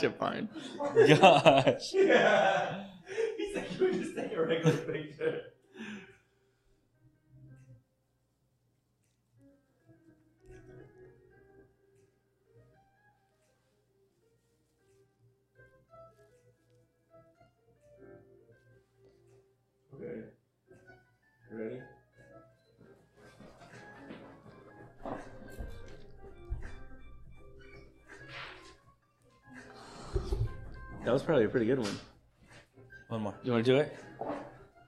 shit barn. Gosh. Yeah. He's like, you would just take a regular picture. Okay. You ready? That was probably a pretty good one. One more. You want to do it?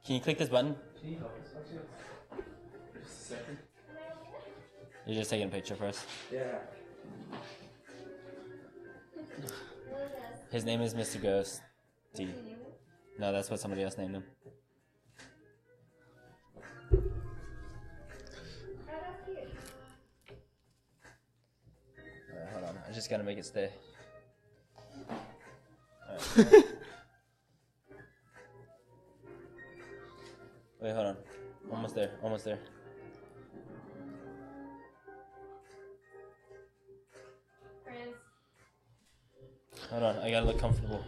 Can you click this button? Can you help us watch it? Just a second. You're just taking a picture for us. Yeah. His name is Mr. Ghost. D. No, that's what somebody else named him. Alright, hold on. I just gotta make it stay. Alright. Wait, hold on. Almost there. Almost there. Hold on. I gotta look comfortable.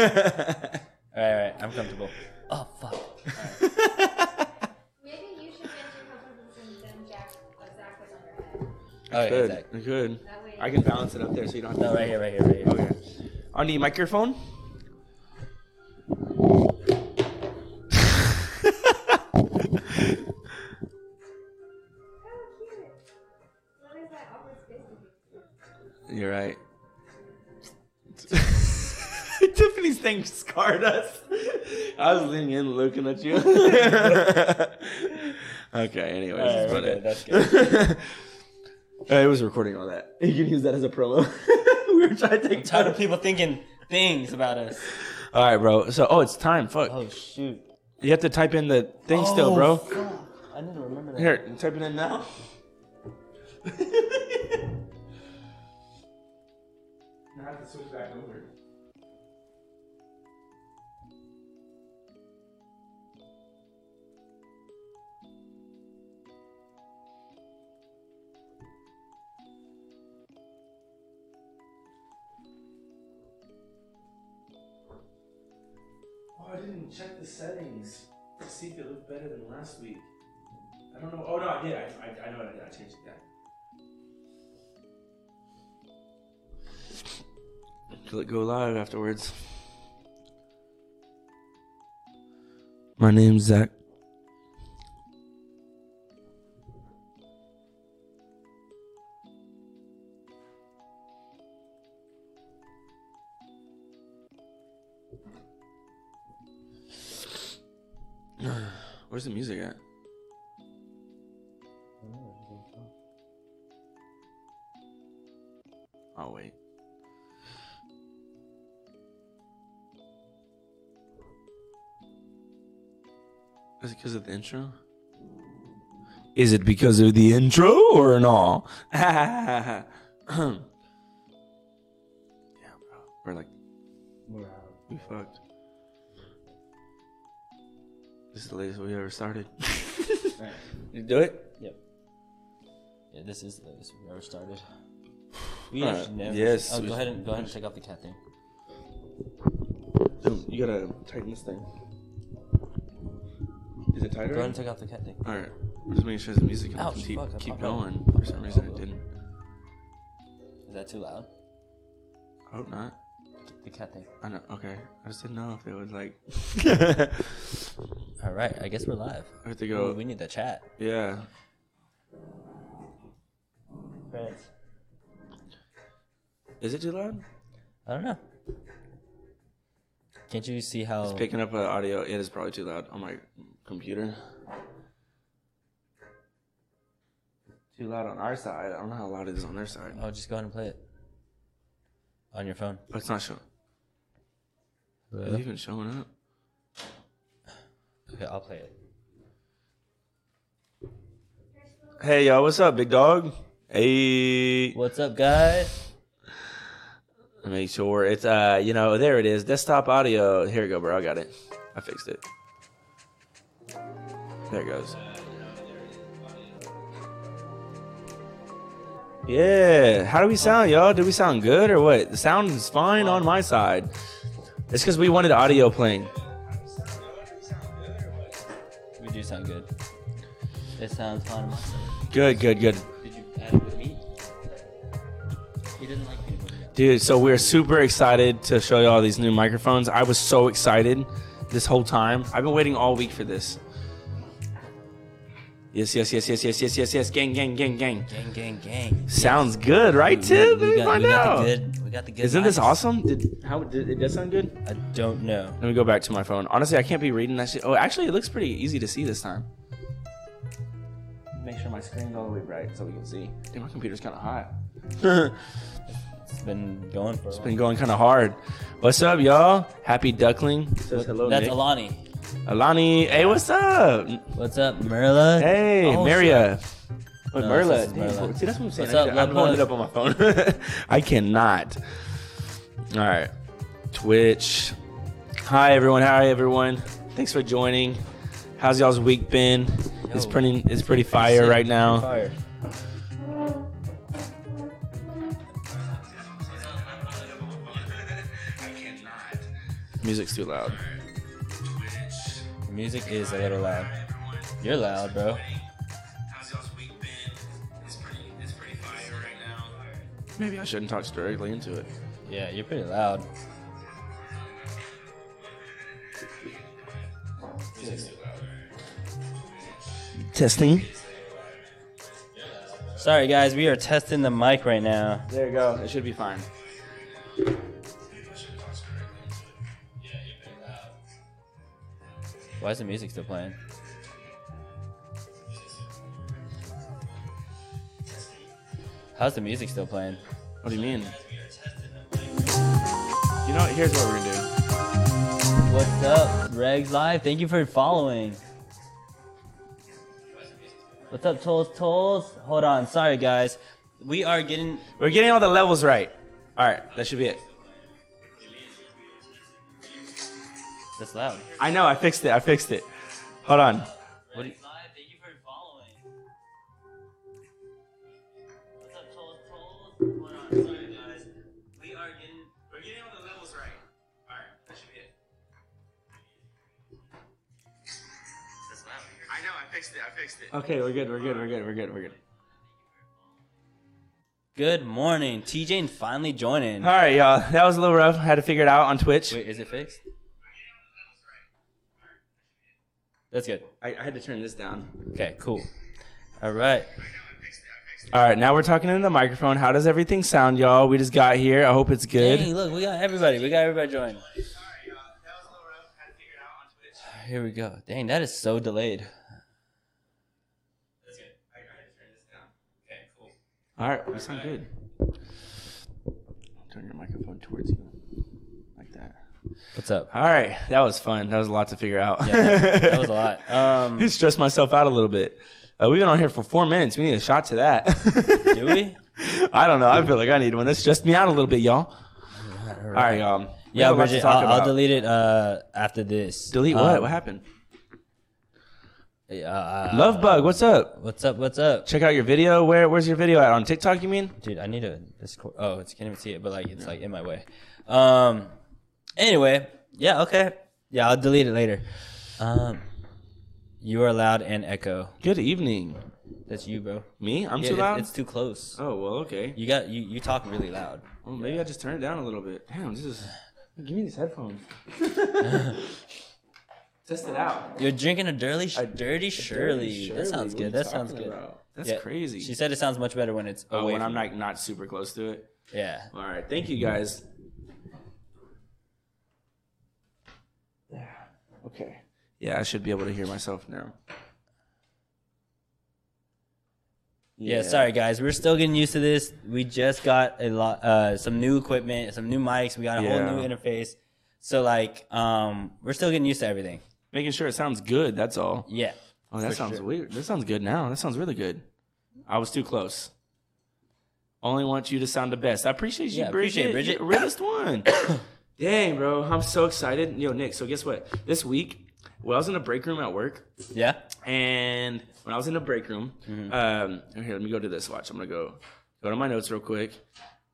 Alright, alright. I'm comfortable. Oh, fuck. Maybe you should get your comfortable and then Jack, uh, Zach was on your head. Oh, yeah, good. exactly. Good. That way. I can balance it up there so you don't have to. No, right here, right here, right here. Okay. On the microphone. How cute. What is that awkward space? You're right. Tiffany's thing scarred us. I was leaning in, looking at you. okay. Anyways, All right, that's about okay, it. that's Uh, it was recording all that. You can use that as a promo. we were trying to I'm take tired of people thinking things about us. All right, bro. So, oh, it's time. Fuck. Oh shoot. You have to type in the thing still, Oh, bro. fuck. I need to remember that. Here, type it in now. Now I have to switch back over. Oh, I didn't check the settings to see if it looked better than last week. I don't know. Oh no, I did. I, I, I know what I did. I changed it. Yeah. Click go live afterwards. My name's Zach. Where's the music at? Oh wait. Is it because of the intro? Is it because of the intro or an all? yeah, bro. We're like, We're out. we fucked. This is the latest we ever started. you do it? Yep. Yeah, this is the latest we've ever started. We Alright, actually never. yes, Oh, we- go ahead and go ahead and take off the cat thing. Dude, you gotta tighten this thing. Is it Go tighter? ahead and take off the cat thing. Alright. We're just making sure the music can Ouch, keep, fuck, I keep popped my- going. For some reason, it didn't. Is that too loud? I hope not. The cat thing. I know. Okay. I just didn't know if it would like. All right, I guess we're live. I have to Oh, go. we need to chat. Yeah. Friends. Is it too loud? I don't know. Can't you see how? It's picking up uh, audio. It is probably too loud on my computer. Too loud on our side. I don't know how loud it is on their side. Oh, just go ahead and play it on your phone. But it's not showing. Is it even showing up? Okay, I'll play it. Hey y'all, what's up, big dog? Hey. What's up, guys? Make sure it's uh, you know, there it is. Desktop audio. Here we go, bro. I got it. I fixed it. There it goes. Yeah. How do we sound, y'all? Do we sound good or what? The sound is fine on my side. It's because we wanted audio playing. We do sound good. It sounds fun. on my side. Good, good, good. Did you add it with meat? He doesn't like peanut butter. Dude, so we're super excited to show you all these new microphones. I was so excited this whole time. I've been waiting all week for this. Yes, yes, yes, yes, yes, yes, yes, yes. Gang, gang, gang, gang. Gang, gang, gang. Sounds good, right, Tim? Let me find the out. good. We got the good. Isn't this vibes. awesome? Did how did it does sound good? I don't know. Let me go back to my phone. Honestly, I can't be reading that shit. Oh, actually, it looks pretty easy to see this time. Make sure my screen's all the way bright so we can see. Dude, my computer's kind of hot. It's been going for. A while. Been going kind of hard. What's up, y'all? Happy Duckling says hello, That's Nick. Alani. Alani, hey, what's up? What's up, Merla? Hey, Oh, Maria. Oh, No, Merla. this is Damn, Merla. See, that's what I'm saying. What's up, I'm love, pulling it love? up on my phone. I cannot. All right. Twitch. Hi, everyone. Hi, everyone. Thanks for joining. How's y'all's week been? It's Yo. pretty, it's pretty shit. fire right now. Fire. Music's too loud. The music is a little loud. You're loud, bro. Maybe I shouldn't talk directly into it. Yeah, you're pretty loud. Testing. Sorry, guys. We are testing the mic right now. There you go. It should be fine. Why is the music still playing? How's the music still playing? What do you mean? You know, what? here's what we're gonna do. What's up, Regs Live? Thank you for following. What's up, Tolls? Tolls? Hold on. Sorry, guys. We are getting. We're getting all the levels right. All right, that should be it. That's loud. I know, I fixed it. I fixed it. Hold on. What do you... Live, thank you for following. What's up, Tolls? Tolls? Hold on. Sorry, guys. We are getting. We're getting all the levels right. All right, that should be it. That's loud. I know, I fixed it. I fixed it. Okay, we're good. We're good. We're good. We're good. We're good. Good morning. TJ and finally joining. All right, y'all. That was a little rough. had to figure it out on Twitch. Wait, is it fixed? That's good. I, I had to turn this down. Okay, cool. All right. All right, now we're talking into the microphone. How does everything sound, y'all? We just got here. I hope it's good. Dang, look, we got everybody. We got everybody joined. Here we go. Dang, that is so delayed. All right, we sound good. Turn your microphone towards you, like that. What's up? All right, that was fun. That was a lot to figure out. Yeah, that was a lot. Um, I stressed myself out a little bit. Uh, we've been on here for four minutes. We need a shot to that. do we? I don't know. I feel like I need one. That stressed me out a little bit, y'all. All right, y'all. We Yeah, have a lot to Bridget, talk I'll, I'll about. delete it uh, after this. Delete Um, what? what happened? yeah, Uh, Love bug. What's up? What's up? What's up? Check out your video. Where? Where's your video at? On TikTok? You mean? dude i need a discord oh it's can't even see it but like it's like in my way um anyway yeah okay yeah i'll delete it later um you are loud and echo Good evening. that's you bro Me? I'm Yeah, too it- loud. it's too close oh well, okay. you got you you talk really loud Well, maybe I just turn it down a little bit. Damn, this is. Give me these headphones. Test it out. you're drinking a dirty A dirty shirley that sounds good that sounds good That's Yeah, crazy. she said it sounds much better when it's oh, away when I'm from- Mm-hmm. like not super close to it. yeah All right, thank you guys. Okay. Yeah, I should be able to hear myself now. Yeah, sorry guys, we're still getting used to this. We just got a lot, uh, some new equipment, some new mics. We got a Yeah. whole new interface, so like, um, we're still getting used to everything. Making sure it sounds good. That's all. Yeah, Oh, that For sounds sure. weird. That sounds good now. That sounds really good. I was too close. Only want you to sound the best. I appreciate you, Yeah, Bridget. appreciate it, You're the realest one. Dang, bro. I'm so excited. Yo, Nick, so guess what? This week, well, I was in a break room at work, yeah. Mm-hmm. and when I was in the break room, um, here, let me go do this. Watch. I'm going to go go to my notes real quick.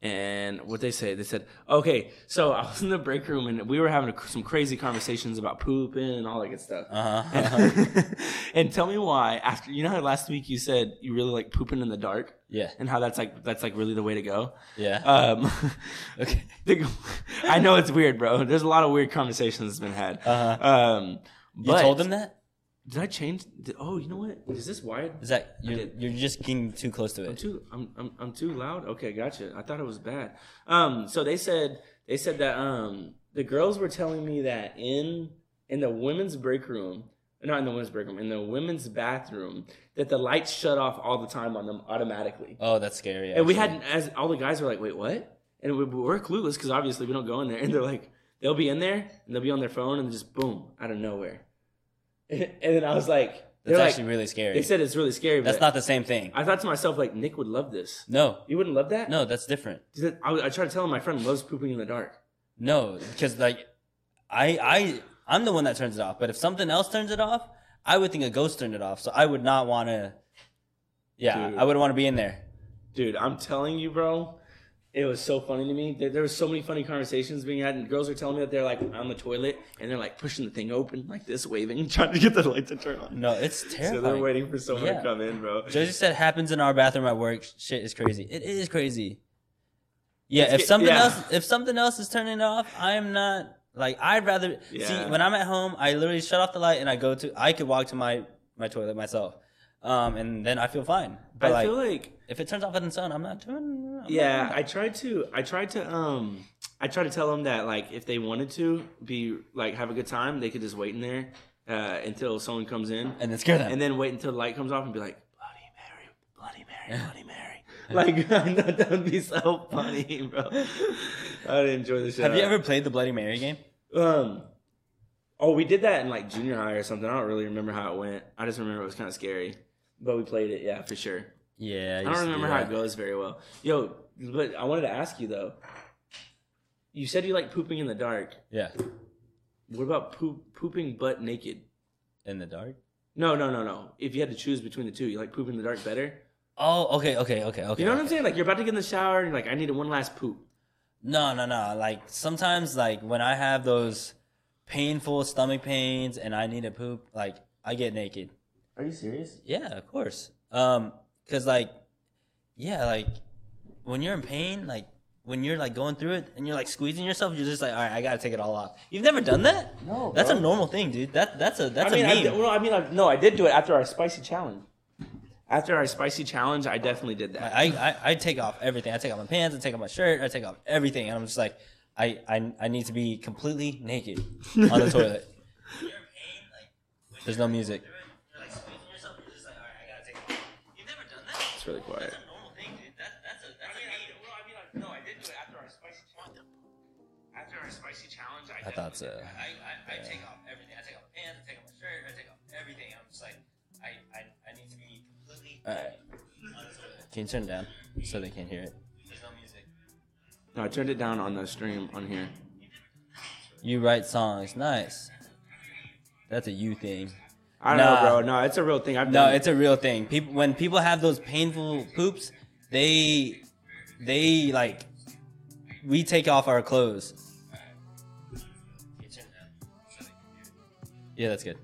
And what they say, they said, okay, so I was in the break room and we were having a, some crazy conversations about pooping and all that good stuff. Uh-huh. And, and tell me why after you know how last week you said you really like pooping in the dark yeah. and how that's like that's like really the way to go. Yeah. Um, okay. the- I know it's weird, bro. There's a lot of weird conversations that's been had. Uh-huh. Um, You but told him that? Did I change? Did, oh, you know what? Is this wired? Is that I you're did. you're just getting too close to I'm it? too I'm, I'm I'm too loud. Okay, gotcha. I thought it was bad. Um, so they said they said that um the girls were telling me that in in the women's break room, not in the women's break room, in the women's bathroom, that the lights shut off all the time on them automatically. Oh, that's scary. And we hadn't actually. as all the guys were like, wait, what? And we we're clueless because obviously we don't go in there. And they're like, they'll be in there and they'll be on their phone and just boom out of nowhere. And then I was like, That's they're like, actually really scary. they said it's really scary. But that's not the same thing. I thought to myself, like, Nick would love this. No, You wouldn't love that? no, that's different. He said- I, I tried to tell him my friend loves pooping in the dark. No, because like, I I I'm the one that turns it off. But if something else turns it off, I would think a ghost turned it off. So I would not want to. Yeah, Dude. I wouldn't want to be in there. Dude, I'm telling you, bro. It was so funny to me. There, there was so many funny conversations being had, and girls are telling me that they're like on the toilet and they're like pushing the thing open like this, waving, trying to get the light to turn on. No, it's So terrifying. they're waiting for someone Yeah. to come in, bro. Josie said happens in our bathroom at work. Shit is crazy. It is crazy. Yeah, It's if get- something yeah. else if something else is turning off, I am not like I'd rather Yeah. see when I'm at home, I literally shut off the light and I go to I could walk to my my toilet myself. Um and then I feel fine. But I like, feel like if it turns off on its own, I'm not doing I'm not yeah doing i tried to i tried to um i tried to tell them that like if they wanted to be like have a good time they could just wait in there uh, until someone comes in that. and then scare them. and then wait until the light comes off and be like bloody mary bloody mary bloody mary like I know that would be so funny bro i'd enjoy the show Have you ever played the Bloody Mary game? um oh we did that in like junior high or something i don't really remember how it went i just remember it was kind of scary but we played it yeah for sure Yeah, I don't remember how it goes very well. Yo, but I wanted to ask you though. You said you like pooping in the dark. Yeah, What about poop, pooping butt naked? in the dark. No, no, no, no. If you had to choose between the two, you like pooping in the dark better. Oh, okay, okay, okay, okay. You know what I'm okay. saying? Like you're about to get in the shower and you're like, I need one last poop. No, no, no. Like sometimes, like when I have those painful stomach pains and I need to poop, like I get naked. Are you serious? Yeah, of course. Um, cause like, yeah, like when you're in pain, like when you're like going through it and you're like squeezing yourself, you're just like, all right, I gotta take it all off. You've never done that? No, That's bro. a normal thing, dude. That that's a that's I mean, a I meme. did, well, I mean, I, no, I did do it after our spicy challenge. After our spicy challenge, I definitely did that. I, I I take off everything. I take off my pants. I take off my shirt. I take off everything, and I'm just like, I I, I need to be completely naked on the toilet. There's no music. It's really quiet. I thought so. I, I, I Yeah. take off everything. I take off my pants. I take off my shirt. I take off everything. I'm just like, I, I, I need to be completely All right. honest with it. Can you turn it down so they can hear it? There's no music. No, I turned it down on the stream on here. You write songs. Nice. That's a you thing. I don't Nah. know, bro. No, it's a real thing. I've No, done it. it's a real thing. People when people have those painful poops, they they like we take off our clothes. Can you turn it down? So they can hear it. Yeah, that's good.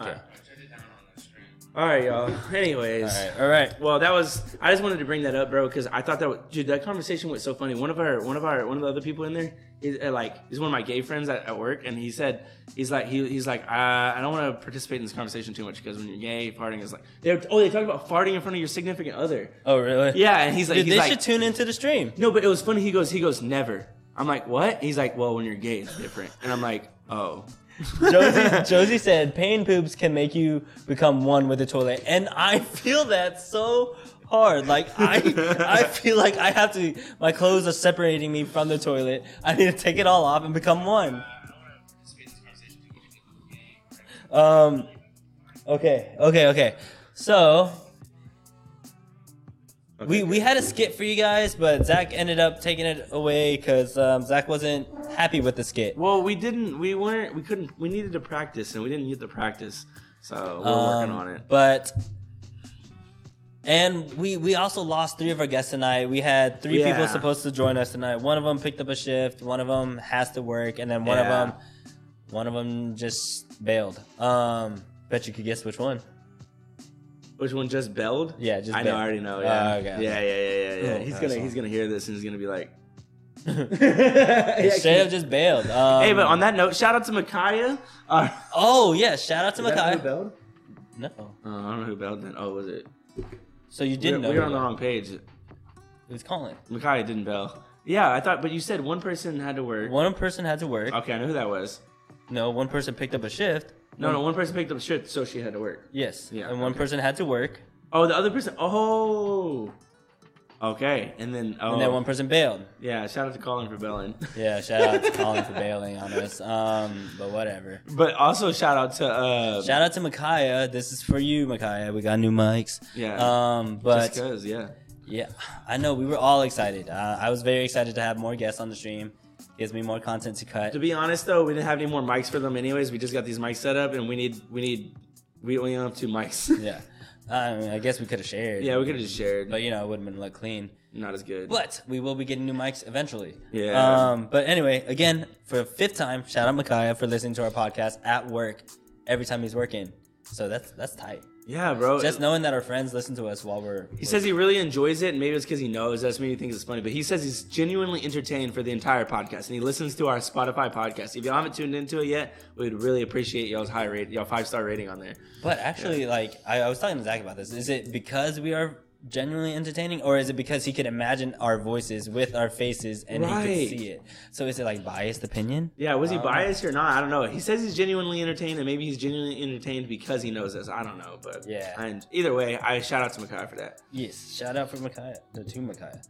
All right. I turned it down on the stream. All right, y'all. Anyways. All right, all right. Well, that was. I just wanted to bring that up, bro, because I thought that wa- dude, that conversation was so funny. One of our, one of our, one of the other people in there is uh, like, is one of my gay friends at, at work, and he said, he's like, he, he's like, uh, I don't want to participate in this conversation too much because when you're gay, farting is like, they were, oh, they talk about farting in front of your significant other. Oh, really? Yeah, and he's like, Dude, he's they like, should tune into the stream. no, but it was funny. He goes, he goes, never. I'm like, what? He's like, well, when you're gay, it's different, and I'm like, oh. Josie, Josie said, "Pain poops can make you become one with the toilet," and I feel that so hard. Like I, I feel like I have to. My clothes are separating me from the toilet. I need to take it all off and become one. Um. Okay. Okay. Okay. So. We, we had a skit for you guys, but Zach ended up taking it away because um, Zach wasn't happy with the skit. Well, we didn't. We weren't. We couldn't. We needed to practice, and we didn't get to practice. So we're working Um, on it. But Um, And we we also lost three of our guests tonight. We had three Yeah. people supposed to join us tonight. One of them picked up a shift. One of them has to work, and then one Yeah. of them, one of them just bailed. Um, bet you could guess which one. Which one just bailed? Yeah, just I know, bailed. I already know. Oh, Yeah, okay. yeah, yeah, yeah, yeah. yeah. Oh, he's okay, gonna so- he's gonna hear this and he's gonna be like, Straight Yeah, up just bailed. Um, Hey, but on that note, shout out to Micaiah. Uh, Oh yeah! Shout out to is that who Makai. bailed? No, Oh, I don't know who bailed then. Oh, was it? so you didn't we know. we were on who the wrong page. It was Colin. Micaiah didn't bail. Yeah, I thought, but you said one person had to work. One person had to work. Okay, I know who that was. No, one person picked up a shift. No, no, one person picked up shit, so she had to work. Yes. Yeah, and one okay. person had to work, Oh, the other person. Oh, okay. And then, oh, and then one person bailed. yeah. Shout out to Colin for bailing. Yeah, shout out to Colin for bailing on us. Um, but whatever. But also shout out to uh, Shout out to Micaiah. This is for you, Micaiah. We got new mics. yeah, Um, but just cause, yeah. yeah, I know we were all excited. Uh, I was very excited to have more guests on the stream. Gives me more content to cut. To be honest though, we didn't have any more mics for them anyways. We just got these mics set up, and we need we need we only have two mics. Yeah. I, mean, I guess we could have shared. yeah, we could have just shared, But you know, it would have been look clean. not as good. But we will be getting new mics eventually. Yeah. Um, but anyway, again, for the fifth time, shout out Micaiah for listening to our podcast at work every time he's working. So that's that's tight. yeah, bro. Just knowing that our friends listen to us while we're He says he really enjoys it, and maybe it's because he knows us. Maybe he thinks it's funny, but he says he's genuinely entertained for the entire podcast, and he listens to our Spotify podcast. If y'all haven't tuned into it yet, we'd really appreciate y'all's high rate, y'all five star rating on there. But actually, like I, I was talking to Zach about this, is it because we are genuinely entertaining, or is it because he could imagine our voices with our faces and he Right. could see it? So is it like biased opinion? Yeah, was he Um, biased or not? I don't know. He says he's genuinely entertained, and maybe he's genuinely entertained because he knows us. I don't know, but Yeah. And either way, I shout out to Makai for that. Yes. Shout out for Micaiah, the two Micaiah.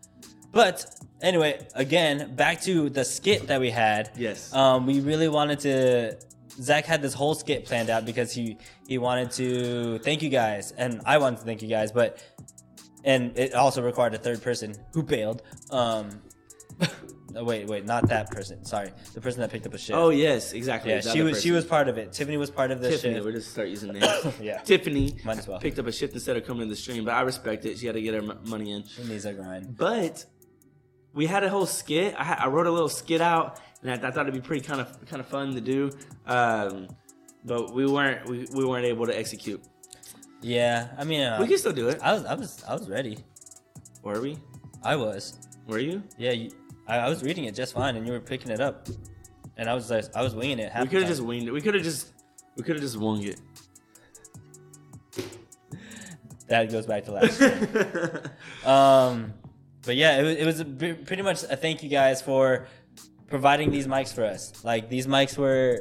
But anyway, again, back to the skit that we had. Yes. Um, we really wanted to. Zach had this whole skit planned out because he he wanted to thank you guys, and I wanted to thank you guys, but and it also required a third person who bailed. Um, oh, wait, wait, not that person. Sorry, the person that picked up a shift. oh yes, exactly. yeah, the she other was she person. was part of it. Tiffany was part of this Tiffany. shift. We're just start using names. Yeah, Tiffany might as well. picked up a shift instead of coming to the stream, but I respect it. She had to get her m- money in. She needs a grind. But we had a whole skit. I, ha- I wrote a little skit out, and I, I thought it'd be pretty kind of kind of fun to do. Um, but we weren't we, we weren't able to execute. Yeah, I mean, uh, we can still do it. I was I was I was ready. Were we? I was. Were you? Yeah, you, I, I was reading it just fine, and you were picking it up, and I was like, I was winging it. Half We the could have time. just winged it. We could have just we could have just wung it. that goes back to last. year. um, but yeah, it was, it was a, pre- pretty much a thank you guys for providing these mics for us. Like these mics were.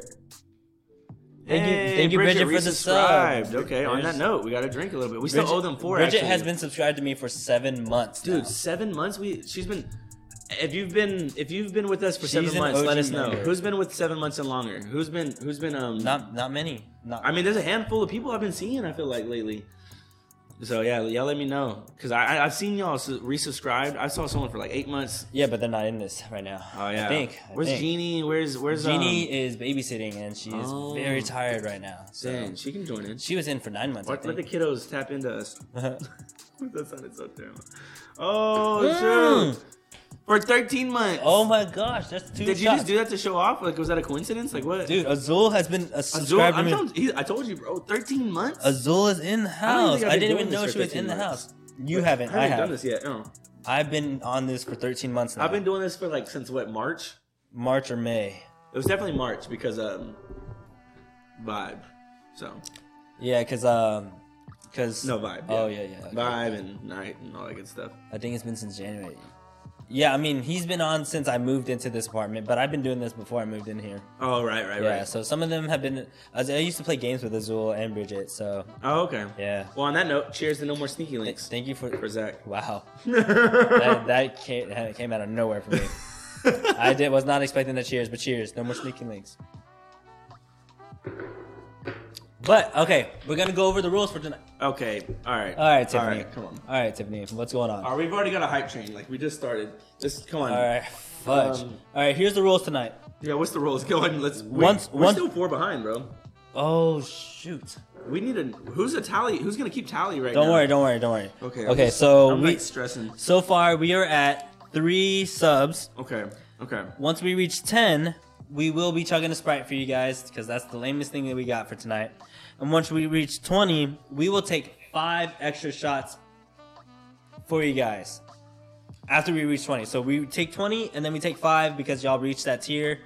Thank you, Hey, thank you, Bridget, for the resubscribed. sub. Okay. On that There's- note, we got to drink a little bit. We Bridget, still owe them four. Bridget actually. has been subscribed to me for seven months, dude, now. seven months. We she's been. If you've been if you've been with us for She's seven an months, OG let us know. member. Who's been with seven months and longer? Who's been who's been um Not not many. Not I mean, there's a handful of people I've been seeing. I feel like lately. So yeah, y'all let me know because I, I I've seen y'all su- resubscribed. I saw someone for like eight months. yeah, but they're not in this right now. Oh yeah. I think. I Where's think. Jeannie? Where's Where's um, Jeannie is babysitting and she is Oh. very tired right now. So Dang, she can join in. um, she was in for nine months. I Let, let the think. kiddos tap into us. that sounded so terrible. Oh shoot! For 13 months. Mm. oh my gosh, that's two Did you shots. just do that to show off? Like, was that a coincidence? Like, what? Dude, Azul has been a Azul, subscriber. I'm telling, he, I told you, bro. 13 months. Azul is in the house. think I've I, been didn't doing even know this she for was in 13 the months. house. You haven't. I, have. done this yet. No. I've been on this for 13 months now. I've been doing this for like since what March. March or May. It was definitely March because um vibe. So Yeah, cause um, cause no vibe. Oh yeah, yeah. okay. Vibe and night and all that good stuff. I think it's been since January. Yeah, I mean he's been on since I moved into this apartment, but I've been doing this before I moved in here. Oh right, right, Yeah, right. so some of them have been. I was- I used to play games with Azul and Bridget, so Oh okay. yeah. Well, on that note, cheers to no more sneaky links Thank you for. for Zach. Wow, that, that, that came, that came out of nowhere for me. I did was not expecting the cheers, but cheers. No more sneaking links. But okay, we're gonna go over the rules for tonight. okay. All right. All right, Tiffany. come on. All right, Tiffany. What's going on? All right, we've already got a hype train. Like we just started. Just come on. All right, fudge. Um, All right, here's the rules tonight. Yeah. What's the rules? Go on. Let's. We're, Once- we're once- still four behind, bro. Oh shoot. We need a who's a tally? Who's gonna keep tally right Don't now? worry, don't worry, don't worry. Okay. Okay, I'm just- so I'm we like stressing. so far we are at three subs. Okay. Okay. Once we reach ten, we will be chugging a sprite for you guys because that's the lamest thing that we got for tonight. And once we reach twenty, we will take five extra shots for you guys after we reach twenty. So we take twenty and then we take five because y'all reached that tier.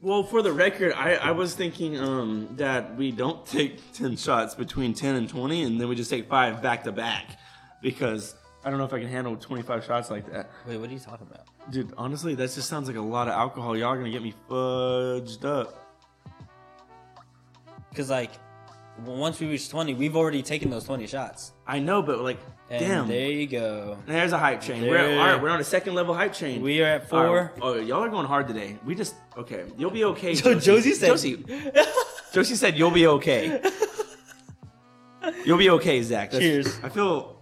Well, for the record, I, I was thinking um, that we don't take ten shots between ten and twenty, and then we just take five back to back, because I don't know if I can handle twenty five shots like that. Wait, what are you talking about? Dude, honestly, that just sounds like a lot of alcohol. Y'all gonna get me fudged up. Because like w- once we reach twenty, we've already taken those twenty shots. I know, but like, And damn. there you go. There's a hype chain. We're, There. all right, we're on a second level hype chain. We are at All four. right. Oh, y'all are going hard today. We just okay. You'll be okay. Jo- Josie said. Josie, Josie said you'll be okay. You'll be okay, Zach. That's- Cheers. I feel.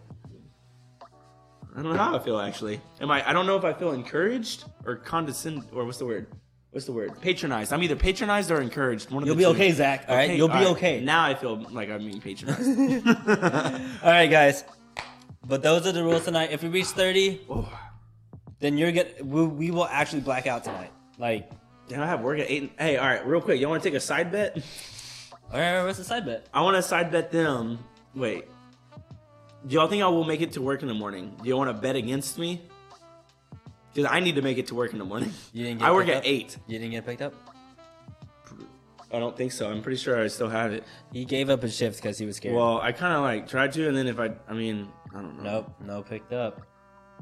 I don't know how I feel actually. Am I? I don't know if I feel encouraged or condescend or what's the word? What's the word? Patronized. I'm either patronized or encouraged. One of You'll the be two. okay, Zach. All right, you'll be all right. okay. Now I feel like I'm being patronized. All right, guys. But those are the rules tonight. If we reach thirty, oh, then you're gonna we, we will actually black out tonight. Like, damn, I have work at eight. and- hey, all right, real quick. Y'all want to take a side bet? all right, what's the side bet? I want to side bet them. Wait. Do y'all think I will make it to work in the morning? Do y'all want to bet against me? Because I need to make it to work in the morning. You didn't I work picked at up? 8. You didn't get picked up. I don't think so. I'm pretty sure I still have it. He gave up his shift because he was scared. Well, I kind of like tried to, and then if I, I mean, I don't know. nope, no picked up.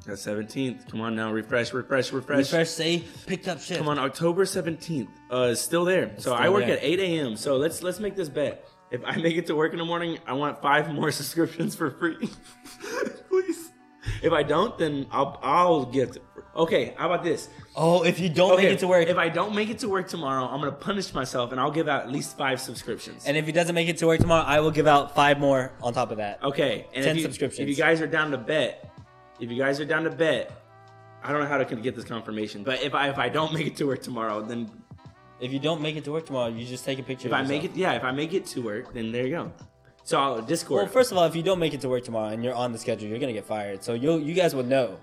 That's 17th. Come on now. Refresh, refresh, refresh. Refresh, say picked up shift. Come on, October 17th. Uh, it's still there. so still I work there. at 8 a.m. So let's let's make this bet. If I make it to work in the morning, I want five more subscriptions for free. Please. If I don't, then I'll I'll get. Okay, how about this? Oh, if you don't Okay, make it to work, If I don't make it to work tomorrow, I'm gonna punish myself and I'll give out at least five subscriptions. and if he doesn't make it to work tomorrow, I will give out five more on top of that. okay, and 10 if you, subscriptions. If you guys are down to bet, if you guys are down to bet, I don't know how to get this confirmation. But if I if I don't make it to work tomorrow, then If you don't make it to work tomorrow, you just take a picture. If I make it, yeah, if I make it to work, then there you go. So I'll Discord. Well, first of all, if you don't make it to work tomorrow and you're on the schedule, you're gonna get fired. So you will you guys would know.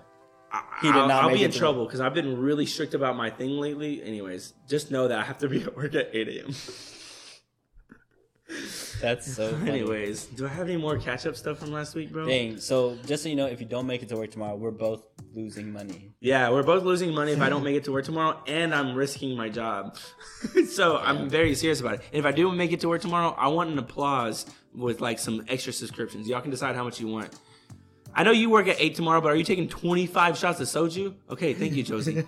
I, he did I'll, not I'll make be it in to trouble because I've been really strict about my thing lately. Anyways, just know that I have to be at work at 8 a.m. That's so funny. Anyways, do I have any more catch up stuff from last week, bro? Dang. So just so you know, if you don't make it to work tomorrow, we're both losing money. Yeah, we're both losing money if I don't make it to work tomorrow, and I'm risking my job. so I'm very serious about it. And if I do make it to work tomorrow, I want an applause with like some extra subscriptions. Y'all can decide how much you want. I know you work at eight tomorrow, but are you taking 25 shots of soju? Okay, thank you, Josie.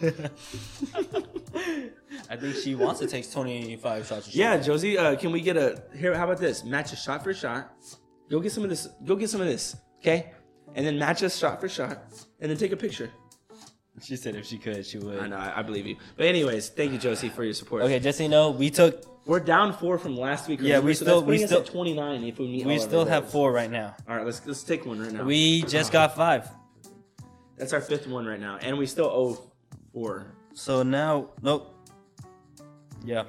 I think she wants to take 25 shots. Of Yeah, Josie, uh, can we get a here? How about this? Match a shot for shot. Go get some of this. Go get some of this. Okay, and then match us shot for shot, and then take a picture. She said if she could, she would. I know, I, I believe you. But anyways, thank you, Josie, for your support. Okay, just so you know, we took we're down four from last week. Yeah, we so still- that's we putting us still- at twenty nine. If we meet, we all of our still have goals. four right now. All right, let's let's take one right now. We just got five. that's our fifth one right now, and we still owe four. So now nope. Yeah.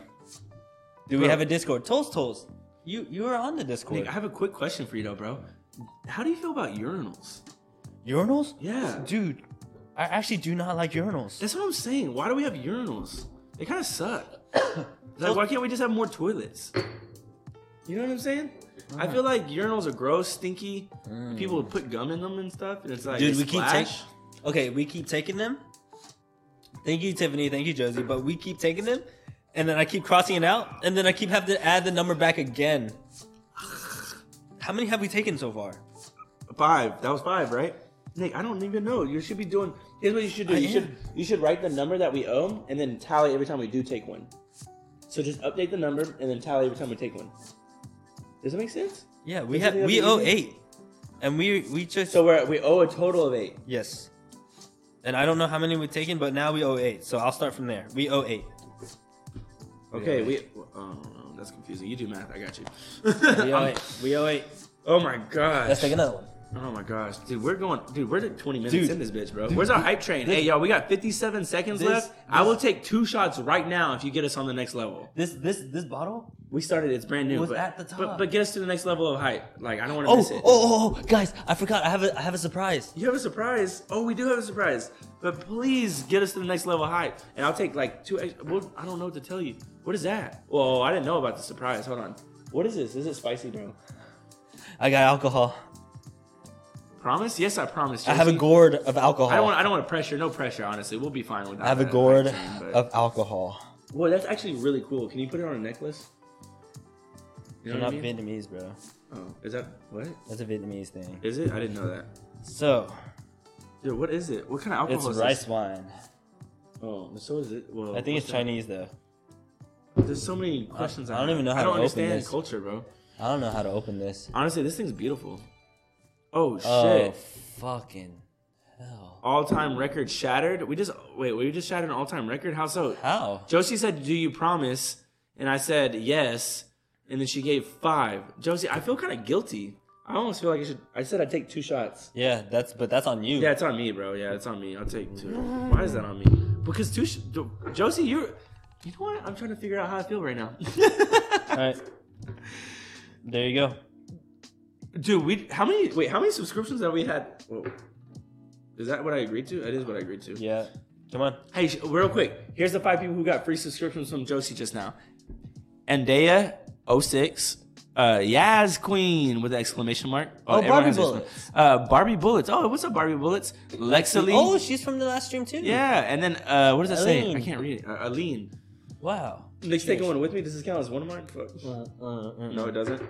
Do we Bro. have a Discord? Tolls Tolls. You you were on the Discord. Nick, I have a quick question for you though, bro. How do you feel about urinals? urinals? Yeah, Dude, I actually do not like urinals. that's what I'm saying. Why do we have urinals? They kind of suck. like, why can't we just have more toilets? You know what I'm saying? I feel like urinals are gross, stinky. and People would put gum in them and stuff, and it's like Mm. Dude, they we keep splash. taking. Okay, we keep taking them. Thank you, Tiffany. Thank you, Josie. But we keep taking them, and then I keep crossing it out, and then I keep having to add the number back again. How many have we taken so far? Five. That was five, right? Nick, I don't even know. You should be doing. Here's what you should do. I you am. should you should write the number that we owe and then tally every time we do take one. So just update the number and then tally every time we take one. Does that make sense? Yeah, Don't we you have. think that'd We be owe easy? eight, and we we just So we're we owe a total of eight. yes. And I don't know how many we've taken, but now we owe eight. So I'll start from there. We owe eight. Okay, we. Oh, that's confusing. You do math. I got you. We owe I'm- eight. We owe eight. oh my gosh. Let's take another one. Oh my gosh, dude, we're going, dude, we're like 20 minutes Dude. in this bitch, bro. Where's our hype train? hey, y'all, we got 57 seconds This- left. I will take two shots right now if you get us on the next level. This this this bottle? We started, it's brand new. Was but, at the But, top. but get us to the next level of hype. Like, I don't want to Oh, miss oh, it. oh, oh, guys, I forgot. I have a I have a surprise. You have a surprise. Oh, we do have a surprise. But please get us to the next level of hype. And I'll take like two. ex- Well, I don't know what to tell you. What is that? Well, I didn't know about the surprise. Hold on. What is this? Is it spicy, bro? I got alcohol. Promise? Yes, I promise. I have a Jesse. gourd of alcohol. I don't want. I don't want to pressure. No pressure. Honestly, we'll be fine without. I have a that gourd hype train, but- of alcohol. Boy, that's actually really cool. Can you put it on a necklace? You You're know what not I mean? Vietnamese, bro. oh, is that what? That's a Vietnamese thing. Is it? I didn't know that. So Dude, what is it? What kind of it's alcohol is rice this? wine. Oh, so is it? Well, I think what's it's that? Chinese though. There's so many questions. I don't have. even know how I don't to open understand this. culture, bro. I don't know how to open this. Honestly, this thing's beautiful. Oh Oh shit! fucking hell! All-time record shattered. We just wait. We just shattered an all-time record. How so? How? Josie said, "Do you promise?" And I said, "Yes." And then she gave five. Josie, I feel kind of guilty. I almost feel like I should. I said I'd take two shots. Yeah, that's but that's on you. Yeah, it's on me, bro. Yeah, it's on me. I'll take two. Why is that on me? Because two. Sh- Jo- Josie, you're. You know what? I'm trying to figure out how I feel right now. All right. There you go. Dude, we how many? Wait, how many subscriptions have we had? Whoa. Is that what I agreed to? It is what I agreed to. Yeah. Come on. Hey, sh- real quick, here's the five people who got free subscriptions from Josie just now. Andea 06 uh, Yaz Queen with an exclamation mark. Oh, everyone Barbie has an exclam- Bullets. Uh, Barbie Bullets. Oh, what's up, Barbie Bullets? Lexaline. Oh, she's from the last stream too. yeah, and then uh, what does that say? I Aline. can't read it. Uh, Aline. Wow. Nick's taking one with me. Does this count as one of mine? Fuck. Uh, uh, uh, No, it doesn't.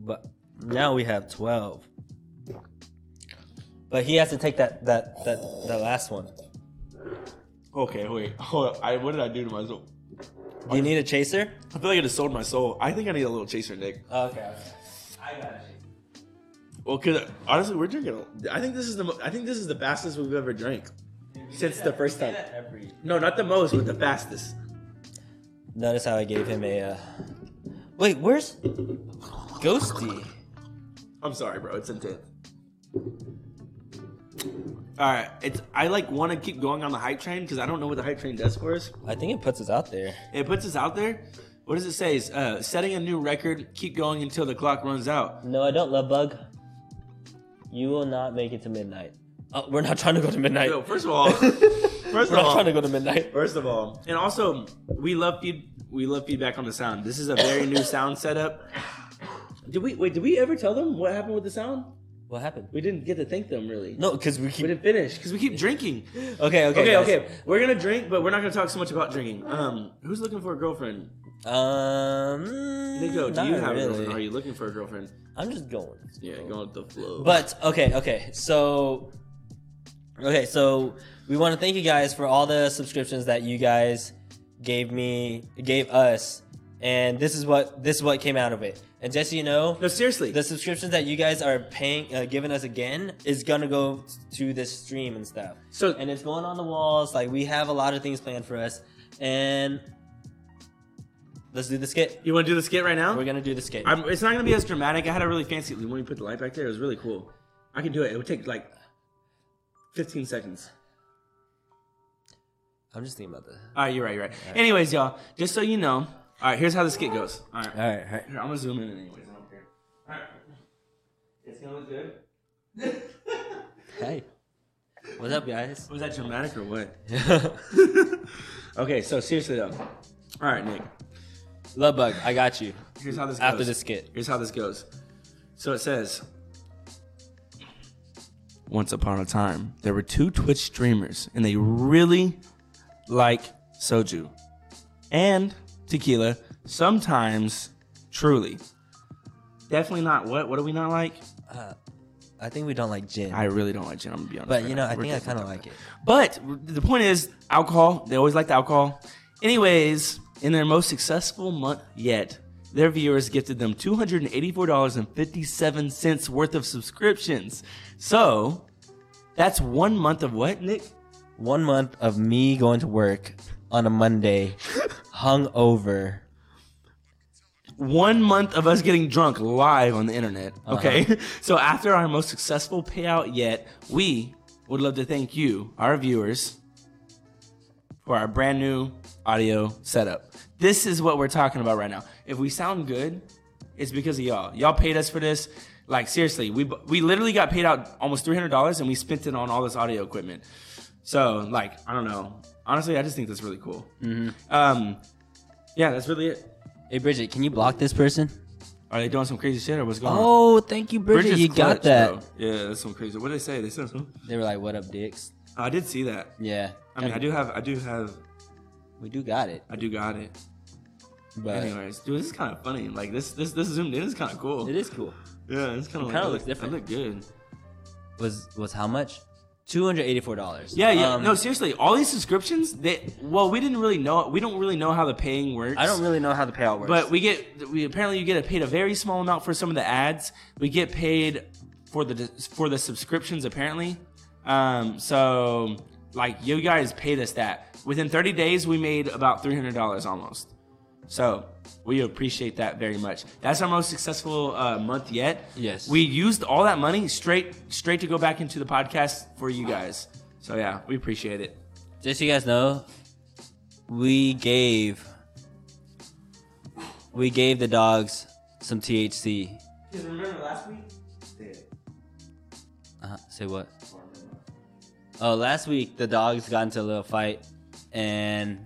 But now we have twelve. But he has to take that that that the last one. Okay, wait. Hold on. I, what did I do to myself? Do you need a chaser? I feel like I just sold my soul. I think I need a little chaser, Nick. Okay. Well, cause honestly, we're drinking. a- I think this is the. mo- I think this is the fastest we've ever drank since the first time. No, not the most, but the fastest. Notice how I gave him a. Uh... Wait, where's Ghosty? I'm sorry, bro. It's intense. All right, it's. I like want to keep going on the hype train because I don't know what the hype train does for us. I think it puts us out there. It puts us out there. What does it say? It's, uh, setting a new record. Keep going until the clock runs out. No, I don't, love bug. You will not make it to midnight. Uh, we're not trying to go to midnight. Yo, first of all, we're first of not all, trying to go to midnight. First of all, and also we love feed we love feedback on the sound. This is a very new sound setup. Did we wait? Did we ever tell them what happened with the sound? What happened? We didn't get to thank them really. No, because we We keep. didn't finish because we keep drinking. Okay, Okay, okay, okay, guys. We're gonna drink, but we're not gonna talk so much about drinking. Um, who's looking for a girlfriend? Um, Nico, do not you have a really. girlfriend? Are you looking for a girlfriend? I'm just going. Yeah, going with the flow. But okay, okay. So okay, so we want to thank you guys for all the subscriptions that you guys gave me, gave us, and this is what this is what came out of it. And just so you know, no, seriously. the subscriptions that you guys are paying, uh, giving us again, is gonna go to this stream and stuff. so And it's going on the walls. Like we have a lot of things planned for us, and let's do the skit. you want to do the skit right now? We're gonna do the skit. I'm, it's not gonna be as dramatic. I had a really fancy when we put the light back there. It was really cool. I can do it. It would take like 15 seconds. I'm just thinking about this. All right, you're right. You're right. Anyways, y'all, just so you know. All right, here's how this skit goes. All right, All right, all right. here, I'm gonna zoom in anyways. I don't care. All right, it's gonna look good. Hey, what's up, guys? Was that dramatic or what? okay, so seriously though. All right, Nick. Love bug, I got you. Here's how this goes. After the skit. Here's how this goes. So it says Once upon a time, there were two Twitch streamers, and they really like soju and tequila, sometimes truly. Definitely not what? What do we not like? I think we don't like gin, I really don't like gin, I'm gonna be honest. but right you know, now. I We're think I definitely kind of not- like it. but the point is, alcohol, they always liked alcohol. Anyways, in their most successful month yet, their viewers gifted them $284.57 worth of subscriptions. So, that's one month of what, Nick? One month of me going to work on a Monday, hungover, one month of us getting drunk live on the internet. Uh-huh. Okay. So after our most successful payout yet, we would love to thank you, our viewers, for our brand new audio setup. This is what we're talking about right now. If we sound good, it's because of y'all. Y'all paid us for this. Like seriously, we we literally got paid out almost three hundred dollars, and we spent it on all this audio equipment. So like, I don't know. Honestly, I just think that's really cool. Um, yeah, that's really it. Hey, Bridget, can you block this person? Are they doing some crazy shit or what's going on? Oh, thank you, Bridget. Bridget's you clutch, got that. though. Yeah, that's some crazy. What did they say? They said something. Oh, They were like, "What up, dicks?" I did see that. Yeah. I mean, I do have, I do have, We do got it. I do got it. But Anyways, dude, this is kind of funny. Like this, this, this zoomed in is kind of cool. it is cool. Yeah, it's kind of. like, It kinda I looks look- different. I look good. Was was how much? Two hundred eighty-four dollars. Yeah, yeah. Um, no, seriously, all these subscriptions. They well, we didn't really know. We don't really know how the paying works. I don't really know how the payout works. But we get we apparently you get paid a very small amount for some of the ads. We get paid for the for the subscriptions apparently. Um, so like you guys paid us that within 30 days we made about $300 almost. So we appreciate that very much. That's our most successful uh, month yet. Yes. we used all that money straight straight to go back into the podcast for you guys. So yeah, we appreciate it. just so you guys know, we gave we gave the dogs some THC. Because remember last week? They Uh, say what? Oh, last week the dogs got into a little fight, and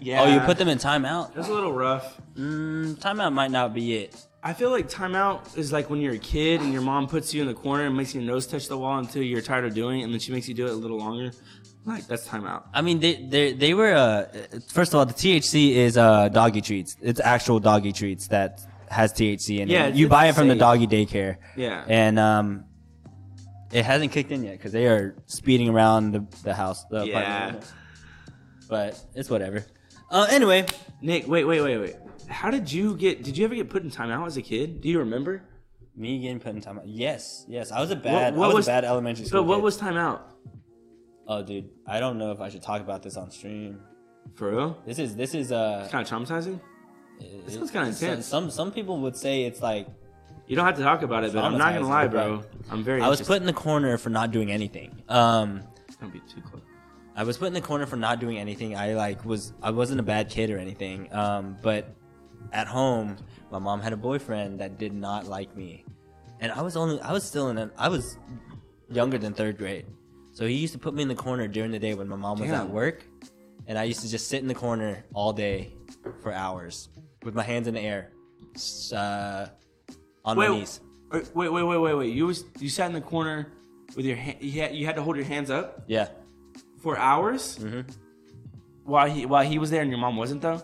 Yeah. oh, you put them in timeout. That's a little rough. Mm, timeout might not be it. I feel like timeout is like when you're a kid and your mom puts you in the corner and makes your nose touch the wall until you're tired of doing it, and then she makes you do it a little longer. Like that's timeout. I mean, they they they were. Uh, first of all, the THC is uh, doggy treats. It's actual doggy treats that has THC in Yeah, it. it's- You buy it it's from the safe. doggy daycare. Yeah. And um, it hasn't kicked in yet because they are speeding around the, the house. The Yeah. apartment. But it's whatever. Uh, anyway, Nick, wait, wait, wait, wait. How did you get? Did you ever get put in timeout as a kid? Do you remember? me getting put in timeout. Yes, yes. I was a bad. what I was, was- a bad elementary school. But what kid. was timeout? Oh, dude, I don't know if I should talk about this on stream. For real? This is this is uh. Kind of traumatizing. This sounds kinda intense. Some some people would say it's like You don't have to talk about it, but I'm not gonna Traumatizing, lie, but- bro. I'm very. I was interested. put in the corner for not doing anything. Um, Don't be too close. I was put in the corner for not doing anything. I like was I wasn't a bad kid or anything. Um, but at home, my mom had a boyfriend that did not like me, and I was only I was still in an, I was younger than third grade, so he used to put me in the corner during the day when my mom was Damn. at work, and I used to just sit in the corner all day for hours with my hands in the air, s- uh, on my Wait, knees. wait, wait, wait, wait, wait. You was you sat in the corner with your hand. You had, you had to hold your hands up Yeah. for hours. Mm-hmm. While he while he was there and your mom wasn't though.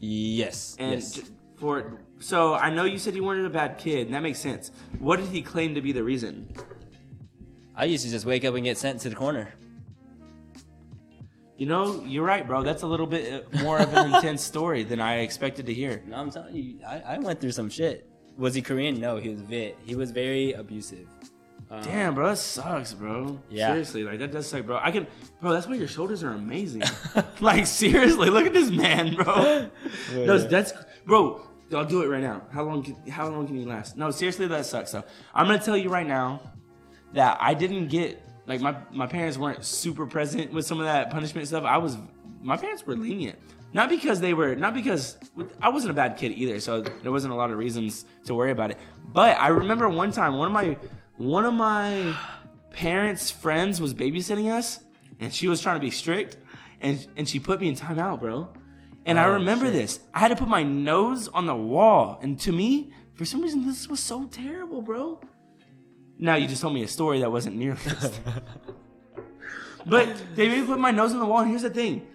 Yes. And yes. j- for so I know you said you weren't a bad kid, and that makes sense. What did he claim to be the reason? I used to just wake up and get sent to the corner. You know, you're right, bro. That's a little bit uh, more of an intense story than I expected to hear. No, I'm telling you, I, I went through some shit. Was he Korean? No, he was Viet. He was very abusive. Um, Damn, bro, that sucks, bro. Yeah. Seriously, like that does suck, bro. I can, bro. That's why your shoulders are amazing. like seriously, look at this man, bro. No, that's bro. I'll do it right now. How long? Can, how long can you last? No, seriously, that sucks. though. I'm gonna tell you right now that I didn't get like my my parents weren't super present with some of that punishment stuff. I was my parents were lenient, not because they were not because I wasn't a bad kid either, so there wasn't a lot of reasons to worry about it. But I remember one time one of my one of my parents' friends was babysitting us, and she was trying to be strict, and and she put me in timeout, bro. And I Oh, remember shit. this. I had to put my nose on the wall, and to me, for some reason, this was so terrible, bro. Now you just told me a story that wasn't near this. but they made me put my nose on the wall, and here's the thing.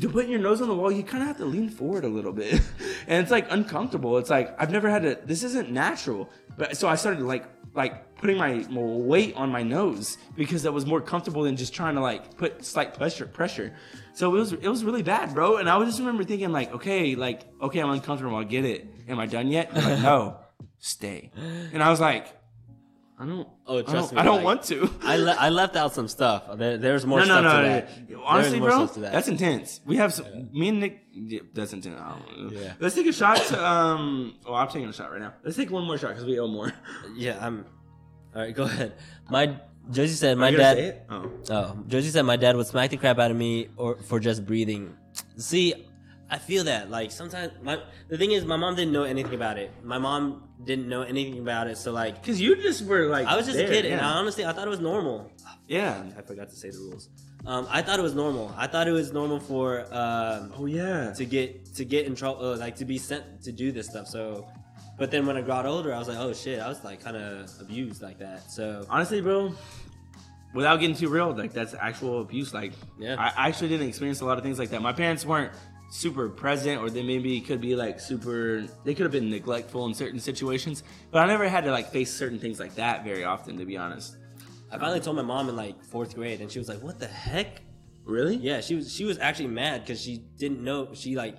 To put your nose on the wall, you kind of have to lean forward a little bit. And it's like uncomfortable. It's like, I've never had to, this isn't natural. But so I started like, like putting my my weight on my nose because that was more comfortable than just trying to like put slight pressure, pressure. So it was, it was really bad, bro. And I would just remember thinking like, okay, like, okay, I'm uncomfortable. I'll get it. Am I done yet? They're like, no, stay. And I was like, I don't. Oh, I trust don't, me. I don't like, want to. I, le- I left out some stuff. There, there's more No, no, stuff no, to no, that. no. There's Honestly, more bro, stuff to that. that's intense. We have some, me and Nick. yeah, That's intense. I don't know. Yeah. Let's take a shot to. Um. Oh, I'm taking a shot right now. Let's take one more shot because we owe more. yeah, I'm. All right, go ahead. My Josie said my Are you gonna say dad. it? Oh. Oh, Josie said my dad would smack the crap out of me or for just breathing. See, I feel that. Like sometimes my the thing is my mom didn't know anything about it. My mom didn't know anything about it, so like Because you just were like. I was just there, a kid, yeah. and I honestly I thought it was normal. Yeah. I forgot to say the rules. Um, I thought it was normal. I thought it was normal for um, Oh yeah. to get to get in trouble, uh, like to be sent to do this stuff. So, but then when I got older, I was like, oh shit, I was like kind of abused like that. So Honestly, bro. Without getting too real, like that's actual abuse. Like, Yeah. I actually didn't experience a lot of things like that. My parents weren't super present, or they maybe could be like super. They could have been neglectful in certain situations, but I never had to like face certain things like that very often, to be honest. I finally told my mom in like fourth grade, and she was like, what the heck? Really? Yeah, she was she was actually mad because she didn't know. She like,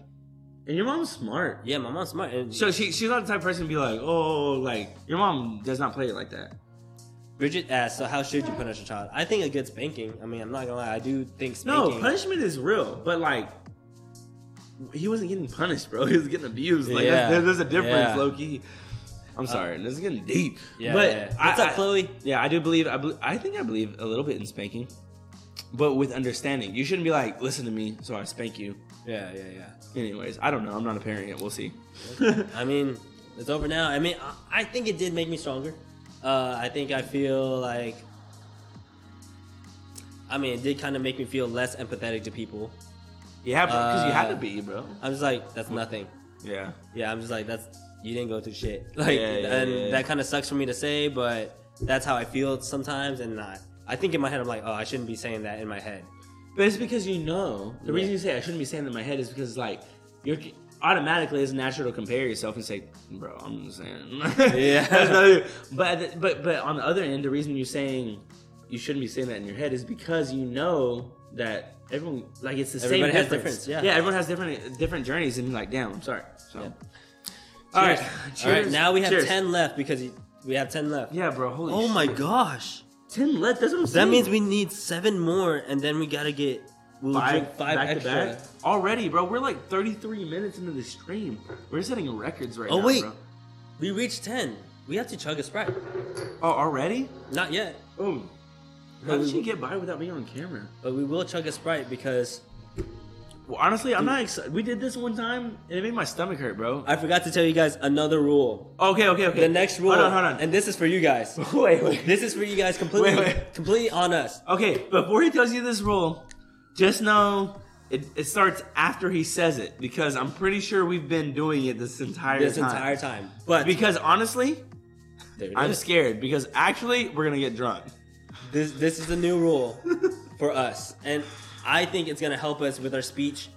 And your mom's smart. yeah, my mom's smart, and So she she's not the type of person to be like, oh, like your mom does not play it like that. Bridget asked, so how should you punish a child? I think a good spanking. I mean, I'm not gonna lie, I do think No, spanking. punishment is real, but like he wasn't getting punished, bro. He was getting abused. Like Yeah. that's, there's a difference, Yeah. Uh, low key. I'm sorry, this is getting deep. Yeah, but yeah. I, what's up, I- Chloe? yeah, I do believe. I, bel I think I believe a little bit in spanking, but with understanding. You shouldn't be like, listen to me, so I spank you. Yeah, yeah, yeah. Anyways, I don't know. I'm not a parent yet. We'll see. I mean, it's over now. I mean, I, I think it did make me stronger. Uh, I think I feel like. I mean, it did kind of make me feel less empathetic to people. yeah, because you had Uh, to be, bro. I'm just like, that's nothing. Yeah. Yeah, I'm just like, that's you didn't go through shit. Like, Yeah, yeah, and yeah, yeah. that kind of sucks for me to say, but that's how I feel sometimes. And not, I think in my head, I'm like, oh, I shouldn't be saying that in my head. But it's because you know the Yeah. reason you say I shouldn't be saying that in my head is because like you're automatically it's natural to compare yourself and say, bro, I'm just saying. Yeah. That's another- but but but on the other end, the reason you're saying you shouldn't be saying that in your head is because you know that everyone like it's the Everybody same has difference. difference, yeah. yeah, everyone has different different journeys and like, damn, I'm sorry. So. Yeah. All right, Cheers. All right, now we have Cheers. ten left because we have ten left. Yeah, bro. Holy. Oh my shit. gosh. Ten left. That's what I'm saying. That means we need seven more, and then we gotta get we'll drink five extra. already, bro. We're like 33 minutes into the stream. We're setting records right Oh, now. wait. bro. We reached ten. We have to chug a sprite. Oh, already? Not yet, Oh, how But did we- she get by without being on camera? but we will chug a sprite because Well, honestly, I'm not excited. We did this one time, and it made my stomach hurt, bro. I forgot to tell you guys another rule. Okay, okay, okay. The next rule, Hold on, hold on. and this is for you guys. wait, wait. This is for you guys completely, Wait, wait. completely on us. Okay, before he tells you this rule, just know it, it starts after he says it because I'm pretty sure we've been doing it this entire This time. entire time, but Because honestly, There it I'm is. scared because actually we're gonna get drunk. this this is a new rule for us, and I think it's gonna help us with our speech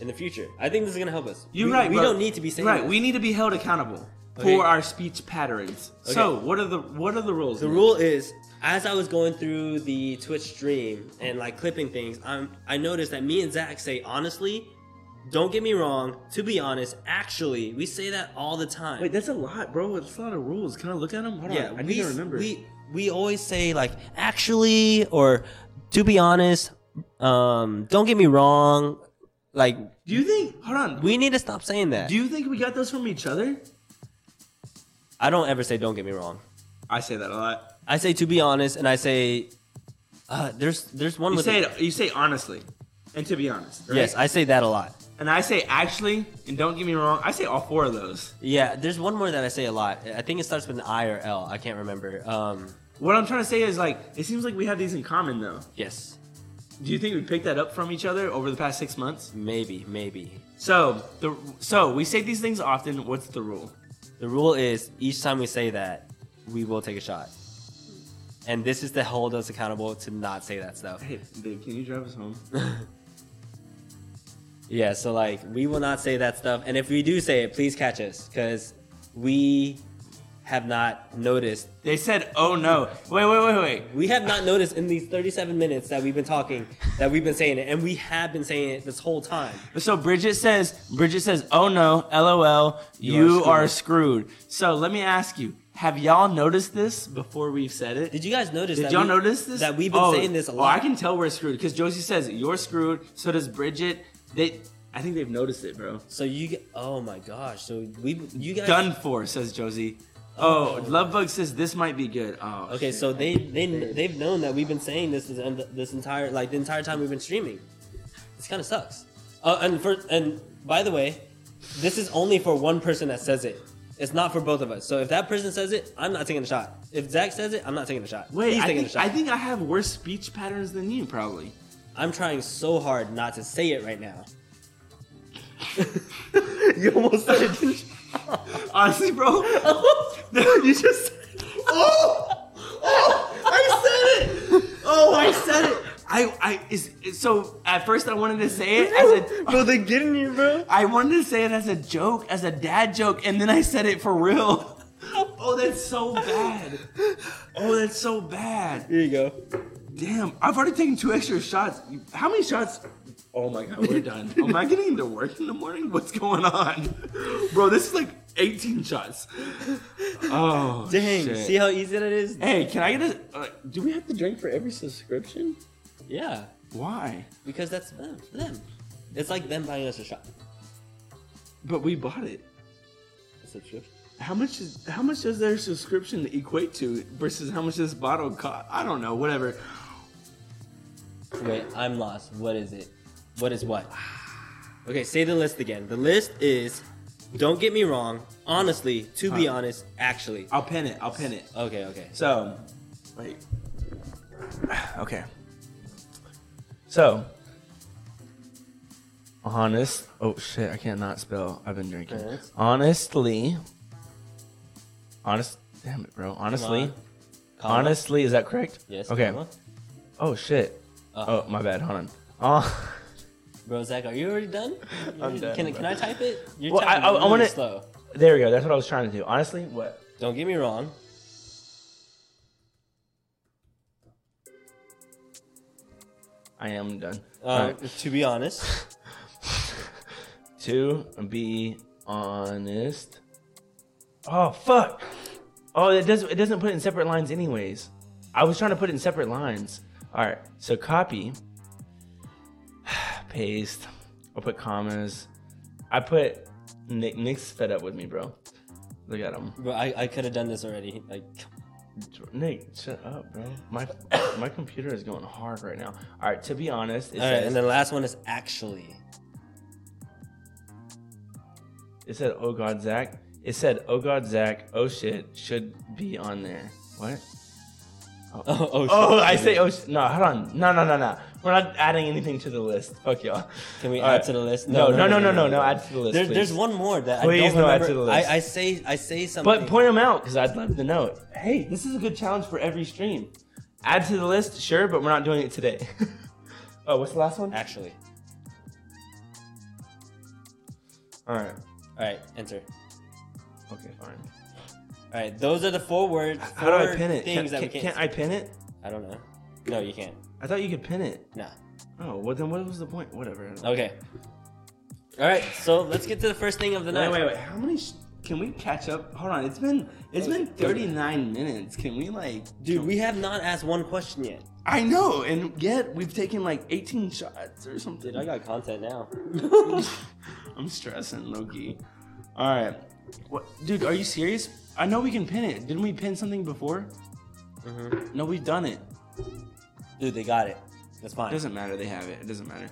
in the future. I think this is gonna help us. You're we, right. We bro. don't need to be saying right. this. We need to be held accountable Okay. for our speech patterns. So what are the what are the rules? The Nick? rule is, as I was going through the Twitch stream and like clipping things, I'm I noticed that me and Zach say honestly. Don't get me wrong. To be honest, actually, we say that all the time. Wait, that's a lot, bro. It's a lot of rules. Can I look at them? Hold yeah, on. I we need to remember. we we always say like actually or to be honest. Um, don't get me wrong. Like do you think? Hold on. we need to stop saying that. do you think we got those from each other? I don't ever say don't get me wrong. I say that a lot. I say to be honest, and I say uh, there's there's one You with say it. You say honestly, and to be honest. Right? yes, I say that a lot. and I say actually, and don't get me wrong. I say all four of those. Yeah, there's one more that I say a lot. I think it starts with an I or L. I can't remember. Um, What I'm trying to say is like, it seems like we have these in common, though. yes, Do you think we picked that up from each other over the past six months? maybe, maybe. So the so we say these things often. What's the rule? The rule is each time we say that, we will take a shot. And this is to hold us accountable to not say that stuff. Hey, babe, can you drive us home? Yeah, so like we will not say that stuff. And if we do say it, please catch us because we have not noticed. They said, "Oh no!" Wait, wait, wait, wait. We have not noticed in these 37 minutes that we've been talking that we've been saying it. And we have been saying it this whole time. So Bridget says, Bridget says, "Oh no, lol, you, You are are, screwed. So let me ask you, Have y'all noticed this before we've said it? Did you guys notice? Did that y'all we- notice this? That we've been Oh, saying this a oh, lot. I can tell we're screwed because Josie says you're screwed. So does Bridget. They, I think they've noticed it, bro. So you, g- oh my gosh! So we, you guys, Done for, says Josie. Oh. Oh, Lovebug says this might be good. Oh, Okay, shit. so they they they've known that we've been saying this this, this entire like the entire time we've been streaming. This kind of sucks. Uh, and for and by the way, this is only for one person that says it. It's not for both of us. So if that person says it, I'm not taking a shot. If Zach says it, I'm not taking a shot. Wait, he's I taking think, a shot. I think I have worse speech patterns than you, probably. I'm trying so hard not to say it right now. you almost said it. didn't you? Honestly, bro. you just. Oh! Oh! I said it! Oh, I said it! I, I, is, so at first I wanted to say it as a. bro, they getting you, bro. I wanted to say it as a joke, as a dad joke, and then I said it for real. Oh, that's so bad. Oh, that's so bad. Here you go. Damn, I've already taken two extra shots. How many shots? Oh my god, we're done. Am I getting into work in the morning? What's going on? Bro, this is like 18 shots. Oh, Dang, shit. see how easy that is? Hey, can I get a. Uh, do we have to drink for every subscription? Yeah. Why? Because that's them. Them. It's like them buying us a shop. But we bought it. A subscription. How much is how much does their subscription equate to versus how much this bottle cost? I don't know, whatever. Wait, I'm lost. What is it? What is what? Okay, say the list again. The list is. Don't get me wrong. Honestly, to be Huh. honest, actually. I'll pin it. I'll pin it. Okay, okay. So, wait. Okay. So, honest. Oh shit! I can't not spell. I've been drinking. Yes. Honestly. Honest. Damn it, bro. Honestly. Comma. Honestly, is that correct? Yes. Okay. comma. Oh shit. Uh, oh my bad. Hold on. Oh. Bro, Zach, are you already done? I'm done, Can, bro. can I type it? You're Well, I- typing I- I really wanna- slow. There we go. That's what I was trying to do. Honestly, what? Don't get me wrong. I am done. Uh, Alright. To be honest, To be honest. Oh fuck. Oh, it does. It doesn't put it in separate lines, anyways. I was trying to put it in separate lines. All right. So copy, paste. I'll put commas. I put Nick. Nick's fed up with me, bro. Look at him. bro, I, I could have done this already. Like, Nick, shut up, bro. My my computer is going hard right now. All right. To be honest, it all right. says, And the last one is actually. It said, "Oh God, Zach." It said, "Oh God, Zach." Oh shit, should be on there. What? Oh, oh, Oh, shit. I say, "Oh sh- no." Hold on. No, no, no, no. We're not adding anything to the list. Fuck y'all. Can we All add right. to the list? No, no, no, no, no, no. Add to the list. There, please. there's one more that I Please don't no add remember. to the list. I, I say I say something. But point them out because I'd love to know. Hey, this is a good challenge for every stream. Add to the list, sure, but we're not doing it today. oh, what's the last one? actually. All right. All right, enter. Okay, fine. All right, those are the four words. Four How do I pin it? Can, Things that we can- can't. can't I pin it? I... don't know. No, you can't. I thought you could pin it. Nah. Oh, well then, what was the point? Whatever. I don't- Okay. All right, so let's get to the first thing of the night. Wait, wait, wait. How many? Sh- can we catch up? Hold on. It's been it's been 39 minutes. Can we like? Dude, we have not asked one question yet. I know, and yet we've taken like 18 shots or something. Dude, I got content now. I'm stressing, Loki. All right. What, dude? Are you serious? I know we can pin it. Didn't we pin something before? Mm-hmm. No, we've done it. Dude, they got it. That's It fine. doesn't matter. They have it. It doesn't matter.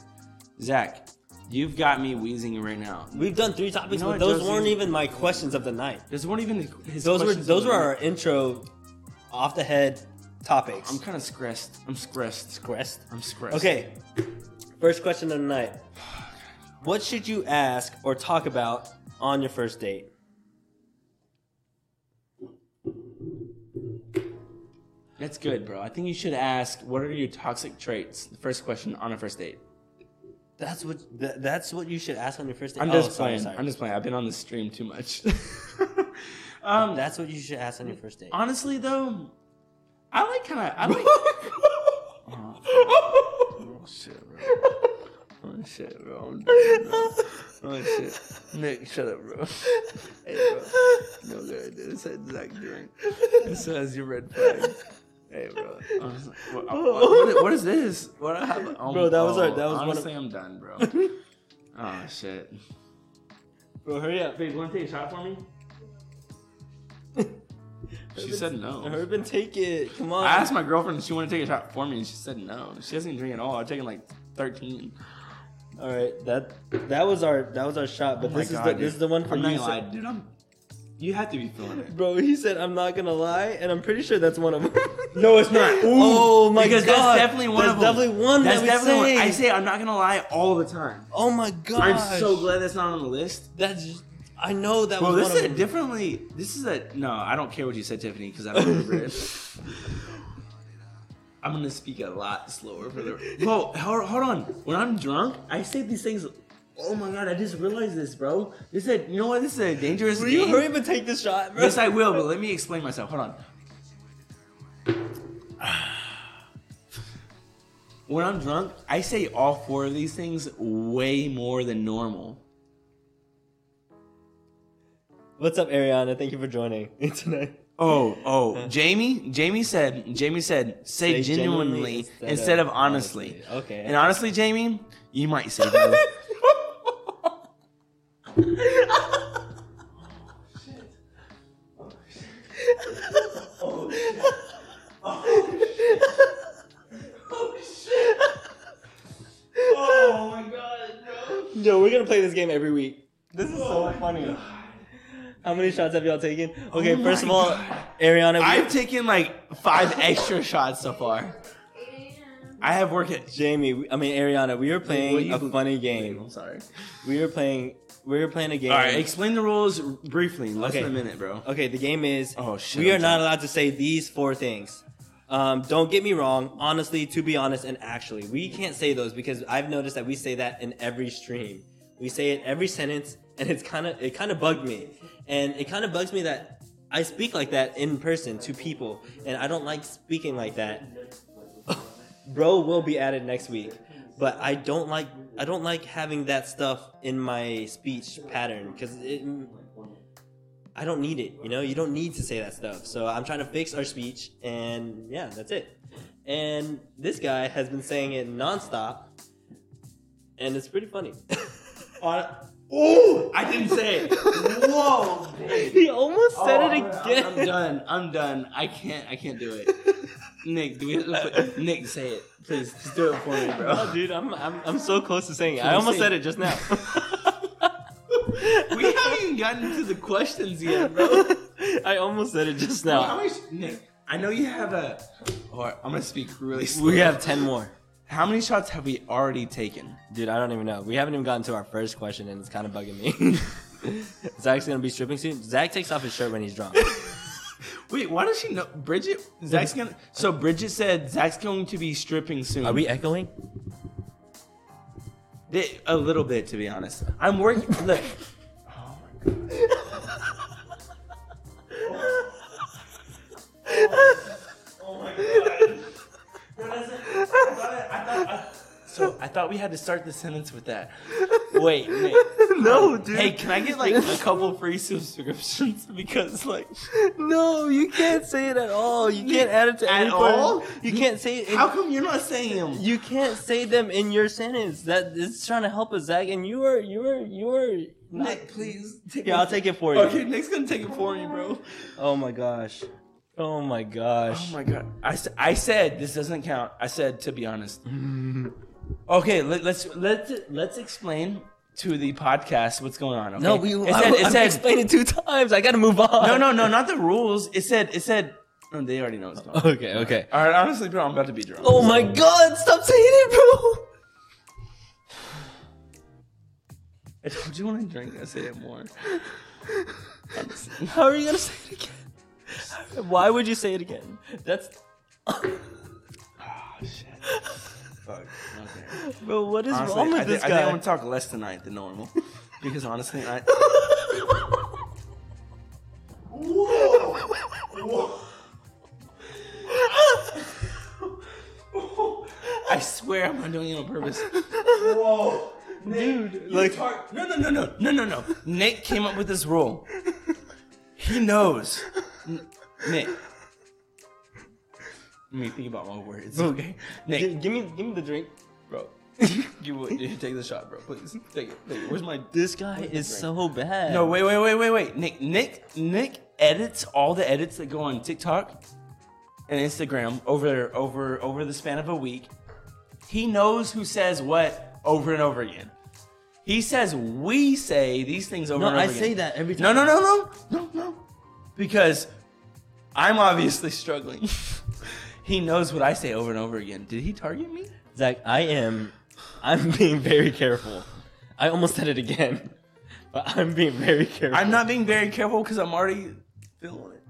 Zach, you've got me wheezing right now. We've done three topics, You know but what, those Josie? weren't even my questions of the night. Those weren't even his Those were questions those of were the our night. intro, off the head topics. I'm kind of stressed. I'm stressed. Crest. I'm stressed. Okay. First question of the night. What should you ask or talk about on your first date? That's good, bro. I think you should ask, what are your toxic traits? The first question on a first date. That's what th- that's what you should ask on your first date. I'm Oh, just sorry, playing. sorry. I'm just playing. I've been on the stream too much. um, that's what you should ask on your first date. honestly, though, I like kind of. I like. oh, shit, bro. Oh shit, bro. I'm dead, bro. Oh shit. Nick, shut up, bro. Hey, bro. No good. This is Zach doing. This says your red flag. Hey, bro. I'm just- what, what- what is- what is this? What I have? Oh, Bro, that was oh, our- that was one of- honestly, I'm done, bro. oh shit. Bro, hurry up. Babe, want to take a shot for me? she said no. Urban, take it. Come on. I asked my girlfriend if she wanted to take a shot for me, and she said no. She doesn't drink at all. I've taken like 13. All right, that that was our that was our shot, but Oh my this is God, the dude. this is the one for I'm not you. gonna lie, dude. I'm. You have to be feeling it. Bro, he said I'm not gonna lie, and I'm pretty sure that's one of them. No, it's not. oh my because god, that's definitely one That's of them. definitely one That's that we definitely sang. one. I say I'm not gonna lie all the time. Oh my god, I'm so glad that's not on the list. That's just, I know that Well, was this one is a of them. differently. This is a no. I don't care what you said, Tiffany, because I don't remember it. I'm gonna speak a lot slower for the. Bro, hold, hold on. When I'm drunk, I say these things. Oh my god, I just realized this, bro. This is a, you know what? This is a dangerous Will game. you hurry up and take this shot, bro? Yes, I will, but let me explain myself. Hold on. When I'm drunk, I say all four of these things way more than normal. What's up, Ariana? Thank you for joining tonight. Oh, oh, Jamie, Jamie said, Jamie said, say, Say genuinely, genuinely instead, instead of, of honestly. honestly. Okay. And honestly, Jamie, you might say that. Oh my god, bro. Yo, we're gonna play this game every week. This is so funny. How many shots have y'all taken? Okay, Oh first of my all, Ariana, we- I've taken like five extra shots so far. 8 a.m. I have work at. Jamie, we- I mean Ariana, we were Well, playing you- a funny I'm game. sorry. We were playing, we were playing a game. All right, explain the rules briefly in less Okay. than a minute, bro. Okay, the game is Oh, shit, we are I'm not drunk. allowed to say these four things. Um, don't get me wrong, honestly, to be honest, and actually, we can't say those because I've noticed that we say that in every stream. We say it every sentence, and it's kind of it kind of bugged me, and it kind of bugs me that I speak like that in person to people, and I don't like speaking like that. Bro will be added next week, but I don't like I don't like having that stuff in my speech pattern because it I don't need it. You know, you don't need to say that stuff. So I'm trying to fix our speech, and yeah, that's it. And this guy has been saying it nonstop, and it's pretty funny. Oh, I didn't say it. Whoa. he almost said it I'm- again. I'm done. I'm done. I can't. I can't do it. Nick, do we? Have to put, Nick, say it, please. Just do it for me, Oh, bro. dude, I'm, I'm I'm so close to saying it. Can I you almost say- said it just now. We haven't even gotten to the questions yet, bro. I almost said it just How now. many sh- Nick, I know you have a. Or I'm gonna speak really slow. We have ten more, How many shots have we already taken? dude. I don't even know. We haven't even gotten to our first question, and it's kind of bugging me. Zach's gonna be stripping soon. Zach takes off his shirt when he's drunk. Wait, why does she know? Bridget, Zach's gonna. So Bridget said Zach's going to be stripping soon. Mm-hmm. Are we echoing? Di- A little bit, to be honest. I'm working. Look. So I thought we had to start the sentence with that. Wait, Nick. no, dude. Hey, can I get like a couple free subscriptions? Because like, No, you can't say it at all. You can't add it to At any part. all? You can't say it. in- how come you're not saying them? you can't say them in your sentence. That is trying to help us, Zach. And you are, you are, you are. Not... Nick, please. Take Here, I'll take it for you. Okay, Nick's gonna take it for me, bro. Oh my gosh. Oh my gosh. Oh my god. I, s- I said this doesn't count. I said to be honest. okay, let, let's let's let's explain to the podcast what's going on. Okay? No, we. it said, I, it I've said explained it two times. I gotta move on. no no no not the rules. It said it said oh, they already know what's going on. Okay, okay. All right, honestly, bro, I'm about to be drunk. Oh my god! Stop saying it, bro. I told you when I drink, I say it more. How are you gonna say it again? Why would you say it again? That's. Oh shit. Fuck. Okay. Bro, what is Honestly, wrong with I, thi- this I guy? think I want to talk less tonight than normal because honestly, I. Whoa. Whoa. I swear I'm not doing it on purpose. Whoa, Nate, Dude, you like- tar- No, no, no, no, no, no, no. Nick came up with this rule. He knows. N- Nick. Let me think about my words. Okay. Gi- Nick, give me, give me the drink. bro. You would you take the shot, bro. Please. Take it. Take it. Where's my This guy is so bad. No, wait, wait, wait, wait, wait. Nick, Nick, Nick edits all the edits that go on TikTok and Instagram over over over the span of a week. He knows who says what over and over again. He says we say these things over No, and over I again. say that every No, time. no, no, no, no, no. Because I'm obviously struggling. he knows what I say over and over again. Did he target me? Zach, I am, I'm being very careful. I almost said it again, but I'm being very careful. I'm not being very careful because I'm already feeling it.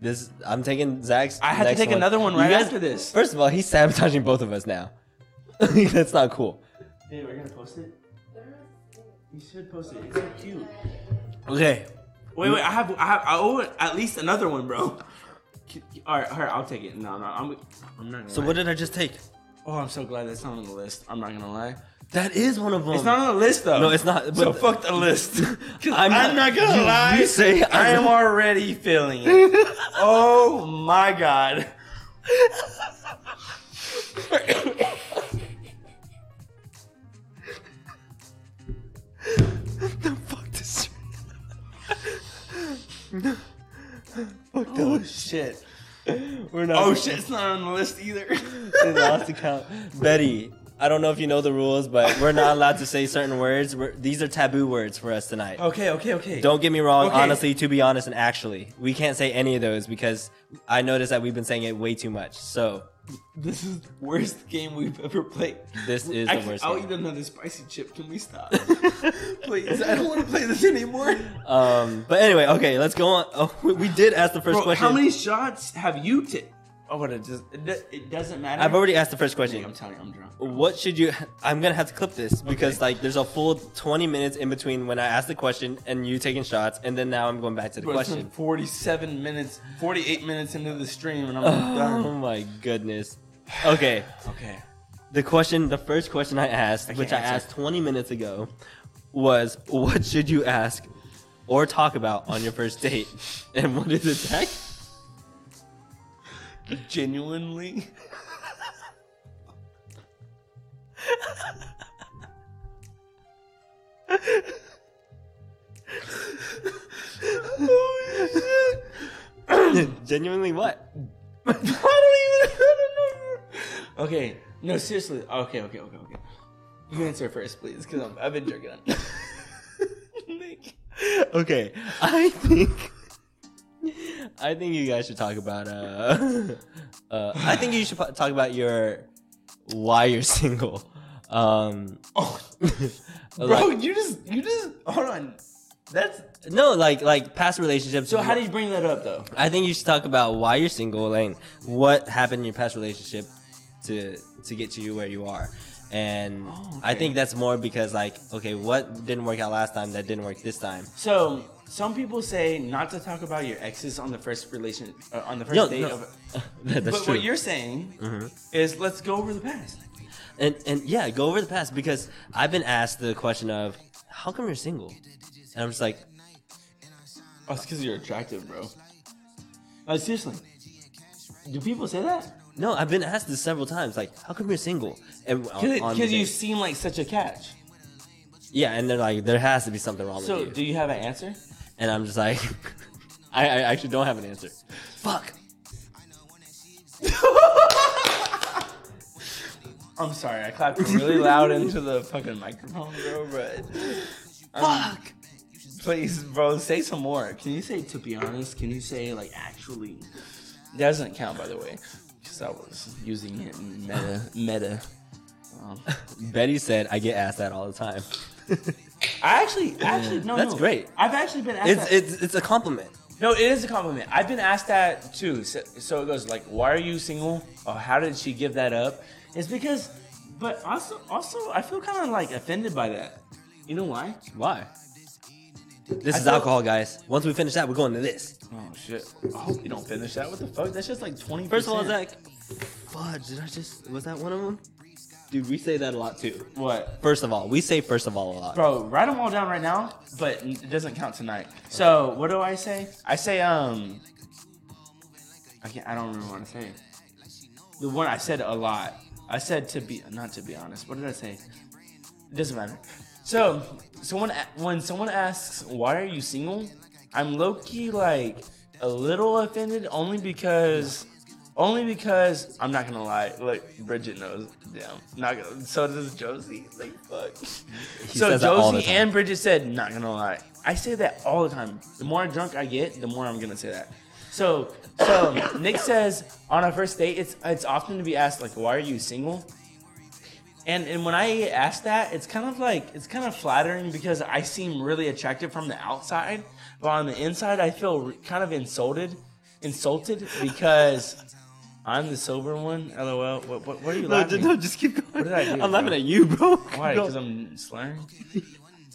This, I'm taking Zach's. I had to next take another one You right guys- after this. First of all, he's sabotaging both of us now. That's not cool. Hey, we're gonna post it. You should post it. It's so cute. Okay. Wait, wait. I have, I have, I owe it at least another one, bro. All right, all right. I'll take it. No, no. I'm, I'm not. Gonna So lie. what did I just take? Oh, I'm so glad that's not on the list. I'm not gonna lie. That is one of them. It's not on the list though. Oh. No, it's not, So but- fuck the list. 'Cause I'm, I'm not, not- gonna you- lie. you say I I'm- am already feeling it. oh my god. the fuck this. fuck Oh shit. We're not. Oh shit. It's not on the list either. They lost the count. Betty, I don't know if you know the rules, but we're not allowed to say certain words. We're, these are taboo words for us tonight. Okay, okay, okay. Don't get me wrong, Oh. Okay. honestly, to be honest, and actually, we can't say any of those because I noticed that we've been saying it way too much. So, This is the worst game we've ever played. This is the Actually, worst I'll game. eat another spicy chip. Can we stop? Please, I don't want to play this anymore. um, but anyway, okay, let's go on. Oh, we- we did ask the first Bro, question. how many shots have you taken? Oh, but it just it, do- it doesn't matter. I've already asked the first Nick, I'm question. telling you, I'm drunk. What should you? I'm gonna have to clip this because like there's a full 20 minutes in between when I asked the question and you taking shots, and then now I'm going back to the Bro, it's been question. 47 minutes, 48 minutes into the stream, and I'm Oh done. my goodness. Okay. Okay. The question, the first question I asked, can't which I answer. asked 20 minutes ago, was what should you ask or talk about on your first date? And what is it, Zach? Genuinely. Genuinely, what? I don't even. I don't know. Okay. No, seriously. Okay, okay, okay, okay. You answer first, please, because I've been jerking on. Nick. Okay, I think, I think you guys should talk about. Uh, uh, I think you should po- talk about your why you're single. Um, Oh, bro, like- you just, you just, hold on. That's. no, like like past relationships. So how do you bring that up, though? I think you should talk about why you're single and what happened in your past relationship to to get to you where you are. And Oh, I okay. think that's more because like, okay, what didn't work out last time that didn't work this time? So some people say not to talk about your exes on the first relation, uh, on the first No, date. no. Of, That- that's but true. what you're saying is let's go over the past. and and yeah, go over the past because I've been asked the question of how come you're single? And I'm just like, Oh, it's because you're attractive, bro. Uh, seriously, do people say that? no, I've been asked this several times, like, how come you're single? And Uh, on- on the Because you date. seem like such a catch. yeah, and they're like, there has to be something wrong So with you. do you have an answer? and I'm just like, I, I actually don't have an answer. Fuck. I'm sorry, I clapped really loud into the fucking microphone, bro. But um, Fuck. please, bro, say some more. Can you say to be honest? Can you say like actually? Doesn't count, by the way, because I was using it in meta meta. Um, Betty said, I get asked that all the time. I actually, actually, no, That's no. great. I've actually been asked. It's, that- it's, it's a compliment. No, it is a compliment. I've been asked that too. So, so it goes like, "Why are you single?" Or "How did she give that up?" It's because, but also, also, I feel kind of like offended by that. You know why? Why? This I is feel- alcohol, guys. Once we finish that, we're going to this. Oh shit! I hope you don't finish that. What the fuck? That's just like twenty. First of all, Zach. Fudge, did I just. Was that one of them? Dude, we say that a lot too. What? First of all, we say first of all a lot. Bro, write them all down right now, but it doesn't count tonight. So what do I say? I say um. I can't. I don't remember what I say. The one I said a lot. I said to be not to be honest. What did I say? It doesn't matter. So someone a- when someone asks why are you single, I'm low key like a little offended only because. Only because I'm not gonna lie, like Bridget knows. Damn, not gonna. So does Josie. Like fuck. so says that all the Josie time. and Bridget said, not gonna lie. I say that all the time. The more drunk I get, the more I'm gonna say that. So, so Nick says on our first date, it's it's often to be asked like, why are you single? And and when I ask that, it's kind of like it's kind of flattering because I seem really attractive from the outside, but on the inside I feel re- kind of insulted, insulted because I'm the sober one. LOL. What what, what are you No, laughing? just, no, just keep going. What did I do, I'm bro? laughing at you, bro. Why? Go. Because I'm slurring?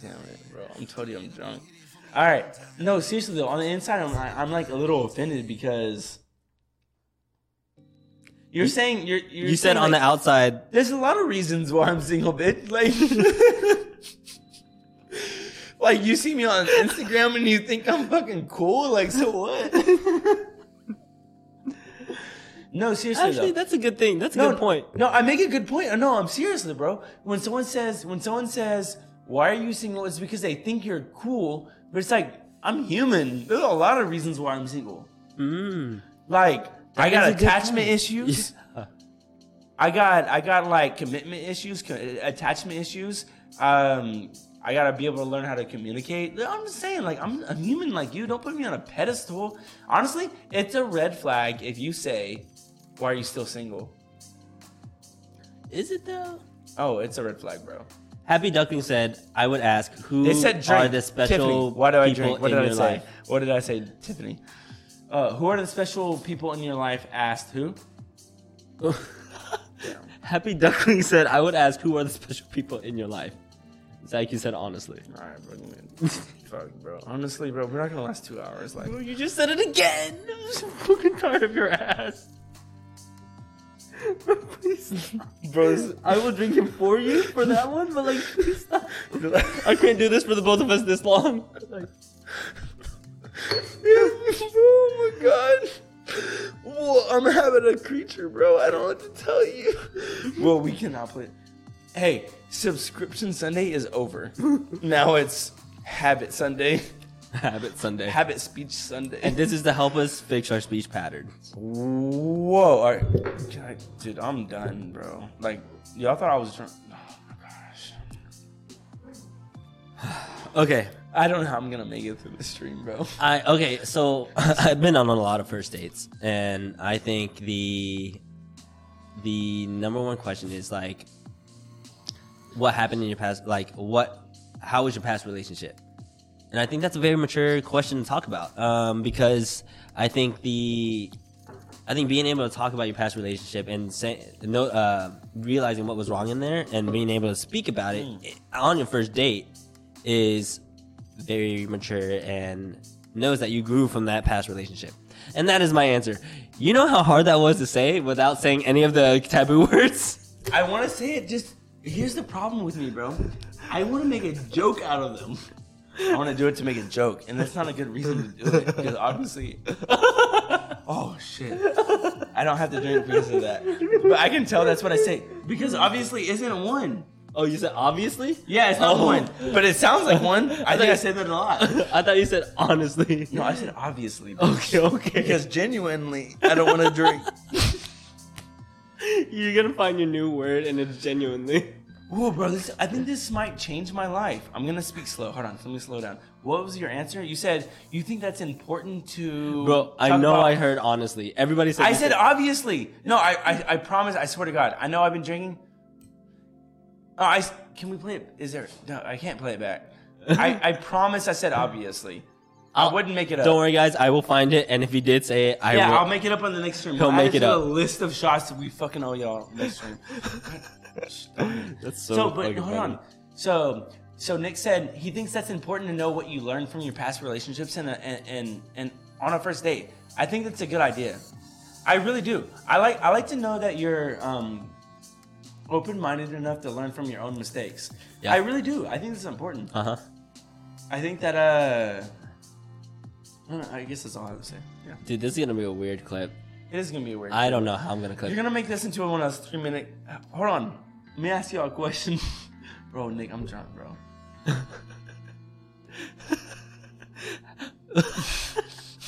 Damn it, bro. I'm totally I'm drunk. All right. No, seriously though, on the inside, I'm I- I'm like a little offended because you're saying you're, you're you said on the outside. There's a lot of reasons why I'm single, bitch. Like, like you see me on Instagram and you think I'm fucking cool. Like, so what? no, seriously Actually, though. that's a good thing. That's a No, good point. No, I make a good point. No, I'm seriously, bro. When someone says, when someone says, why are you single? It's because they think you're cool, but it's like I'm human. There's a lot of reasons why I'm single. Mm. Like I That is got a good attachment point. issues. Yeah. I got I got like commitment issues, co- attachment issues. Um, I gotta be able to learn how to communicate. I'm just saying, like I'm a human like you. Don't put me on a pedestal. Honestly, it's a red flag if you say, "Why are you still single?" Is it though? Oh, it's a red flag, bro. Happy Duckling said, "I would ask who They said drink. are the special Tiffany, why do I people drink? What in did I your say? life." What did I say, Tiffany? Uh, who are the special people in your life? Asked who? Happy Duckling said, "I would ask who are the special people in your life." Zach, you said honestly. All right, bro. give me- Fuck, bro. Honestly, bro, we're not gonna last two hours. Like, You just said it again. I'm so fucking tired of your ass. please, bro, this, I will drink it for you for that one, but like, please stop. I can't do this for the both of us this long. Like, oh my god. Well, I'm having a creature, bro. I don't know what to tell you. Well, we cannot play. Hey, subscription Sunday is over. now it's habit Sunday, Habit Sunday. habit speech Sunday. and this is to help us fix our speech patterns. Whoa, all right. God, dude, I'm done, bro. Like, y'all thought I was drunk. Oh my gosh. Okay. I don't know how I'm gonna make it through the stream, bro. I okay. So I've been on a lot of first dates, and I think the the number one question is like, what happened in your past? Like, what? How was your past relationship? And I think that's a very mature question to talk about um, because I think the I think being able to talk about your past relationship and say, no, uh, realizing what was wrong in there and being able to speak about it on your first date is very mature and knows that you grew from that past relationship. And that is my answer. You know how hard that was to say without saying any of the taboo words? I want to say it. Just here's the problem with me, bro. I want to make a joke out of them. I want to do it to make a joke, and that's not a good reason to do it because obviously. Oh shit! I don't have to drink because of that, but I can tell that's what I say because obviously isn't one. Oh, you said obviously? Yeah, it's not Oh. one, but it sounds like one. I think I said that a lot. I thought you said honestly. No, I said obviously. bro. okay, okay. Because genuinely, I don't want to drink. You're gonna find your new word and it's genuinely. Whoa, bro, this, I think this might change my life. I'm gonna speak slow. Hold on, let me slow down. What was your answer? You said you think that's important to. Bro, I talk know about- I heard honestly. Everybody said I the said same- obviously. No, I, I, I promise. I swear to God. I know I've been drinking. Oh, I s- can we play it? Is there? No, I can't play it back. I, I promise. I said obviously. I I'll- wouldn't make it up. Don't worry, guys. I will find it, and if he did say it, I Yeah, will. I'll make it up on the next stream. He'll I'll make add it to up. The list of shots that we fucking owe y'all next stream. That's so. So, but hold on. So, so Nick said he thinks that's important to know what you learned from your past relationships and and and, and on a first date. I think that's a good idea. I really do. I like I like to know that you're um open-minded enough to learn from your own mistakes. Yeah. I really do. I think this is important. Uh huh. I think that uh, I, don't know, I guess that's all I would say. Yeah, Dude, this is gonna be a weird clip. it is gonna be weird. I don't know how I'm gonna clip. You're gonna make this into a one of those three-minute. Hold on, let me ask you a question, bro. Nick, I'm drunk, bro.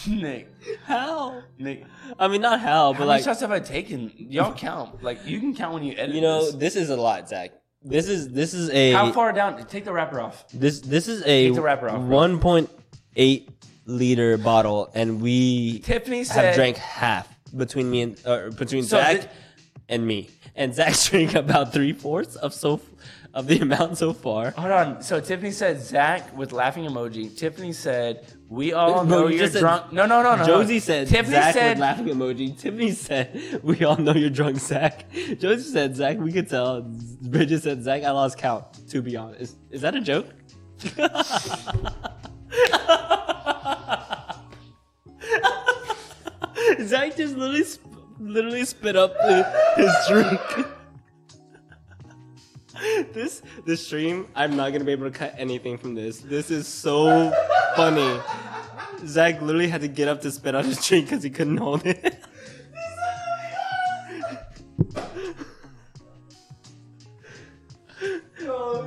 Nick, how? Nick, I mean, not how, how but many like, shots have I taken? Y'all count. Like you can count when you edit. you know, this. this is a lot, Zach. This is this is a how far down? Take the wrapper off. this this is a Take the wrapper off, bro. 1.8 liter bottle, and we Tiffany have said, drank half between me and uh, between So Zach thi- and me, and Zach's drank about three fourths of so of the amount so far. "Hold on." So Tiffany said Zach with laughing emoji. Tiffany said, "We all Bro, know you you're just said- drunk." No, no, no, no. Josie no. said Tiffany Zach said, with laughing emoji. Tiffany said, "We all know you're drunk, Zach." Josie said, "Zach, we could tell." Bridget said, "Zach, I lost count." To be honest, is that a joke? Zach just literally, sp- literally spit up the- his drink. this this stream, I'm not gonna be able to cut anything from this. This is so funny. Zach literally had to get up to spit out his drink because he couldn't hold it.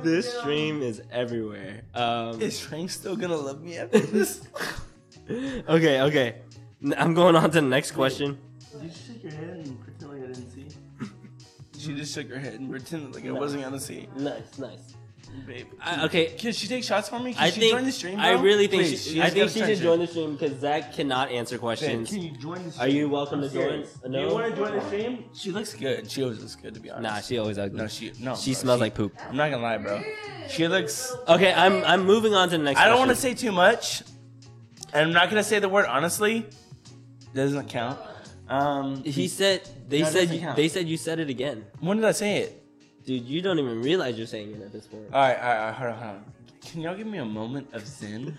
this stream is everywhere. Um, "Is Frank still gonna love me after this?" okay, okay. N- I'm going on to the next question. Did you shake your head and pretend like I didn't see? She just shook her head and pretended like I wasn't gonna see, Nice, nice. babe. I, okay, Can she take shots for me? Can I she think join the stream? I bro? really think Please, she, has I think gotta she start should join the stream because Zach cannot answer Babe, questions. Can you join the Are stream? you welcome to join? serious. No. Do you want to join the stream? She looks good. She always looks good, to be honest. Nah, she always ugly. No, she no. she bro, smells like poop. I'm not gonna lie, bro. She looks. Okay, I'm I'm moving on to the next. I don't want to question. say too much, and I'm not gonna say the word honestly. Doesn't count. Um, He said they No, it said doesn't count. they said you said it again, when did I say it? dude. You don't even realize you're saying it at this point. All right, all right, all right, hold on, hold on. Can y'all give me a moment of zen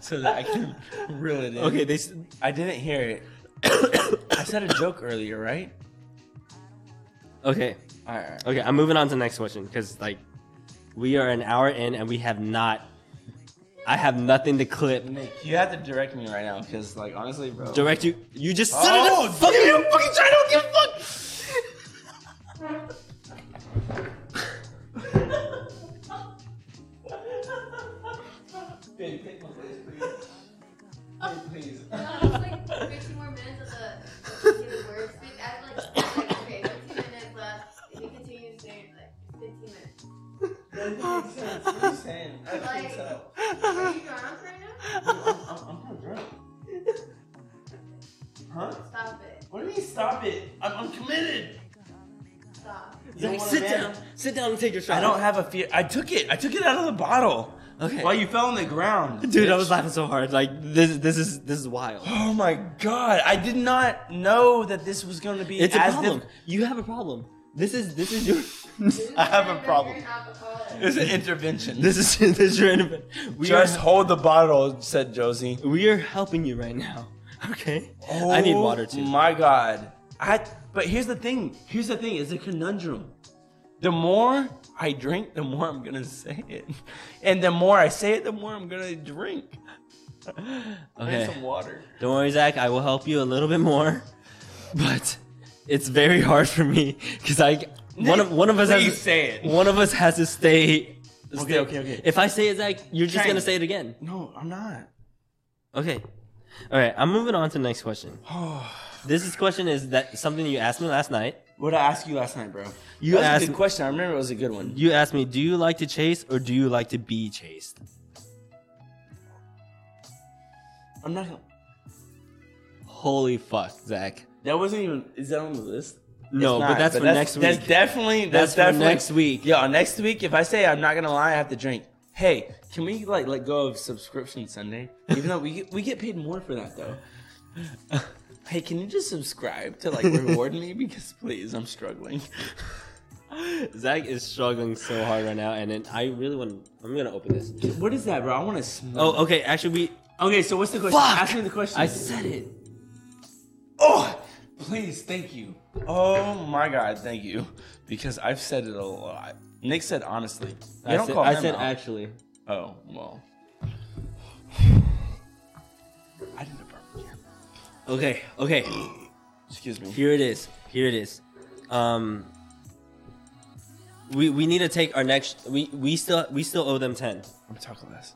so that I can reel it in? okay, they. s- I didn't hear it. I said a joke earlier, right? Okay, All right, all right. okay. I'm moving on to the next question because like we are an hour in and we have not. I have nothing to clip. Nick, you have to direct me right now because, like, honestly, bro. Direct you. You just said Oh, it. Fucking you fucking try to give a fuck. Babe, take my place, please. Babe, please. like 15 more minutes of the, the words. Like, I like, like, okay, 15 minutes left. If you continue to say, like, 15 minutes. That doesn't make sense. What are you saying? I can't tell. Are you drunk right now? I'm, I'm, I'm not drunk. Huh? Stop it. What do you mean stop it? I'm, I'm committed. Stop. You don't want a sit man. down. Sit down and take your shot. I don't have a fear. I took it. I took it out of the bottle Okay. while you fell on the ground. Dude, I bitch. was laughing so hard. Like this, this is this is wild. Oh my god! I did not know that this was going to be It's a as problem. diff- You have a problem. This is this is your. I have a problem. You're an alcoholic. It's an intervention. This is this is your innovation. We Just are hold the bottle," said Josie. we are helping you right now. Okay. I need water too. Oh My God, I. But here's the thing. Here's the thing. It's a conundrum. The more I drink, the more I'm gonna say it, and the more I say it, the more I'm gonna drink. I need Okay. some water. Don't worry, Zach. I will help you a little bit more, but it's very hard for me because I one of one of us Please has say it. one of us has to stay. stay- okay, okay. If I say it, Zach, you're just Trying. gonna say it again. No, I'm not. Okay. All right, I'm moving on to the next question. this is question is that something you asked me last night. What did I ask you last night, bro? You that was asked a good me- question. I remember it was a good one. You asked me, "Do you like to chase or do you like to be chased?" I'm not. gonna- Holy fuck, Zach. That wasn't even. Is that on the list? No, It's but not, that's for next week. That's definitely That's that's, for definitely next week. Yo, next week, if I say I'm not gonna lie, I have to drink. Hey, can we like let go of subscription Sunday? Even though we get, we get paid more for that though. Hey, can you just subscribe to like reward me because please, I'm struggling. Zach is struggling so hard right now, and then I really want. I'm gonna open this. What is that, bro? I want to smell. Oh, okay. Actually, we. okay. So what's the question? Fuck! Ask me the question. I said it. oh, Please, thank you. Oh my God, thank you, because I've said it a lot. Nick said honestly. You I don't said, call I him said out. actually. Oh well. I did a burp. again. Okay, okay. Excuse me. Here it is. Here it is. Um, we we need to take our next. We we still we still owe them ten. I'm talking less.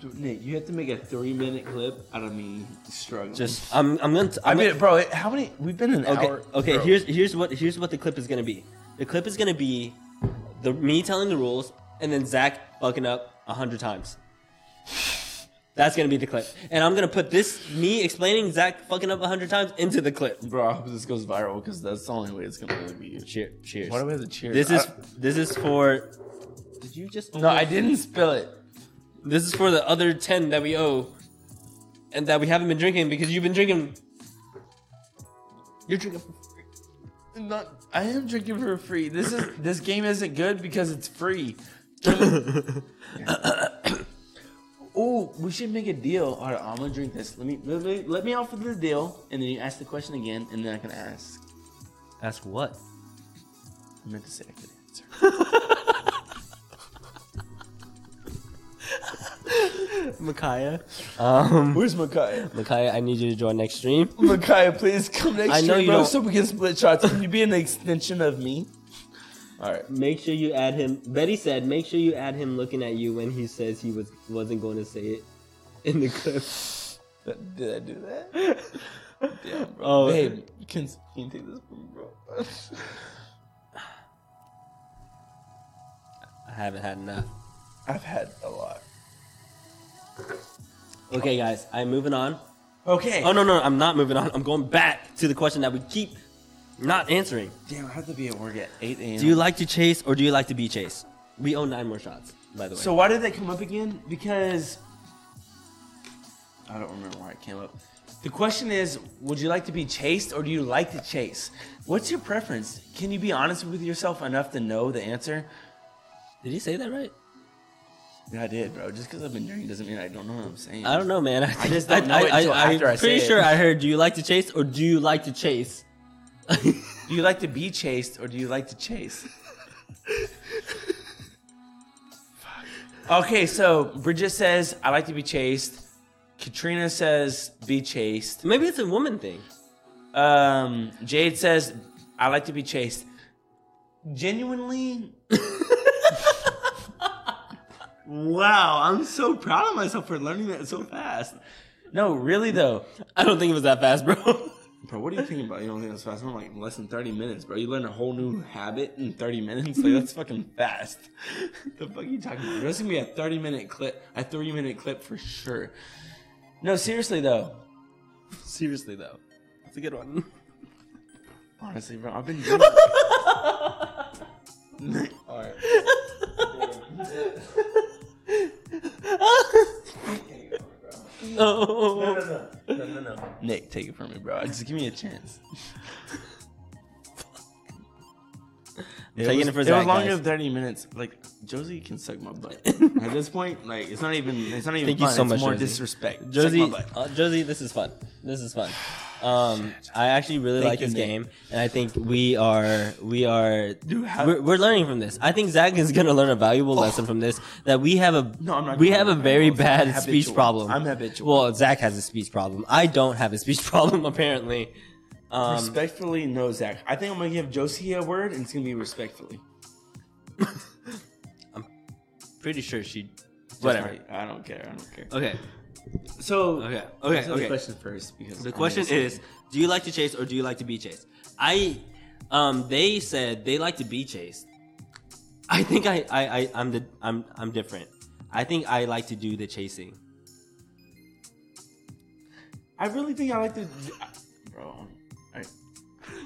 Dude, Nick, you have to make a three minute clip out of me struggling. Just I'm I'm gonna. T- I I'm mean, gonna- bro, it- how many? We've been an okay. hour. okay. bro. Here's here's what here's what the clip is gonna be. The clip is gonna be the me telling the rules and then Zach fucking up a hundred times. That's gonna be the clip, and I'm gonna put this me explaining Zach fucking up a hundred times into the clip. bro. I hope this goes viral because that's the only way it's gonna really be. Cheer, cheers. Why do we Uh, have to cheer? This is I- this is for. Did you just? no, I didn't spill it. This is for the other 10 that we owe and that we haven't been drinking because you've been drinking. You're drinking. Not, I am drinking for free. This is this game isn't good because it's free. oh, we should make a deal. All right, I'm gonna drink this. Let me, let me let me offer the deal, and then you ask the question again, and then I can ask. That's what? I meant to say I could answer. Micaiah. Um, Where's Micaiah? Micaiah, I need you to join next stream. Micaiah, please come next I know year, you bro, don't- so we can split shots. Can you be an extension of me? All right. Make sure you add him. Betty said, make sure you add him looking at you when he says he was, wasn't going to say it in the clip. Did I do that? Damn, bro. Oh. Babe, can, can you take this from me, bro? I haven't had enough. I've had a lot. Okay, guys, I'm moving on. Okay. Oh, no, no, I'm not moving on. I'm going back to the question that we keep not answering. Damn, I have to be at work at 8 a.m. Do you like to chase or do you like to be chased? We owe nine more shots, by the way. so why did that come up again? Because I don't remember why it came up. The question is, would you like to be chased or do you like to chase? What's your preference? Can you be honest with yourself enough to know the answer? did he say that right? Yeah, I did, bro. Just because I've been drinking doesn't mean I don't know what I'm saying. I don't know, man. I, just don't know it until after I am pretty say it. sure I heard. Do you like to chase or do you like to chase? Do you like to be chased or do you like to chase? okay, so Bridget says, I like to be chased. Katrina says, be chased. Maybe it's a woman thing. Um, Jade says, I like to be chased. Genuinely. wow, I'm so proud of myself for learning that so fast. No, really though. I don't think it was that fast, bro. Bro, what are you thinking about? You don't think that's fast? I'm like less than 30 minutes, bro. You learn a whole new habit in 30 minutes? Like, that's fucking fast. the fuck are you talking about? That's gonna be a 30 minute clip, a 30 minute clip for sure. No, seriously though. Seriously though, that's a good one. Honestly, bro, I've been doing Alright. no. no, no, no, no. Nick, take it from me, bro. Just give me a chance. It taking was, it for it Zach, was longer guys. than 30 minutes. Like Josie can suck my butt. At this point, like it's not even it's not even Thank you fun. so it's much, more Josie. disrespect. Suck my Josie, butt. uh, Josie, this is fun. This is fun. Um, I actually really Thank like you, this Nick. game, and I think we are we are Dude, how- we're, we're learning from this. I think Zach is going to learn a valuable lesson from this that we have a Oh. No, I'm not we gonna have a learn very valuable lesson. bad I'm speech habitual. problem. I'm habitual. Well, Zach has a speech problem. I don't have a speech problem apparently. Um, respectfully, no, Zach. I think I'm gonna give Josie a word, and it's gonna be respectfully. pretty sure she Just whatever. like, I don't care. I don't care. Okay. So Okay, okay, answer okay. The question first, because The I'm question gonna is, say- do you like to chase or do you like to be chased? I, um, they said they like to be chased. I think I, I, I I'm the, I'm, I'm different. I think I like to do the chasing. I really think I like to, bro. I,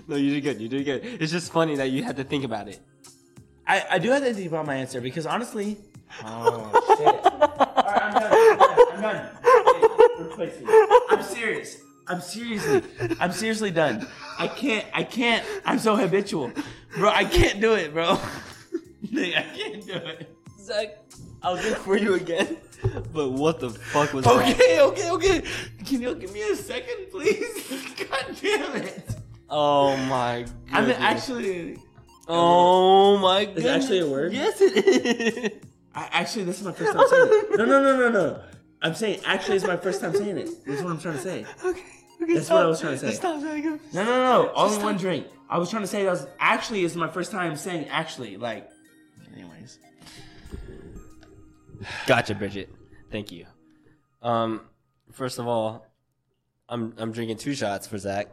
No, you did good. You did good. It's just funny that you had to think about it. I, I do have to think about my answer because honestly. Oh shit! Alright, I'm done. I'm done. I'm done. Replace me. I'm serious. I'm seriously. I'm seriously done. I can't. I can't. I'm so habitual, bro. I can't do it, bro. Nick, I can't do it. Zach, I was good for you again. But what the fuck was that? Okay, okay, okay. Can you give me a second, please? God Oh my god. I mean, actually, Oh my god. Is it actually a word? Yes, it is. I, actually, this is my first time saying it. No, no, no, no, no. I'm saying actually, it's my first time saying it. That's what I'm trying to say. Okay. okay That's stop. what I was trying to say. Stop. stop. No, no, no. All Just in one drink. I was trying to say that was actually is my first time saying actually. Like, anyways. Gotcha, Bridget. Thank you. Um, first of all, I'm I'm drinking two shots for Zach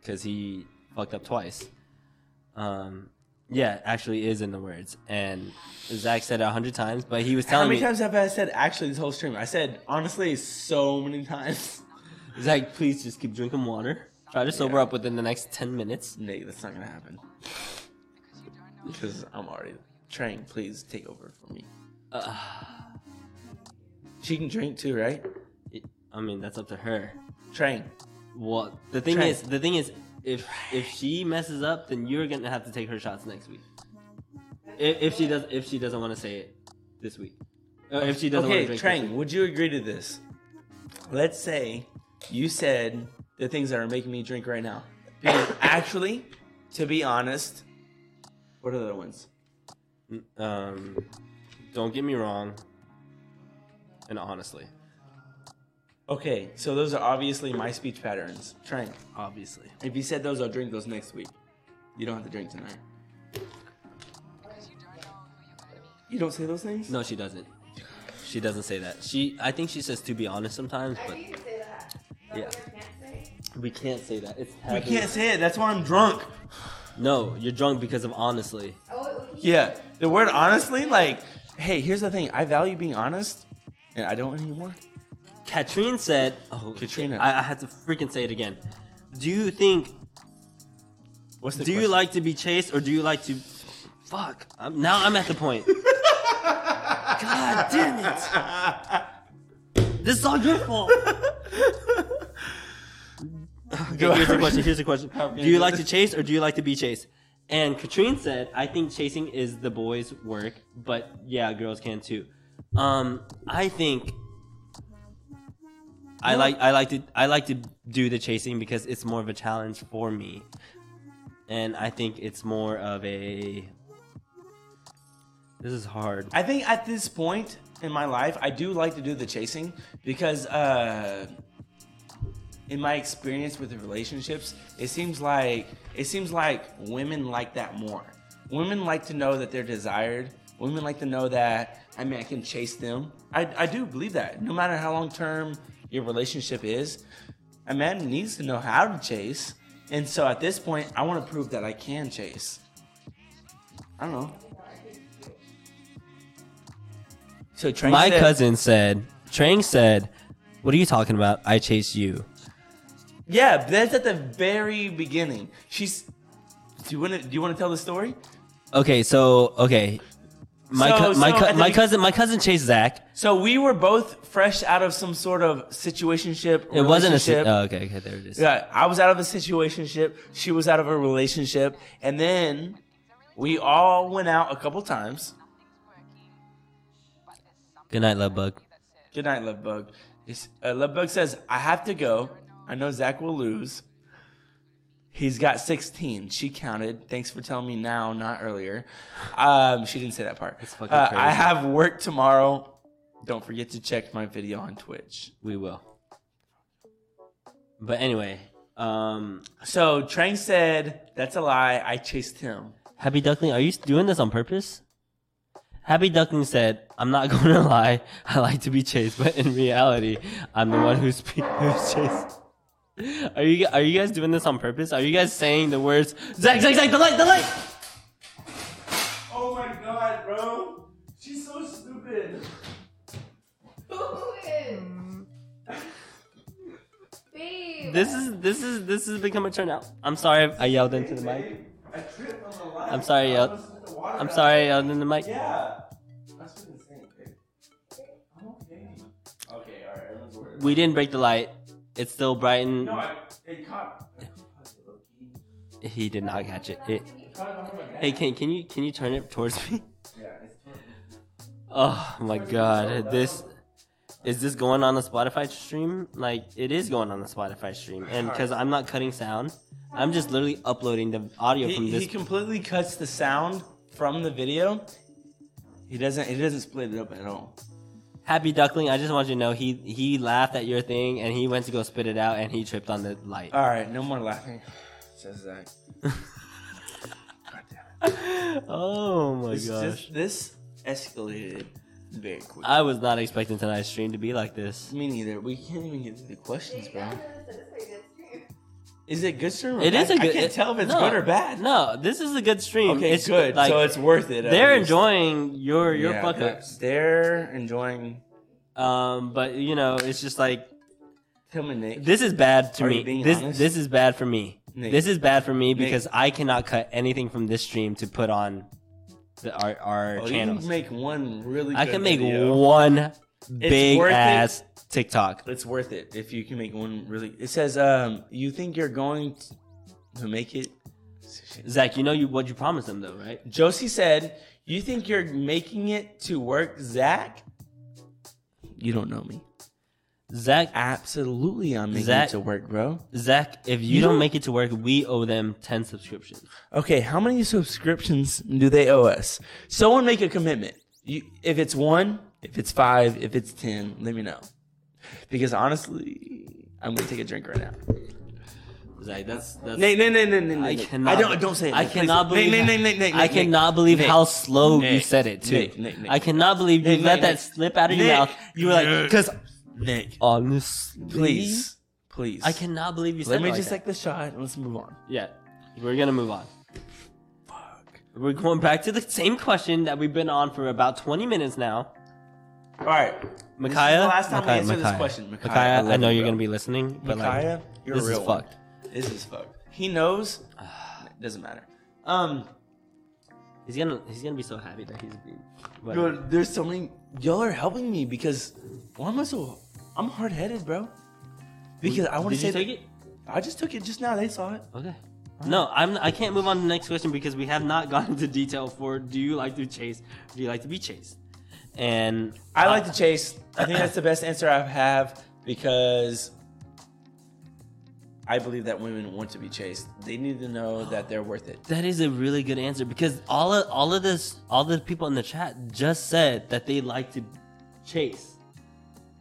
because he fucked up twice. Um, yeah, actually is in the words, and Zach said it a hundred times, but he was How telling many me, times have I said actually this whole stream? I said honestly so many times. Zach, please just keep drinking water. Try to sober up within the next ten minutes. Nate, that's not gonna happen. Because I'm already trying. Please take over for me. Uh, She can drink too, right? I mean, that's up to her. Train. Well, the thing Try. is, the thing is, if if she messes up, then you're gonna have to take her shots next week. If, if she does, if she doesn't want to say it this week, uh, if she doesn't want to Okay, drink. Trang, would you agree to this? Let's say you said the things that are making me drink right now. Because actually, to be honest, what are the other ones? this week. Um, don't get me wrong. And honestly, Okay, so those are obviously my speech patterns. Trang, obviously, if you said those, I'll drink those next week. You don't have to drink tonight. You don't say those things? no, she doesn't. She doesn't say that. She, I think she says to be honest sometimes, I but think you can say that. But Yeah. I can't say. we can't say that. It's We taboo. can't say it. That's why I'm drunk. No, you're drunk because of honestly. Oh, wait, we- Yeah, the word honestly, like, hey, here's the thing. I value being honest, and I don't anymore. Katrine said, "Oh, Katrina. I, I had to freaking say it again. Do you think? What's the Do you question? like to be chased, or do you like to? Fuck! I'm, now I'm at the point. God damn it! This is all your fault. Okay, here's the question. Here's the question. can Do you you do like to this? chase, or do you like to be chased? And Katrine said, "I think chasing is the boys' work, but yeah, girls can too." Um, I think I like I like to I like to do the chasing because it's more of a challenge for me, and I think it's more of a. This is hard. I think at this point in my life, I do like to do the chasing because, uh, in my experience with the relationships, it seems like it seems like women like that more. Women like to know that they're desired. Women like to know that I mean I can chase them. I, I do believe that. No matter how long term your relationship is, a man needs to know how to chase. And so at this point, I want to prove that I can chase. I don't know. So Trank My said- cousin said, Trang said, "What are you talking about? I chase you." Yeah, but that's at the very beginning. She's. Do you want to? Do you want to tell the story? Okay, so okay, my So- cou- my so cou- at the my be- cousin my cousin chased Zach. So we were both fresh out of some sort of situationship. It wasn't a si- relationship. oh, okay, okay, there it is. Yeah, I was out of a situationship. She was out of a relationship, and then we all went out a couple times. Good night, love bug. Good night, Love Bug. It's- Uh, Love Bug says, "I have to go. I know Zach will lose. He's got 16. She counted. Thanks for telling me now, not earlier. Um, she didn't say that part. It's fucking Uh, I crazy. have work tomorrow. Don't forget to check my video on Twitch. We will. But anyway, um, So Trang said, "That's a lie. I chased him." Happy Duckling, are you doing this on purpose? Happy Duckling said, "I'm not going to lie. I like to be chased, but in reality, I'm the one who's be- who's chased." Are you are you guys doing this on purpose? Are you guys saying the words Zach Zach Zach the light the light? Oh my god, bro. She's so stupid. Ooh. Babe. This is this is this has become a turnout. I'm sorry I yelled into the mic. I tripped on the line. I'm sorry I yelled. I'm sorry I yelled into the mic. Yeah. That's what I'm saying, babe. I'm okay. Okay, alright, everyone's worried. We didn't break the light. It's still bright and No, I, it caught. it caught the low-key. he did not catch it. it It caught it on my neck. hey, can can you can you turn it towards me? Yeah, it's totally- Oh my god, this is this going on the Spotify stream? Like it is going on the Spotify stream, and because I'm not cutting sound, I'm just literally uploading the audio He, from this. he completely cuts the sound from the video. He doesn't. He doesn't split it up at all. Happy Duckling, I just want you to know he he laughed at your thing and he went to go spit it out and he tripped on the light. All right, no more laughing. Says Zach. oh my this, gosh. this, this escalated very quick. I was not expecting tonight's stream to be like this. Me neither. We can't even get to the questions, Hey, bro. guys, this is a good stream. Is it good stream? Or It bad? is a good. I can't tell if it's no, good or bad. No, this is a good stream. Okay, it's good. Like, so it's worth it. at they're least. enjoying your your Yeah, fuck they're- ups. They're enjoying Um, but you know, it's just like Tim and Nick. this is bad to Are you me. being This honest? this is bad for me. Nick. This is bad for me Nick. because I cannot cut anything from this stream to put on the, our our oh, you channels. can make one really. I good can make video. one big worth it. ass TikTok. It's worth it if you can make one really. It says, um, you think you're going to make it? Zach, you know you what you promised them though, right? Josie said, you think you're making it to work, Zach? You don't know me. Zach, Absolutely, I'm making Zach- it to work, bro. Zach, if you, You don't don't- make it to work, we owe them ten subscriptions. Okay, how many subscriptions do they owe us? Someone make a commitment. You, if it's one, if it's five, if it's ten, let me know. Because honestly, I'm gonna take a drink right now. Zach, that's that's. Nay, nay, nay, nay, nay, nay. I Nick. cannot. I don't. Don't say it. I Nick, please. cannot believe. Nay, nay, nay, nay, nay, I Nick, cannot believe Nick. how slow you Nick. said it too. Nick, Nick, Nick. I cannot believe you Nick, let Nick, that Nick. slip out of your Nick. mouth. You were like, Nick. because Nick, honestly, please, please. I cannot believe you said. Let me it just like take the shot and let's move on. that. yeah, we're gonna move on. We're going back to the same question that we've been on for about 20 minutes now. All right, Micaiah, the last time we Micaiah, answer this Micaiah. question. Micaiah, I Micaiah, love I, know you, you're bro. gonna be listening, but Micaiah, like, you're this a real is one. fucked. This is fucked. He knows. Doesn't matter. Um, He's gonna, he's gonna be so happy that he's. being- whatever. bro, there's so many. Y'all are helping me because why am I so? I'm hard headed, bro. Because I want to Did say you take it. I just took it just now. They saw it. Okay. No, I'm. I can't move on to the next question because we have not gone into detail for. Do you like to chase? Do you like to be chased? And I like to chase. I think that's the best answer I have because I believe that women want to be chased. They need to know that they're worth it. that is a really good answer because all of all of this, all the people in the chat just said that they like to chase.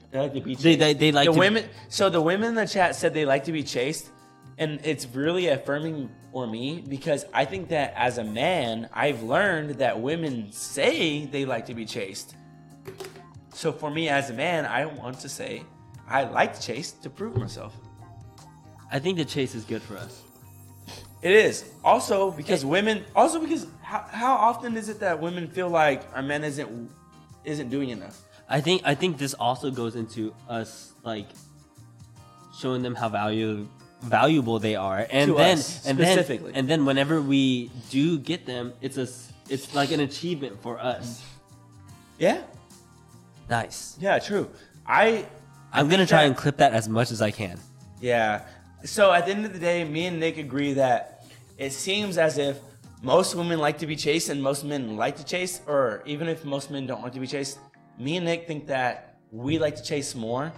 They like to be chased. They they, they like the to, women. So the women in the chat said they like to be chased, and it's really affirming for me because I think that as a man, I've learned that women say they like to be chased. So for me as a man, I want to say I like chase to prove myself. I think the chase is good for us. It is also because women. Also because how, how often is it that women feel like a man isn't isn't doing enough? I think I think this also goes into us like showing them how value valuable they are, and To then us, and then specifically. and then whenever we do get them, it's a s- it's like an achievement for us. Yeah. Nice. Yeah. True. I I'm gonna try that- and clip that as much as I can. Yeah. So at the end of the day, me and Nick agree that it seems as if most women like to be chased and most men like to chase, or even if most men don't like to be chased, me and Nick think that we like to chase more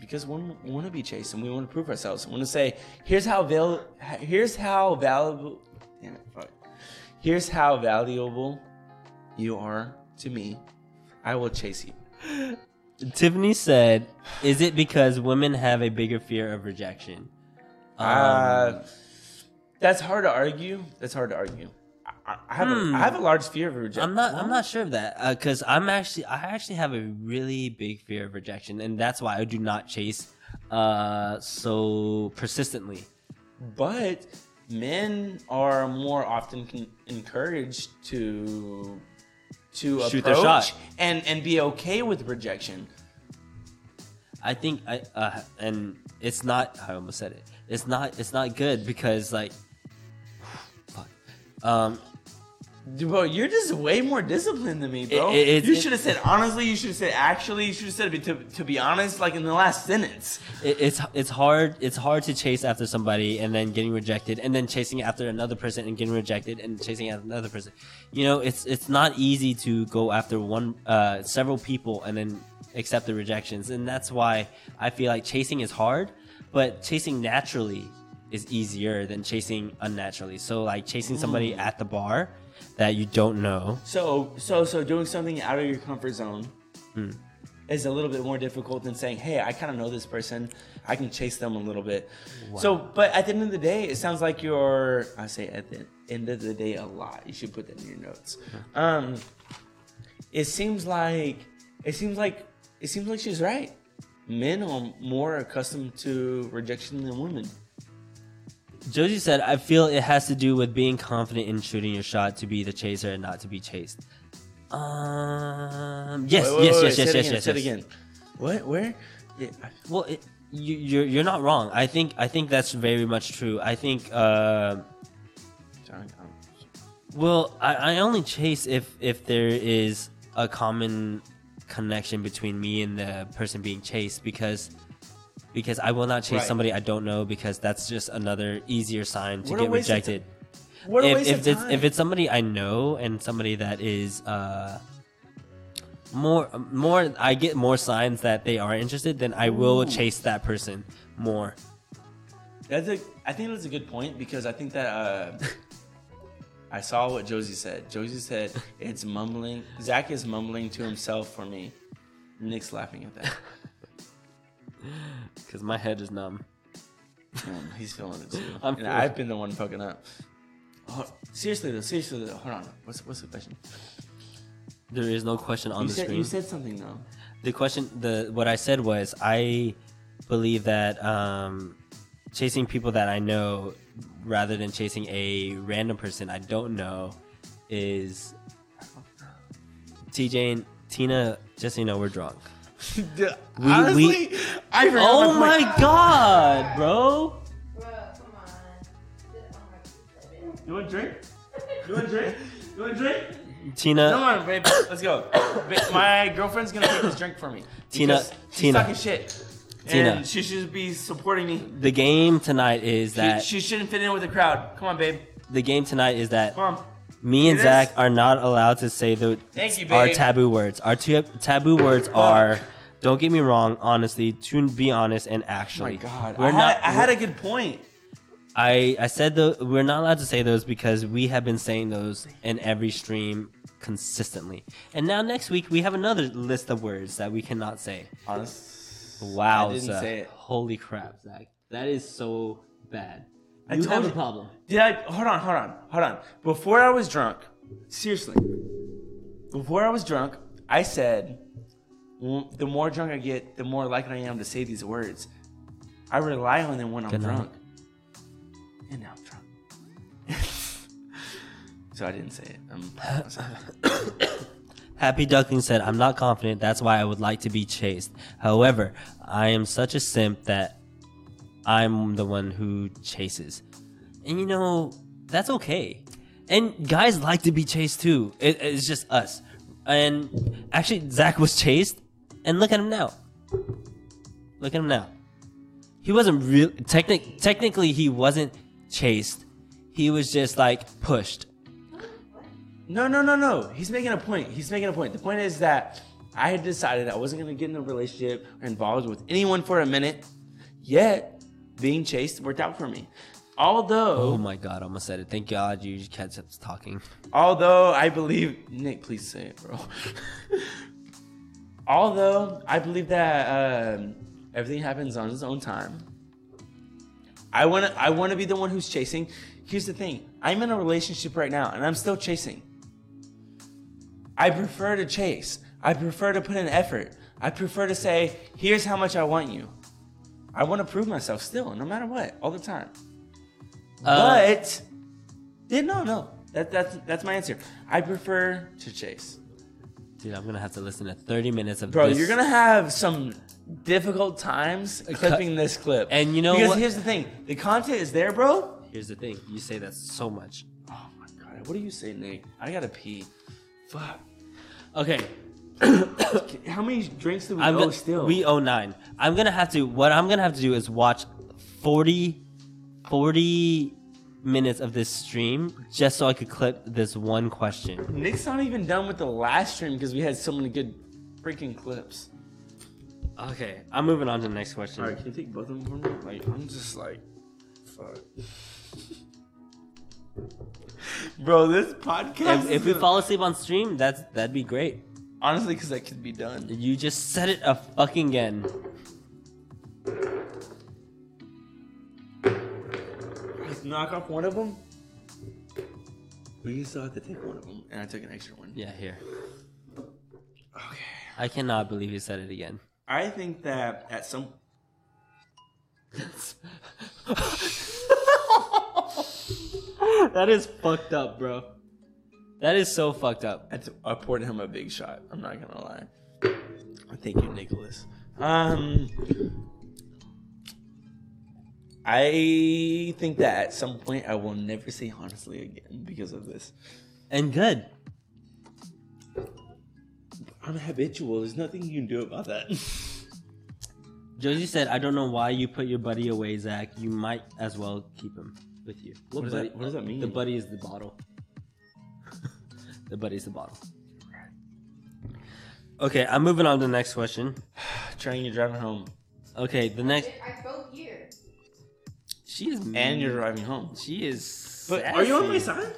because we want to be chased and we want to prove ourselves. We want to say, here's how val- here's how valuable, damn it, fuck. here's how valuable you are to me. I will chase you. Tiffany said, "Is it because women have a bigger fear of rejection?" Um, Uh, that's hard to argue. That's hard to argue. I, I- I have Hmm. a, I have a large fear of rejection. I'm not. I'm not sure of that because I'm actually. I actually have a really big fear of rejection, and that's why I do not chase uh so persistently. But men are more often con- encouraged to to Shoot approach their shot. and and be okay with rejection. I think I uh, and it's not. I almost said it. It's not. It's not good because like, fuck. Um, Dude, Bro, you're just way more disciplined than me, bro. It- it- you it- should have said honestly. You should have said actually. You should have said to, to be honest, like in the last sentence. it, it's it's hard. It's hard to chase after somebody and then getting rejected, and then chasing after another person and getting rejected, and chasing after another person. You know, it's it's not easy to go after one uh, several people and then accept the rejections, and that's why I feel like chasing is hard. But chasing naturally is easier than chasing unnaturally. So like chasing somebody at the bar that you don't know. So so so doing something out of your comfort zone Hmm. is a little bit more difficult than saying, "Hey, I kind of know this person. I can chase them a little bit." So, but at the end of the day, it sounds like you're. I say at the end of the day a lot. You should put that in your notes. Um, it seems like it seems like it seems like she's right. Men are more accustomed to rejection than women. Josie said, I feel it has to do with being confident in shooting your shot to be the chaser and not to be chased. Um, yes, Wait, wait, yes, wait, yes, say it yes, yes, again, yes, say it yes. again. What? Where? Yeah, I- Well, it, you, you're you're not wrong. I think I think that's very much true. I think. Uh, John, um, well, I, I only chase if if there is a common connection between me and the person being chased because because I will not chase Right. somebody I don't know because that's just another easier sign to What a get waste of rejected. What a if, waste if of it's time. if it's somebody I know and somebody that is uh more more I get more signs that they are interested, then I will chase that person more. That's a. I think that's a good point because I think that uh, I saw what Josie said. Josie said it's mumbling. Zach is mumbling to himself for me. Nick's laughing at that. Cause my head is numb. Um, he's feeling it too. I'm and feeling I've been the one fucking up. Oh, seriously though, seriously though. Hold on. What's what's the question? There is no question on You the said screen. you said something though. the question the what I said was I believe that um chasing people that I know rather than chasing a random person I don't know is TJ and Tina, just so you know, we're drunk. honestly, I forgot Oh my god, bro! Bro, come on. You want a drink? You want a drink? You want a drink? Come Tina, on, babe. Let's go. Ba- My girlfriend's gonna take this drink for me. Tina, Because She's Tina. talking shit. Tina. And she should be supporting me. the game tonight is She, that she shouldn't fit in with the crowd. Come on, babe. the game tonight is that Come on. me and It is. Zach are not allowed to say the Thank you, our babe. taboo words. Our two taboo words are don't get me wrong, honestly, to be honest and Oh my actually. god. We're I, not had, I had a good point. I, I said the we're not allowed to say those because we have been saying those in every stream consistently. And now next week we have another list of words that we cannot say. Honest. Wow, I didn't say it. Holy crap, Zach. That is so bad. I you told have a you- problem. Did I? Hold on, hold on, hold on. Before I was drunk, seriously, before I was drunk, I said, "W- the more drunk I get, the more likely I am to say these words. I rely on them when I'm Good night. drunk. And now I'm drunk. so I didn't say it. Um, I'm sorry. Happy Duckling said, I'm not confident. That's why I would like to be chased. However, I am such a simp that I'm the one who chases. And you know, that's okay. And guys like to be chased too. It, it's just us. And actually, Zach was chased. And look at him now. Look at him now. He wasn't real. Technic- technically, he wasn't chased. He was just like pushed. No, no, no, no. He's making a point. He's making a point. The point is that I had decided I wasn't going to get in a relationship or involved with anyone for a minute, yet being chased worked out for me. Oh Although, my god, I almost said it. Thank God you kept talking. although I believe, Nick, please say it, bro. although I believe that um, everything happens on its own time. I want to. I want to be the one who's chasing. Here's the thing. I'm in a relationship right now, and I'm still chasing. I prefer to chase. I prefer to put in effort. I prefer to say, "Here's how much I want you." I want to prove myself still, no matter what, all the time. Uh, but yeah, no, no. That, that's that's my answer. I prefer to chase. Um, Dude, I'm gonna have to listen to 30 minutes of Bro, this. you're gonna have some difficult times clipping this clip. And you know because what- here's the thing: the content is there, bro. Here's the thing. You say that so much. Oh my god, what do you say, Nick? I gotta pee. Fuck. Okay, Oh, How many drinks do we I'm owe gonna, still? we owe nine. I'm gonna have to. What I'm gonna have to do is watch 40, 40 minutes of this stream just so I could clip this one question. Nick's not even done with the last stream because we had so many good freaking clips. Okay, I'm moving on to the next question. All right, can you take both of them for me? Like, I'm just like fuck. Bro, this podcast. If, if we fall asleep on stream, that's that'd be great. honestly, because that could be done. You just said it a fucking again. Just knock off one of them. But you still have to take one of them, and I took an extra one. Yeah, here. Okay. I cannot believe you said it again. I think that at some that is fucked up, bro. That is so fucked up. I, t- I poured him a big shot. I'm not gonna lie. Thank you, Nicholas. Um, I think that at some point I will never say honestly again because of this. And good. I'm habitual. There's nothing you can do about that. Josie said, I don't know why you put your buddy away, Zach. You might as well keep him with you. What does that- what does that mean? The buddy is the bottle. the buddy is the bottle. Okay, I'm moving on to the next question. Trying you're driving home Okay, the next. I drove here. She is. and you're driving home. She is. But are you on my sassy. side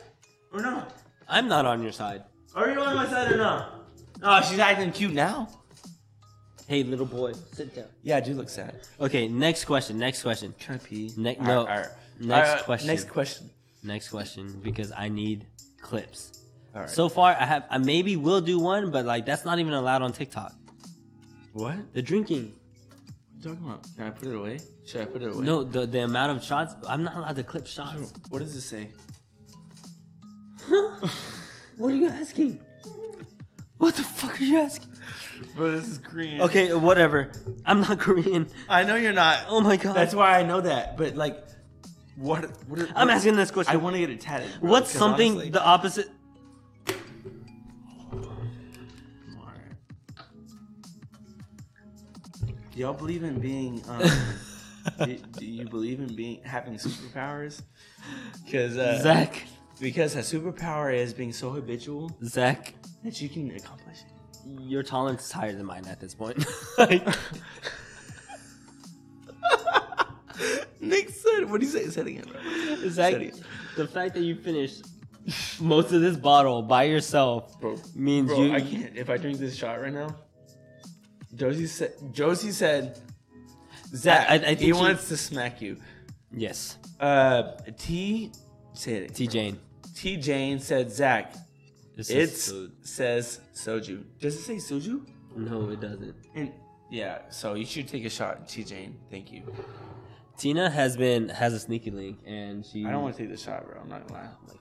or not? I'm not on your side. Are you on my side or not? Oh, she's acting cute now. Hey, little boy, sit down. Yeah, I do look sad. Okay, next question. Next question. Can I pee? Ne- All right, no. all right. Next All right, question. Next question. Next question because I need clips. All right. So far, I have. I maybe will do one, but like that's not even allowed on TikTok. what? The drinking. What are you talking about? Can I put it away? Should I put it away? No, the the amount of shots. I'm not allowed to clip Sure. shots. What does it say? What are you asking? What the fuck are you asking? Bro, this is Korean. Okay. Okay, whatever. I'm not Korean. I know you're not. Oh my god. That's why I know that. But like, what? what, what I'm asking this question. I want to get it tatted. bro, What's 'cause something honestly- the opposite? Do y'all believe in being? Um, do, do you believe in being having superpowers? Because uh, Zach, because a superpower is being so habitual Zach, that you can accomplish. it. your tolerance is higher than mine at this point. Like, Nick said, "What do you say?" Said again. bro. Zach, Said again. the fact that you finished most of this bottle by yourself Bro, means Bro, you. I can't. If I drink this shot right now, Josie said. Josie said. Zach, I- I think he she- wants to smack you. Yes, Uh, T, say it. T Jane. T Jane said Zach. This It is so- says soju. Does it say soju? no, it doesn't. And yeah, so you should take a shot, T Jane. Thank you. Tina has been has a sneaky link, and she. I don't want to take the shot, bro. I'm not gonna lie. Like,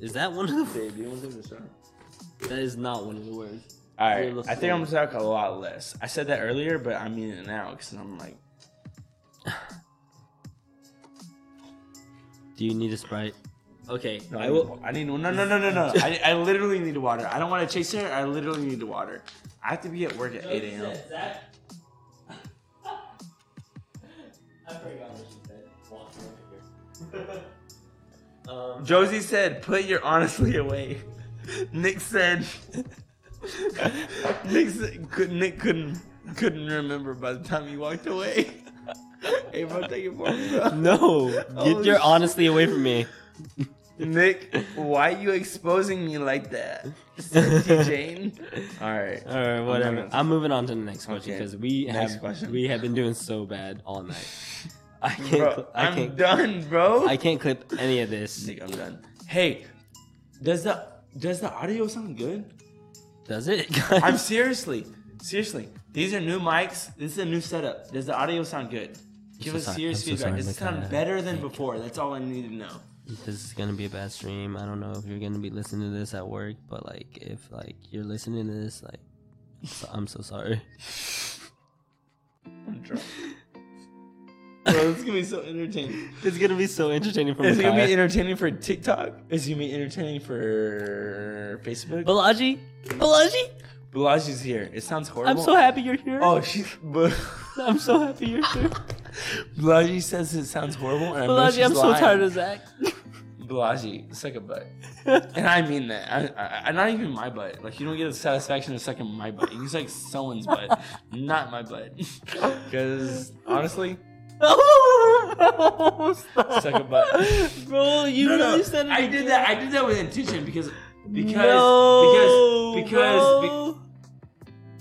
Is that one of the? babe, you want to take the shot? That is not one of the words. All right. let's I think I'm see. gonna talk a lot less. I said that earlier, but I mean it now because I'm like, Do you need a sprite? Okay, No, I will. I need no, no, no, no, no. no. I, I literally need water. I don't want to chase her. I literally need water. I have to be at work at 8 a.m. Zach. I forgot what she said. um, Josie said, "Put your honestly away." Nick said, "Nick said, could, Nick couldn't couldn't remember by the time he walked away." hey, bro, take it for me, bro. no, Oh, get your shit. honestly away from me. Nick, why you exposing me like that? Said T. Jane. All right. All right, whatever. I'm, gonna- moving on to the next question Okay, because we next have question. we have been doing so bad all night. I can't. Bro, cl- I I'm can't. done, bro. I can't clip any of this. Nick, I'm done. Hey, does the does the audio sound good? Does it? I'm seriously, seriously. These are new mics. This is a new setup. Does the audio sound good? Give so us sorry- serious I'm so feedback. sorry, uh, Does it Nick, I- sound better than before? That's all I need to know. this is gonna be a bad stream. I don't know if you're gonna be listening to this at work, but like if like you're listening to this, like so- I'm so sorry. I'm drunk. Bro, this is gonna be so entertaining. It's gonna be so entertaining for Is it me. gonna be entertaining for TikTok? Is it gonna be entertaining for Facebook? Balaji, Balaji, Balaji's here. It sounds I'm horrible. so happy you're here. Oh, she's. I'm so happy you're here. Balaji says it sounds horrible. And I know she's Balaji, I'm so lying. tired of Zach. Balaji, suck a butt. And I mean that. I, I, I, not even my butt. Like, you don't get the satisfaction of sucking my butt. You can suck someone's butt, not my butt. Because, honestly, Suck a butt. Bro, you No, no, really said it. I again. did that. I did that with intention because because No, because because be- bro.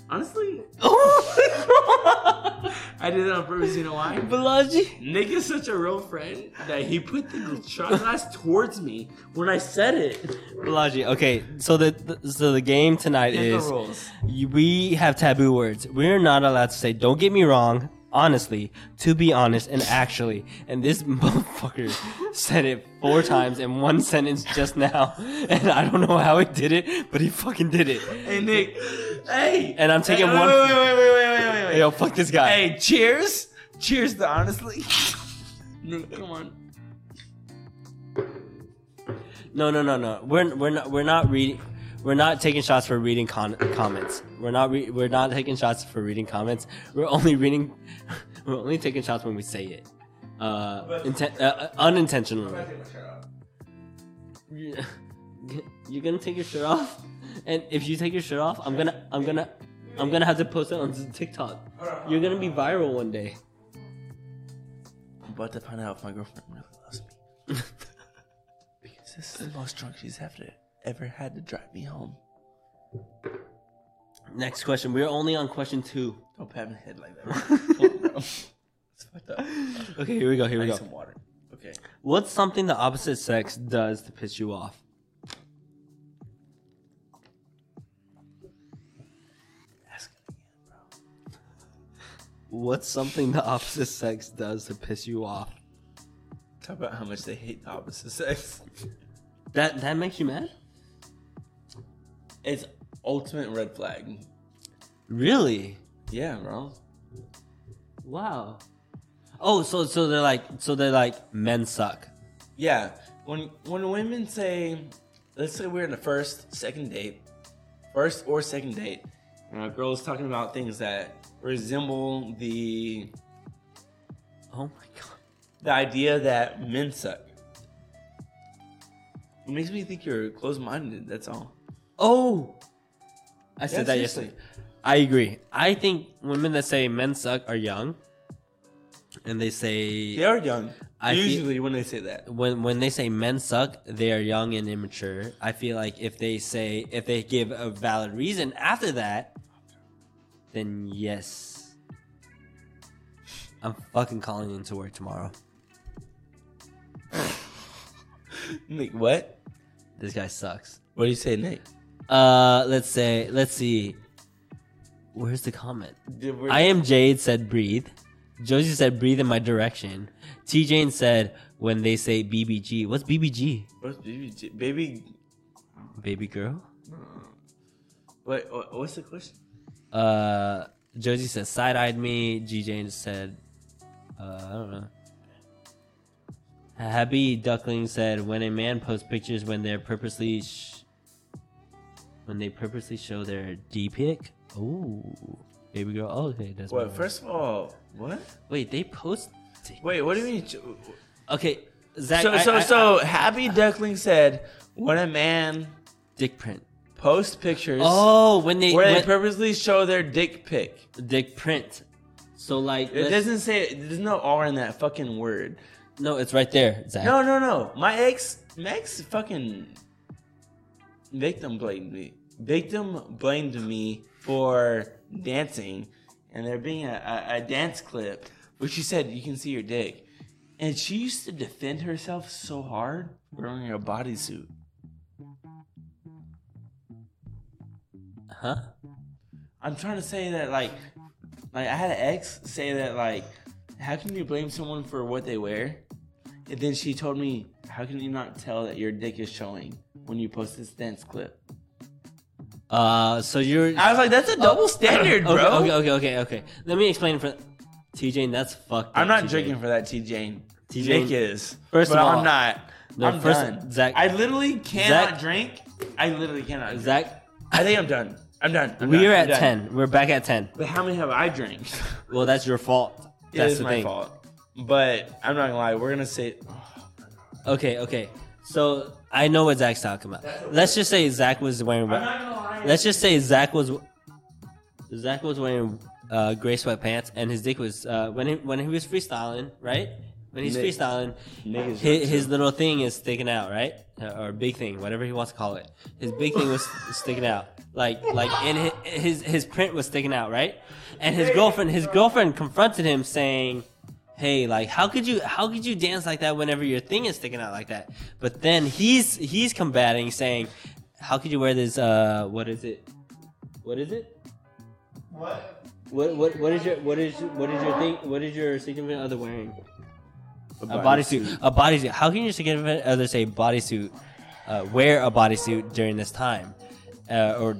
honestly, oh my I did it on purpose. You know why? god, Balaji. Nick is such a real friend that he put the shot glass towards me when I said it. Balaji. Okay, so the, the so the game tonight And the is rules. you- we have taboo words. We're not allowed to say. Don't get me wrong. Honestly, to be honest, and actually, and this motherfucker said it four times in one sentence just now, and I don't know how he did it, but he fucking did it. Hey Nick, hey. And I'm taking Hey, one- Wait, wait, wait, wait, wait, wait, wait. Yo, fuck this guy. Hey, cheers. Cheers to honestly. Nick, come on. No, no, no, no. We're we're not we're not reading. We're not taking shots for reading con- comments. We're not re- we're not taking shots for reading comments. We're only reading. We're only taking shots when we say it, uh, inten- uh, uh, unintentionally. take my shirt off. You're gonna take your shirt off, and if you take your shirt off, I'm gonna I'm gonna I'm gonna have to post it on TikTok. You're gonna be viral one day. I'm about to find out if my girlfriend really loves me. because this is the most drunk she's ever ever had to drive me home. Next question. We're only on question two. Oh, Don't pat my head like that. it's fucked up. Okay, here we go. Here I we need go. some water. Okay. What's something the opposite sex does to piss you off? Ask him again, bro. What's something the opposite sex does to piss you off? Talk about how much they hate the opposite sex. That that makes you mad? It's ultimate red flag. Really? Yeah, bro. Wow. Oh, so so they're like so they're like men suck. Yeah. When when women say, let's say we're in the first, second date, first or second date, and a girl's talking about things that resemble the Oh my god. the idea that men suck. It makes me think you're closed minded. That's all. Oh. I said Yeah, that seriously. yesterday. I agree. I think women that say men suck are young, and they say They are young. I feel- usually when they say that. when when they say men suck, they are young and immature. I feel like if they say if they give a valid reason after that, then yes. I'm fucking calling into work tomorrow. Nick, what? This guy sucks. What do you say, Nick? Uh, let's say, let's see. Where's the comment? I am Jade said breathe. Josie said breathe in my direction. T Jane said when they say BBG. What's BBG? What's baby? Baby, Baby girl? what, what? What's the question? Uh, Josie said side eyed me. G Jane said, uh, I don't know. Happy Duckling said when a man posts pictures when they're purposely sh- when they purposely show their D pic. Ooh, baby girl. Oh, okay, that's What? my- First of all, what? Wait, they post. dick- Wait, what do you mean? Okay, Zach. So, I- so, I- so I- Happy Duckling said, when a man dick print. posts pictures Oh, when they where they when- purposely show their dick pic, dick print. So like, it let's- doesn't say, there's no R in that fucking word. no, it's right there, Zach. No, no, no. My ex, my ex fucking victim blamed me. Victim blamed me for dancing and there being a, a, a dance clip where she said, you can see your dick. And she used to defend herself so hard wearing a bodysuit. huh? I'm trying to say that like like I had an ex say that like how can you blame someone for what they wear? And then she told me, How can you not tell that your dick is showing when you post this dance clip? Uh, so you're. I was like, that's a double standard, bro. Oh. Okay, okay, okay, okay, okay. Let me explain for TJ. That's fucked. I'm up, not TJ. drinking for that, T Jane. T. Jane- Nick is. First but of all- I'm not. No, I'm first- done. Zach- I literally cannot Zach- drink. I literally cannot. Drink. Zach, I think I'm done. I'm done. I'm we done. are I'm at done. ten. We're back at ten. But how many have I drank? Well, that's your fault. That That's is the my thing. fault. But I'm not gonna lie. We're gonna say Okay, okay. So I know what Zach's talking about. Let's just say Zach was wearing. Let's just say Zach was. Zach was wearing uh, gray sweatpants, and his dick was uh, when he, when he was freestyling, right? When he's Nick. freestyling, Niggas. his, his little thing is sticking out, right? Or big thing, whatever he wants to call it. His big thing was sticking out, like like and hi- his his print was sticking out, right? And his girlfriend his girlfriend confronted him, saying, "Hey, like how could you how could you dance like that whenever your thing is sticking out like that?" But then he's he's combating, saying, "How could you wear this? Uh, what is it? What is it?" What? What, what what is your what is what is your thing what is your significant other wearing? a A bodysuit. A bodysuit. How can your significant other say bodysuit? Uh, wear a bodysuit during this time, uh, or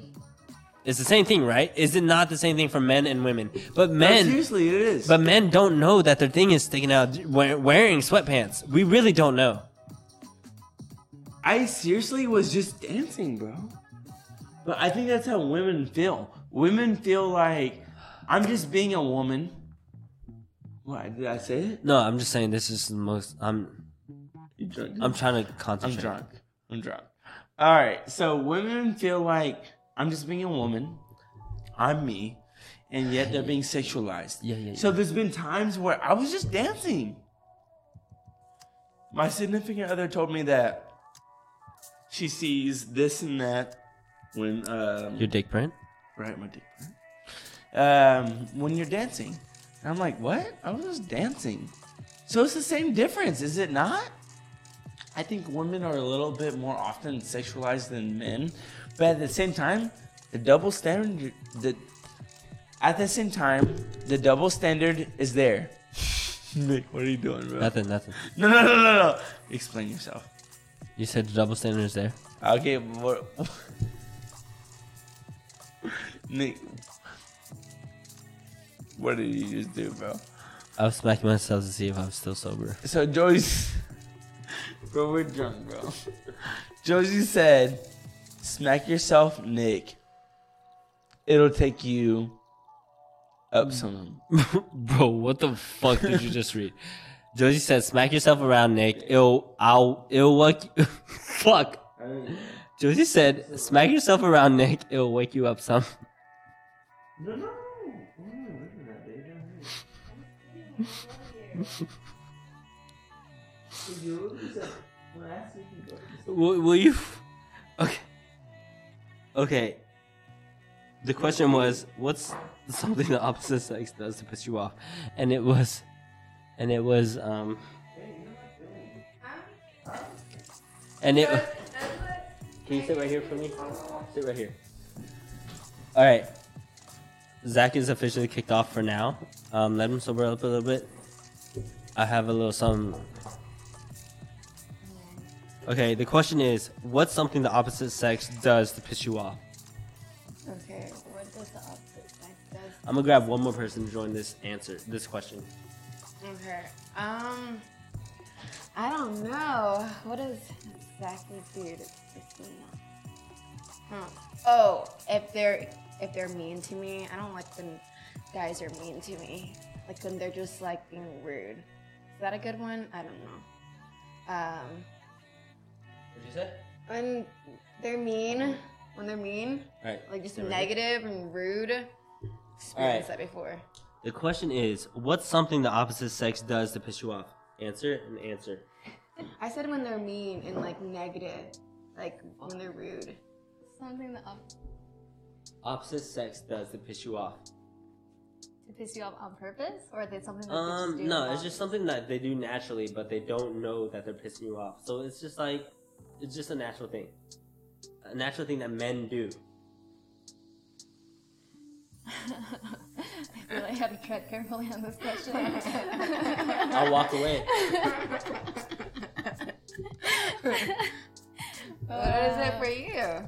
it's the same thing, right? Is it not the same thing for men and women? But men, Seriously, it is. but men don't know that their thing is sticking out we- wearing sweatpants. We really don't know. I seriously was just dancing, bro. But I think that's how women feel. Women feel like I'm just being a woman. What did I say it? No, I'm just saying this is the most. I'm You drunk? I'm trying to I'm concentrate. drunk. I'm drunk. All right. So women feel like I'm just being a woman. I'm me, and yet they're being sexualized. Yeah, yeah, So there's been times where I was just dancing. My significant other told me that she sees this and that when um, Your dick print. right my dick. Um, when you're dancing, and I'm like, what? I was just dancing. So it's the same difference, is it not? I think women are a little bit more often sexualized than men, but at the same time, the double standard, the at the same time, the double standard is there. Nick, what are you doing, bro? Nothing. Nothing. No, no, no, no, no. Explain yourself. You said the double standard is there. Okay, what? Nick, what did you just do, bro? I was smacking myself to see if I'm still sober. So Joyce, bro, we're drunk, bro. Josie said, "Smack yourself, Nick. It'll take you up some." Bro, what the fuck did you just read? Josie said, "Smack yourself around, Nick. It'll, I'll, it'll wake." You. fuck. Josie said, "Smack yourself around, Nick. It'll wake you up some." No, no. Mm, look at that, baby. You're looking so- well, that's what you got. Will, will you? Okay. Okay. The question was, what's something the opposite sex does to piss you off? And it was, and it was, um, and it. Can you sit right here for me? Sit right here. All right. Zach is officially kicked off for now. Um, let him sober up a little bit. I have a little something. Okay, the question is, what's something the opposite sex does to piss you off? Okay, what does the opposite sex does? I'm gonna grab one more person to join this answer, this question. Okay, um, I don't know. What does exactly do to piss me off? Huh. Oh, if they're if they're mean to me, I don't like when guys are mean to me. Like when they're just like being rude. Is that a good one? I don't know. Um, What'd you say? when they're mean, when they're mean, All right. like just There we go. negative and rude. Experienced that before. The question is, what's something the opposite sex does to piss you off? Answer and answer. I said when they're mean and like negative, like when they're rude. Something that up Opposite sex does to piss you off. to piss you off on purpose, or is it something that they just Um, do? no, it's just something that they do naturally, but they don't know that they're pissing you off. So it's just like, it's just a natural thing, a natural thing that men do. I feel like I had to tread carefully on this question. I'll walk away. what is it for you?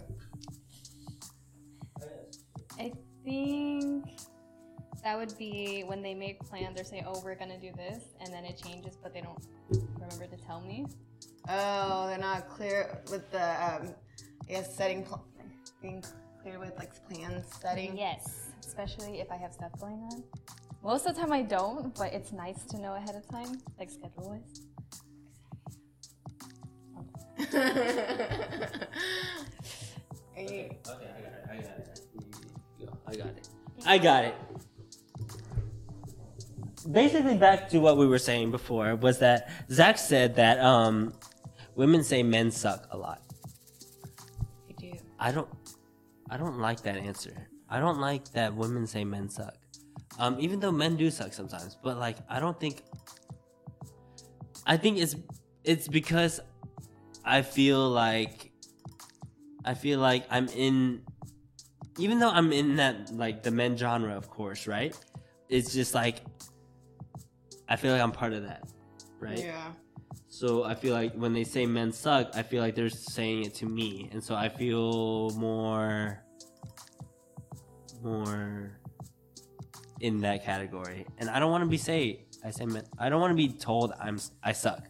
I think that would be when they make plans or say, "Oh, we're gonna do this," and then it changes, but they don't remember to tell me. Oh, they're not clear with the, um, I guess setting, pl- being clear with like plans setting. Yes, especially if I have stuff going on. Most of the time I don't, but it's nice to know ahead of time, like schedule wise. Are you, Okay, I got it. I got it. I got it. I got it. basically back to what we were saying before was that Zach said that um, women say men suck a lot. You do. I don't I don't like that answer. I don't like that women say men suck. Um, even though men do suck sometimes, but like I don't think I think it's it's because I feel like I feel like I'm in even though I'm in that like the men genre of course, right? It's just like I feel like I'm part of that. Right? Yeah. So I feel like when they say men suck, I feel like they're saying it to me, and so I feel more, more in that category. And I don't want to be say I say men. I don't want to be told I'm s- I suck.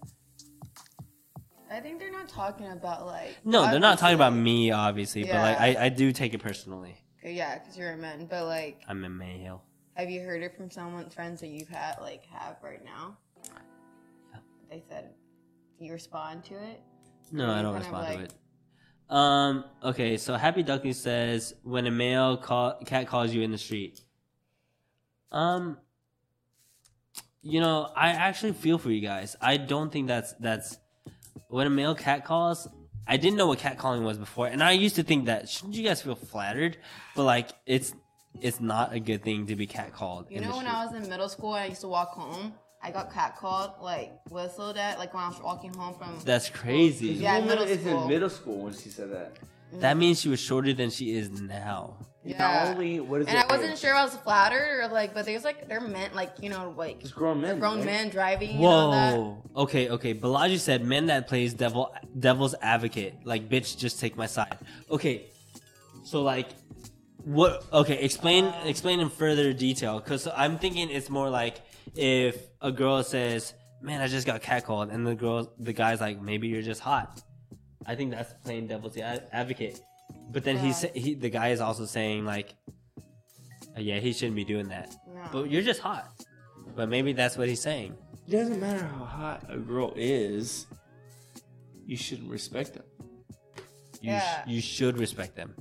I think they're not talking about like. No, they're not talking about obviously- me, obviously, Yeah. but like I, I do take it personally. Yeah, because you're a man, but like, I'm a male. have you heard it from someone, friends that you've had, like, have right now? They said, you respond to it. No, Or I you don't kind of, respond to like- it. Um. Okay. So Happy Duckling says when a male call, cat calls you in the street. Um. You know, I actually feel for you guys. I don't think that's that's when a male cat calls. I didn't know what cat calling was before, and I used to think that shouldn't you guys feel flattered, but like it's it's not a good thing to be cat called. You know, when I was in middle school and I used to walk home, I got catcalled, like whistled at, like when I was walking home from. that's crazy. Oh, Yeah, middle It's in school. middle school when she said that. That means she was shorter than she is now. yeah. Not only what is and it? I wasn't age? sure if I was flattered or like, but there's like they're meant like you know like It's grown men. grown right? men driving. You know, that. Whoa. Okay, okay. Balaji said men that plays devil devil's advocate. Like bitch, just take my side. Okay. So like what okay, explain explain in further detail cuz I'm thinking it's more like if a girl says, "Man, I just got catcalled." And the girl the guy's like, "Maybe you're just hot." I think that's playing devil's ad- advocate. But then he Yeah. sa- he the guy is also saying like, "Yeah, he shouldn't be doing that." No. But you're just hot. But maybe that's what he's saying. It doesn't matter how hot a girl is. You shouldn't respect them. You, Yeah. sh- you should respect them.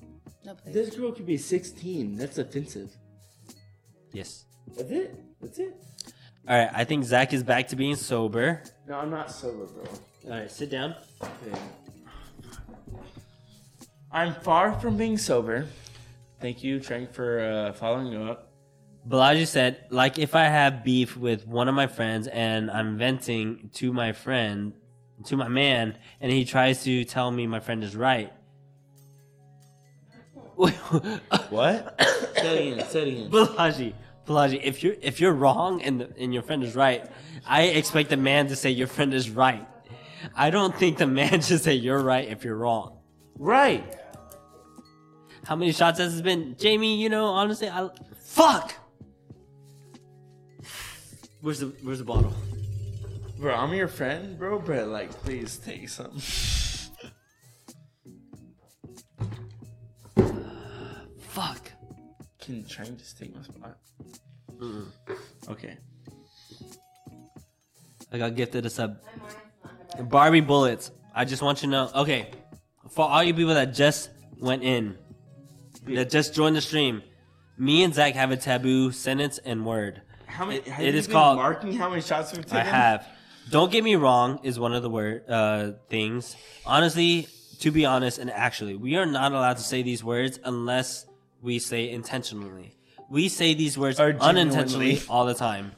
No, please. This girl could be 16. That's offensive. Yes. That's it. That's it. All right. I think Zach is back to being sober. No, I'm not sober, bro. All right. Sit down. Okay. I'm far from being sober. Thank you, Trank, for uh, following up. Balaji said, like, if I have beef with one of my friends and I'm venting to my friend, to my man, and he tries to tell me my friend is right. What? say it again. Say it again. Balaji, Balaji, if you're if you're wrong and the, and your friend is right, I expect the man to say your friend is right. I don't think the man should say you're right if you're wrong. Right. How many shots has it been? Jamie, you know, honestly, I fuck. Where's the Where's the bottle? Bro, I'm your friend, bro, but like, please take some. Fuck. Can Trank just take my spot? Okay. I got gifted a sub. Barbie bullets. I just want you to know. Okay, for all you people that just went in, that just joined the stream, me and Zach have a taboo sentence and word. How many? It- have it you is been called- marking how many shots we've taken. I have. Don't get me wrong is one of the word uh, things. Honestly, to be honest, and actually, we are not allowed to say these words unless we say intentionally. We say these words unintentionally all the time.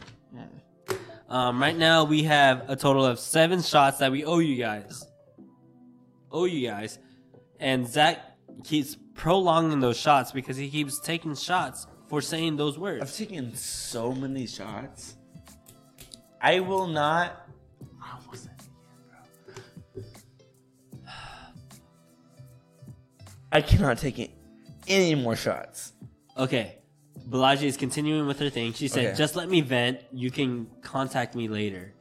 Um, right now, we have a total of seven shots that we owe you guys. Owe you guys, and Zach keeps prolonging those shots because he keeps taking shots for saying those words. I've taken so many shots. I will not. I almost said it again, bro. I cannot take it. Any more shots? Okay. Balaji is continuing with her thing. She said, Okay. just let me vent. You can contact me later.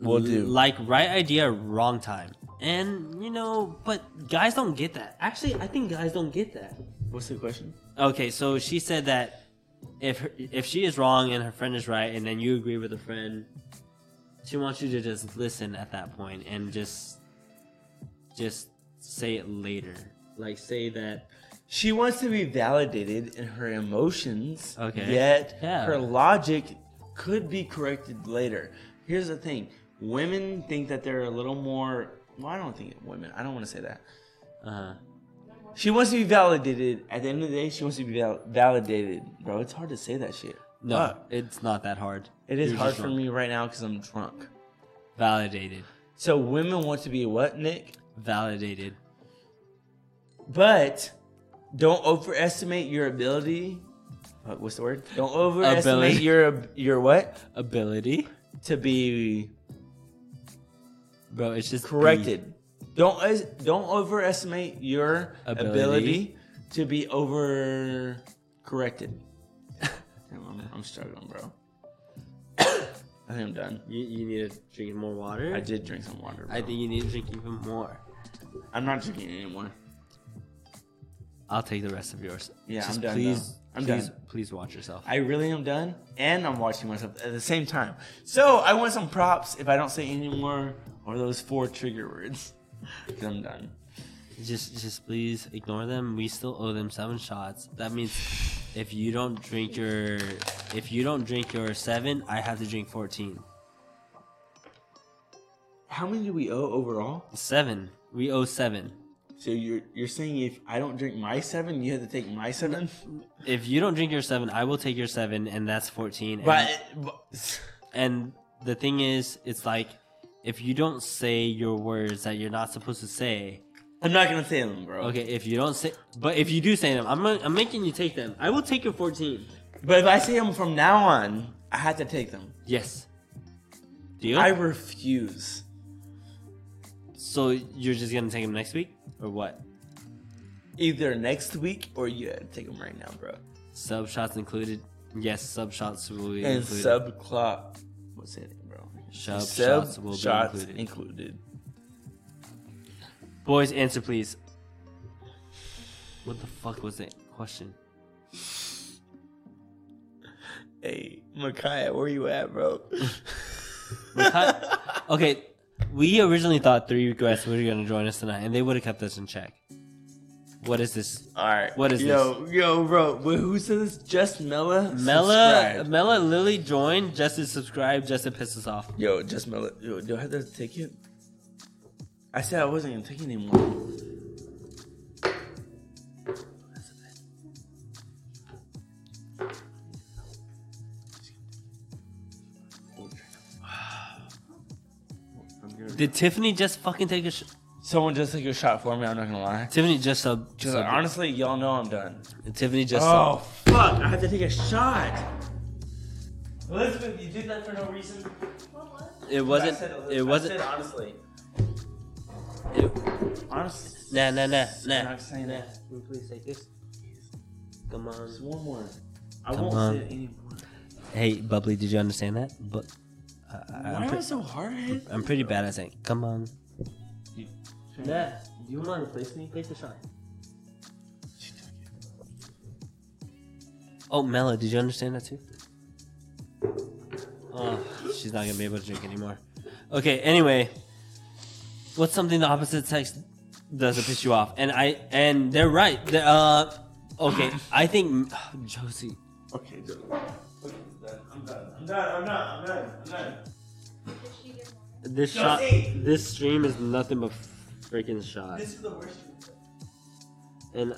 Will do. Like, right idea, wrong time. And, you know, but guys don't get that. Actually, I think guys don't get that. What's the question? Okay, so she said that if her, if she is wrong and her friend is right, and then you agree with her friend, she wants you to just listen at that point and just just say it later. Like say that She wants to be validated in her emotions, Okay. yet Yeah. her logic could be corrected later. Here's the thing: women think that they're a little more. Well, I don't think women. I don't want to say that. Uh, she wants to be validated. At the end of the day, she wants to be val- validated, bro. It's hard to say that shit. No, Fuck. it's not that hard. it is You're hard just for wrong. me right now because I'm drunk. Validated. So women want to be what, Nick? Validated. But don't overestimate your ability. uh, What's the word? Don't overestimate Ability. your ab- your what Ability. to be Bro, it's just. corrected. Don't es- don't overestimate your ability, Ability. to be over corrected. Damn, I'm, I'm struggling, bro. I think I'm done. You, you need to drink more water. I did drink some water. Bro. I think you need to drink even more. I'm not drinking anymore. I'll take the rest of yours. Yeah, Just I'm done, Please, though. I'm please, done. please watch yourself. I really am done, and I'm watching myself at the same time. So I want some props if I don't say any more or those four trigger words. Because I'm done. Just, just please ignore them. We still owe them seven shots. That means if you don't drink your, if you don't drink your seven, I have to drink fourteen. How many do we owe overall? Seven. We owe seven. So you're you're saying if I don't drink my seven, you have to take my seven? If you don't drink your seven, I will take your seven, and that's fourteen. And, But, but and the thing is, it's like if you don't say your words that you're not supposed to say. I'm not gonna say them, bro. Okay, if you don't say, but if you do say them, I'm, gonna- I'm making you take them. I will take your fourteen. But if I say them from now on, I have to take them. Yes. Deal. I refuse. so you're just gonna take them next week or what? Either next week or you have to take them right now, bro. Sub shots included. Yes, sub shots will be And included. sub clock. What's it, bro? Sub shots will be shots included. included. Boys, answer please. What the fuck was that question? Hey, Micaiah, where you at, bro? Makai- okay, we originally thought three requests were gonna join us tonight, and they would have kept us in check. What is this? All right. What is yo, this? Yo, bro. wh- Who said this? Just Mella. Mela, subscribed. Mela, Lily joined just to subscribe, just to piss us off. Yo, just Mella. Yo, do I have to take it? I said I wasn't gonna take it anymore. Did Tiffany just fucking take a? Sh- Someone just took a shot for me. I'm not gonna lie. Tiffany just sub. Just sub- like, honestly, y'all know I'm done. Tiffany just. subbed. Oh fuck! I have to take a shot. Elizabeth, you did that for no reason. It wasn't. It wasn't. honestly. It, Honestly. nah, nah, nah, I'm nah. not saying that. Please take this. Come on. Just one more. I Come won't on. say it anymore. Hey, bubbly, did you understand that? But uh, Why I'm, am I pre- so hard headed? I'm pretty bad at saying. Come on. Nah. Do you want to replace me? Take the shot. Oh, Mela, did you understand that too? Oh, she's not gonna be able to drink anymore. Okay, anyway, what's something the opposite sex does to piss you off? And I and they're right. They're, uh, okay, I think Josie. Okay, good. I'm done. I'm done. I'm done. I'm done. I'm done. This shot, this stream is nothing but freaking shots. is the worst. And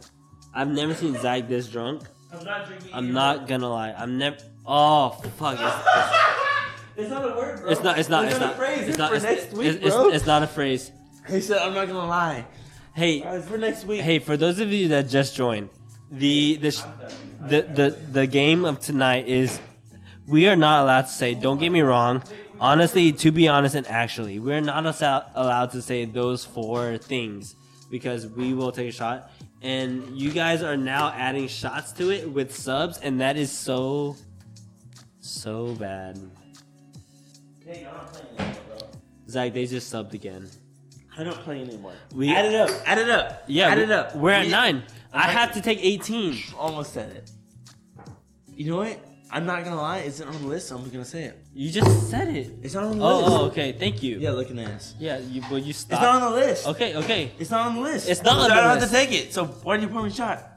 I've never seen Zach this drunk. I'm not drinking. I'm not gonna lie. I'm never. Oh fuck! It's, It's not a word, bro. it's not. It's not. It's It's not a not. phrase. It's It's not. for It's next week, it's- bro. it's- it's not a phrase. He said, I'm not gonna lie. Hey, Guys, for next week. hey! For those of you that just joined, the the sh- the the, the game of tonight is. We are not allowed to say. Don't get me wrong. Honestly, to be honest and actually, we're not asa- allowed to say those four things because we will take a shot. And you guys are now adding shots to it with subs, and that is so, so bad. Hey, I'm not playing anymore, bro. Zach, they just subbed again. I'm not playing anymore. We Add it up. Add it up. Yeah, Add we, it up. We're at We- nine. I have to take eighteen. Almost said it. You know what? I'm not gonna lie. It's not on the list. so I'm just gonna say it. You just said it. It's not on the list. Oh, oh okay. Thank you. Yeah, look at this. Yeah, you. Well, you It's not stopped. on the list. okay, okay. It's not on the list. It's not on So I the don't have list. to take it. So why did you pour me a shot?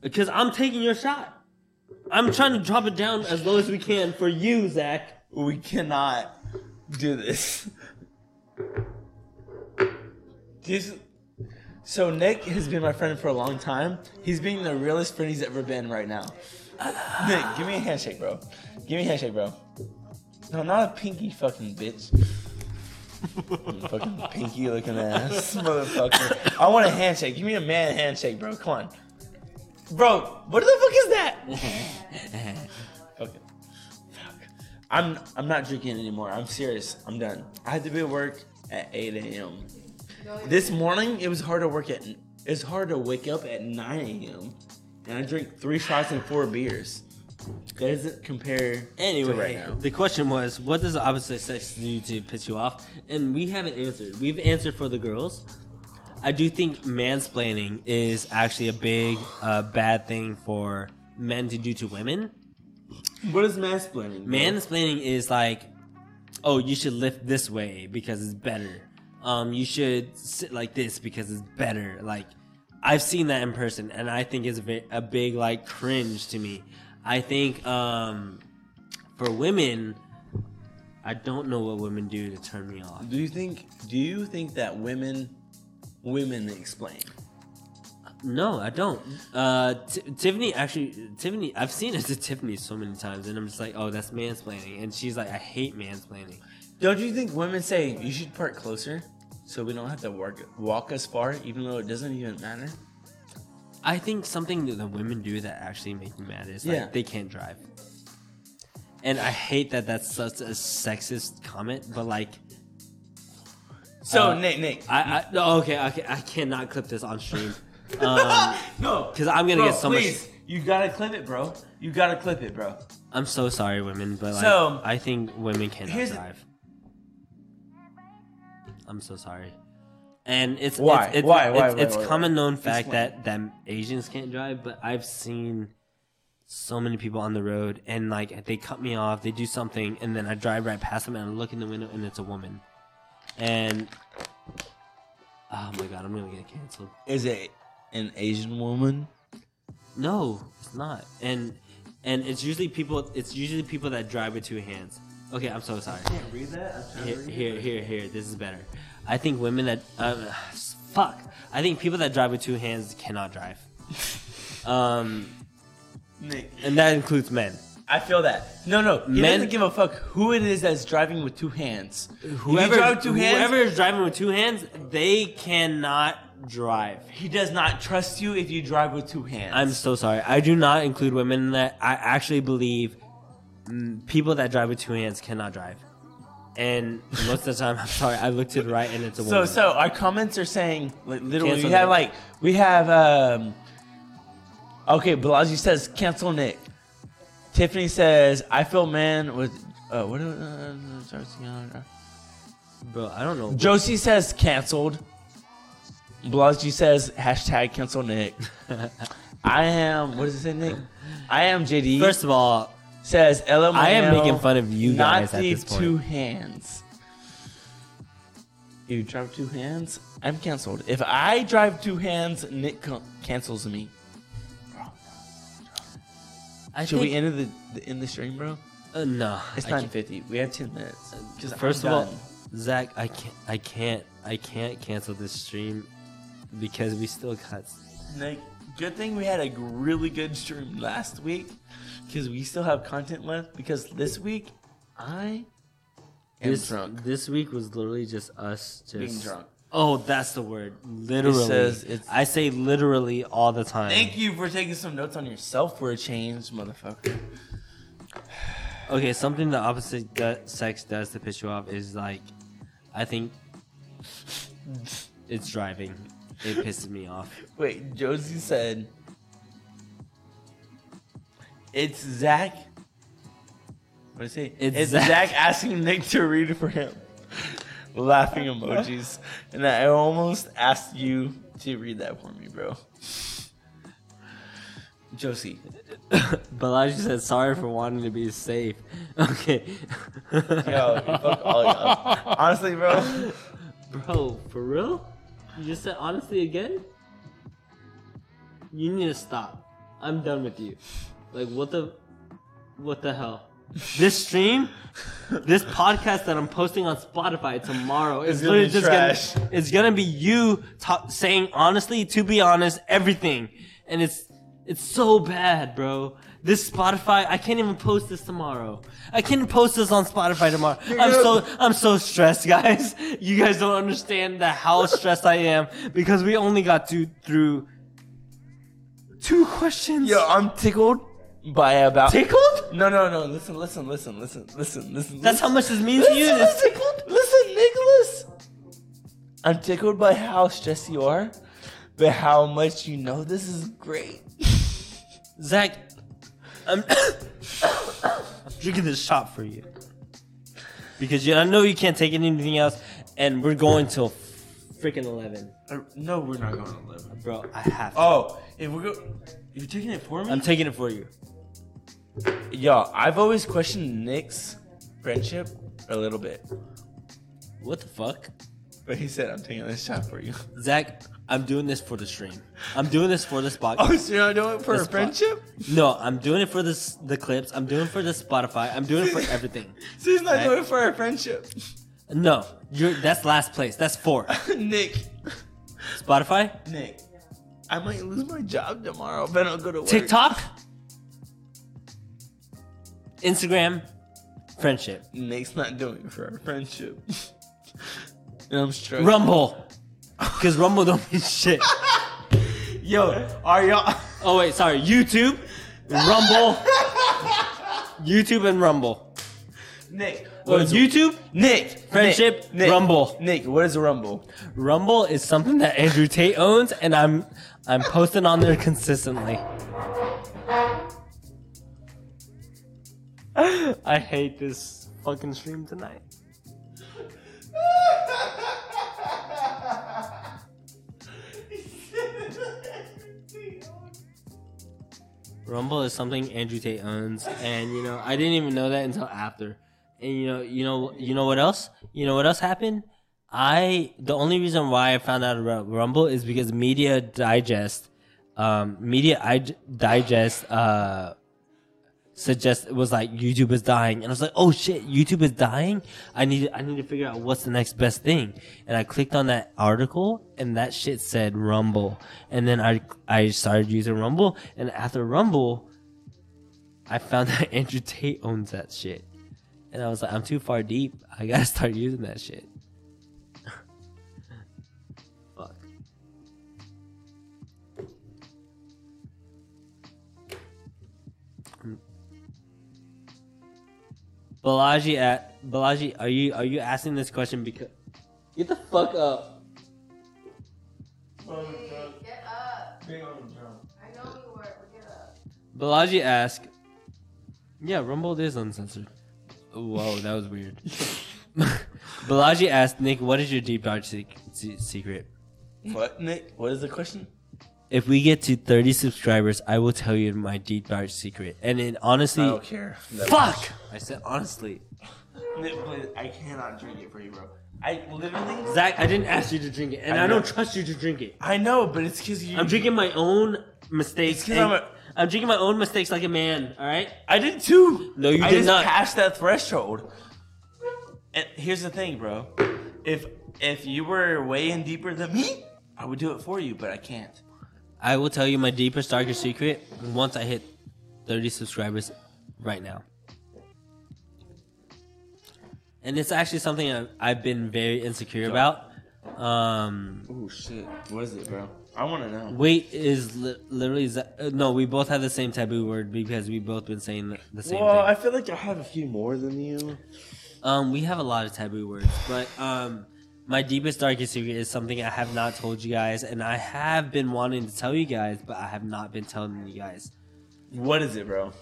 Because I'm taking your shot. I'm trying to drop it down as low as we can for you, Zach. We cannot do this. This, so Nick has been my friend for a long time. He's being the realest friend he's ever been right now. Nick, give me a handshake, bro. Give me a handshake, bro. No, not a pinky fucking bitch. You fucking pinky looking ass motherfucker. I want a handshake. Give me a man handshake, bro. Come on. Bro, what the fuck is that? Fuck it. Fuck. I'm I'm not drinking anymore. I'm serious. I'm done. I had to be at work at 8 a.m. This morning it was hard to work at. It's hard to wake up at 9 a.m. And I drank three shots and four beers. That doesn't compare. Anyway, right now. the question was, what does the opposite sex do to piss you off? And we haven't answered. We've answered for the girls. I do think mansplaining is actually a big uh, bad thing for men to do to women. What is mansplaining? bro? Mansplaining is like, oh, you should lift this way because it's better. Um, you should sit like this because it's better. Like, I've seen that in person, and I think it's a, bit, a big like cringe to me. I think um, for women, I don't know what women do to turn me off. Do you think? Do you think that women, women explain? No, I don't. Uh, T- Tiffany actually, Tiffany, I've seen it to Tiffany so many times, and I'm just like, oh, that's mansplaining, and she's like, I hate mansplaining. Don't you think women say you should park closer, so we don't have to walk walk as far, even though it doesn't even matter? I think something that the women do that actually make me mad is like Yeah. they can't drive. And I hate that that's such a sexist comment, but like So Uh, Nick, Nick, I, I no, okay, okay, I cannot clip this on stream. Um, no, cuz I'm going to bro, get so please, much you gotta clip it, bro. You gotta clip it, bro. I'm so sorry women, but like So- I think women cannot Here's the- drive. I'm so sorry. And it's Why? it's, it's, Why? Why? it's, Why? it's Why? Why? common known fact Explain. that that Asians can't drive, but I've seen so many people on the road and like they cut me off, they do something, and then I drive right past them and I look in the window and it's a woman. And oh my god, I'm gonna get canceled. Is it an Asian woman? No, it's not. And and it's usually people it's usually people that drive with two hands. Okay, I'm so sorry. Can't read that. I'm trying Here, here, here, here. This is better. I think women that um, fuck. I think people that drive with two hands cannot drive. Um, Nick, and that includes men. I feel that. No, no, he Men- doesn't give a fuck who it is that's driving with two hands. Whoever, if you drive with two hands, whoever is driving with two hands, they cannot drive. he does not trust you if you drive with two hands. I'm so sorry. I do not include women in that. I actually believe mm, people that drive with two hands cannot drive. And most of the time, I'm sorry. I look to the right and it's a So woman. so our comments are saying like literally Cancel we have Nick. like we have um Okay, Balaji says cancel Nick. Tiffany says I feel man with uh what do- uh, starts again. bro, I don't know. Josie says canceled. Balaji says hashtag cancel Nick. I am what does it say Nick? I am JD First of all, says LMAO. I am making fun of you not guys at the this point. two hands. You drive two hands, I'm canceled. If I drive two hands, Nick con- cancels me. I Should we think- end the, the end the stream, bro? Uh, no, It's I nine can't. fifty. We have ten minutes. 'Cause I'm First of all, done. Zach, I can't, I can't, I can't cancel this stream because we still got. Nick, good thing we had a g- really good stream last week because we still have content left. Because this week, I am This, drunk. this week was literally just us just Being drunk. Oh, that's the word. Literally, says it's- I say literally all the time. Thank you for taking some notes on yourself for a change, motherfucker. Okay, something the opposite du- sex does to piss you off is like, I think it's driving. It pisses me off. Wait, Josie said it's Zach. What did I say? It's It's, Zach. Zach. asking Nick to read for him. Laughing emojis, and I almost asked you to read that for me, bro. Josie, Balaji said, "Sorry for wanting to be safe." Okay. yo, fuck all y'all. Honestly, bro, Bro, for real? You just said honestly again? You need to stop. I'm done with you. Like what the what the hell? This stream, this podcast that I'm posting on Spotify tomorrow is It's gonna be literally just trash. gonna it's gonna be you ta- saying honestly, to be honest, everything, and it's it's so bad, bro. This Spotify, I can't even post this tomorrow. I can't post this on Spotify tomorrow. I'm so I'm so stressed, guys. You guys don't understand the how stressed I am because we only got to through two questions. Yo, I'm tickled by about. Tickled? no, no, no. Listen, listen, listen, listen, listen, listen. That's how listen. much this means to you. Listen, This- I'm tickled. Listen, Nicholas. I'm tickled by how stressed you are, but how much you know this is great. Zach, I'm, I'm drinking this shot for you because you, I know you can't take anything else, and we're going till freaking eleven, Uh, no, we're not going to live. bro. I have. To. Oh, If we're go- you're taking it for me. I'm taking it for you. yo, I've always questioned Nick's friendship a little bit, What the fuck, but he said I'm taking this shot for you. Zach? I'm doing this for the stream. I'm doing this for the spot. Oh, so you're not doing it for This a fuck. friendship? No, I'm doing it for this the clips. I'm doing it for the Spotify. I'm doing it for everything. So he's not Right. doing it for a friendship. No, you're that's last place. That's four. Nick, Spotify, Nick, I might lose my job tomorrow if I don't go to work. TikTok, Instagram, friendship. Nick's not doing it for our friendship. and I'm struggling. Rumble. Because Rumble don't mean shit. Yo, are y'all? Oh, wait, sorry. YouTube, Rumble, YouTube, and Rumble. Nick, Well, what is YouTube, Uh, Nick? friendship, Nick, Nick, Rumble. Nick, what is a rumble? Rumble is something that Andrew Tate owns, and I'm I'm posting on there consistently. I hate this fucking stream tonight. Rumble is something Andrew Tate owns, and you know I didn't even know that until after. And you know, you know, you know what else? You know what else happened? I the only reason why I found out about Rumble is because Media Digest, um, Media I- Digest, uh, suggest was like YouTube is dying, and I was like, oh shit, YouTube is dying. I need I need to figure out what's the next best thing. And I clicked on that article, and that shit said Rumble, and then I I started using Rumble, and after Rumble, I found that Andrew Tate owns that shit, and I was like, I'm too far deep. I gotta start using that shit. Fuck. Balaji at Balaji, are you are you asking this question because get the fuck up? Get up. I know you were. Get up. Balaji asked. Yeah, Rumble is uncensored. Whoa, that was weird. Balaji asked Nick, "What is your deep dark sec- se- secret?" What, Nick? What is the question? If we get to 30 subscribers, I will tell you my deep dark secret. And it honestly, I don't care. fuck. Oh, I said honestly, Nick, please, I cannot drink it for you, bro. I literally. Zach, I didn't ask you to drink it, and I I, don't know. trust you to drink it. I know, but it's because you. I'm drinking my own mistakes. It's 'cause and- I'm a- I'm drinking my own mistakes like a man. All right. I did too. No, you I did just not. Passed that threshold. And here's the thing, bro. If if you were way in deeper than me, I would do it for you, but I can't. I will tell you my deepest, darkest secret once I hit 30 subscribers right now. And it's actually something I've, I've been very insecure about. Um, Oh shit! What is it, bro? I want to know. weight is li- literally. za- uh, No, we both have the same taboo word because we've both been saying the- the same Well, thing. I feel like I have a few more than you. Um, we have a lot of taboo words, but um, my deepest darkest secret is something I have not told you guys, and I have been wanting to tell you guys, but I have not been telling you guys. What is it, bro?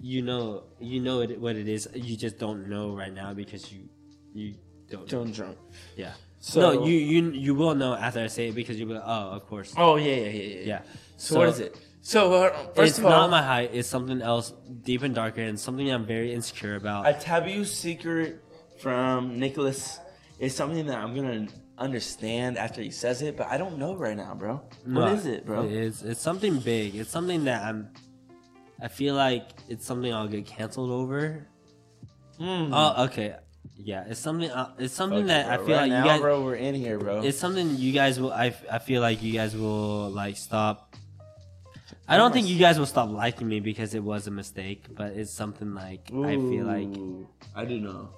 You know, you know it, what it is. You just don't know right now because you, you don't. Don't drunk. Yeah. So no, you you you will know after I say it because you'll be like, oh, of course. Oh yeah, yeah, yeah, yeah. Yeah. So, what is it? So uh, first It's of all, not my height. It's something else, deep and darker, and something I'm very insecure about. A taboo secret from Nicholas is something that I'm gonna understand after he says it, but I don't know right now, bro. No, what is it, bro? It's it's something big. It's something that I'm I feel like it's something I'll get canceled over. Hmm. Mm. Oh, okay. Yeah, it's something. Uh, it's something Fuck it, that I bro. feel Right like now, you guys. bro, we're in here, bro. It's something you guys will. I, I feel like you guys will like stop. I don't think you guys will stop liking me because it was a mistake, but it's something like I feel like Ooh, I do know.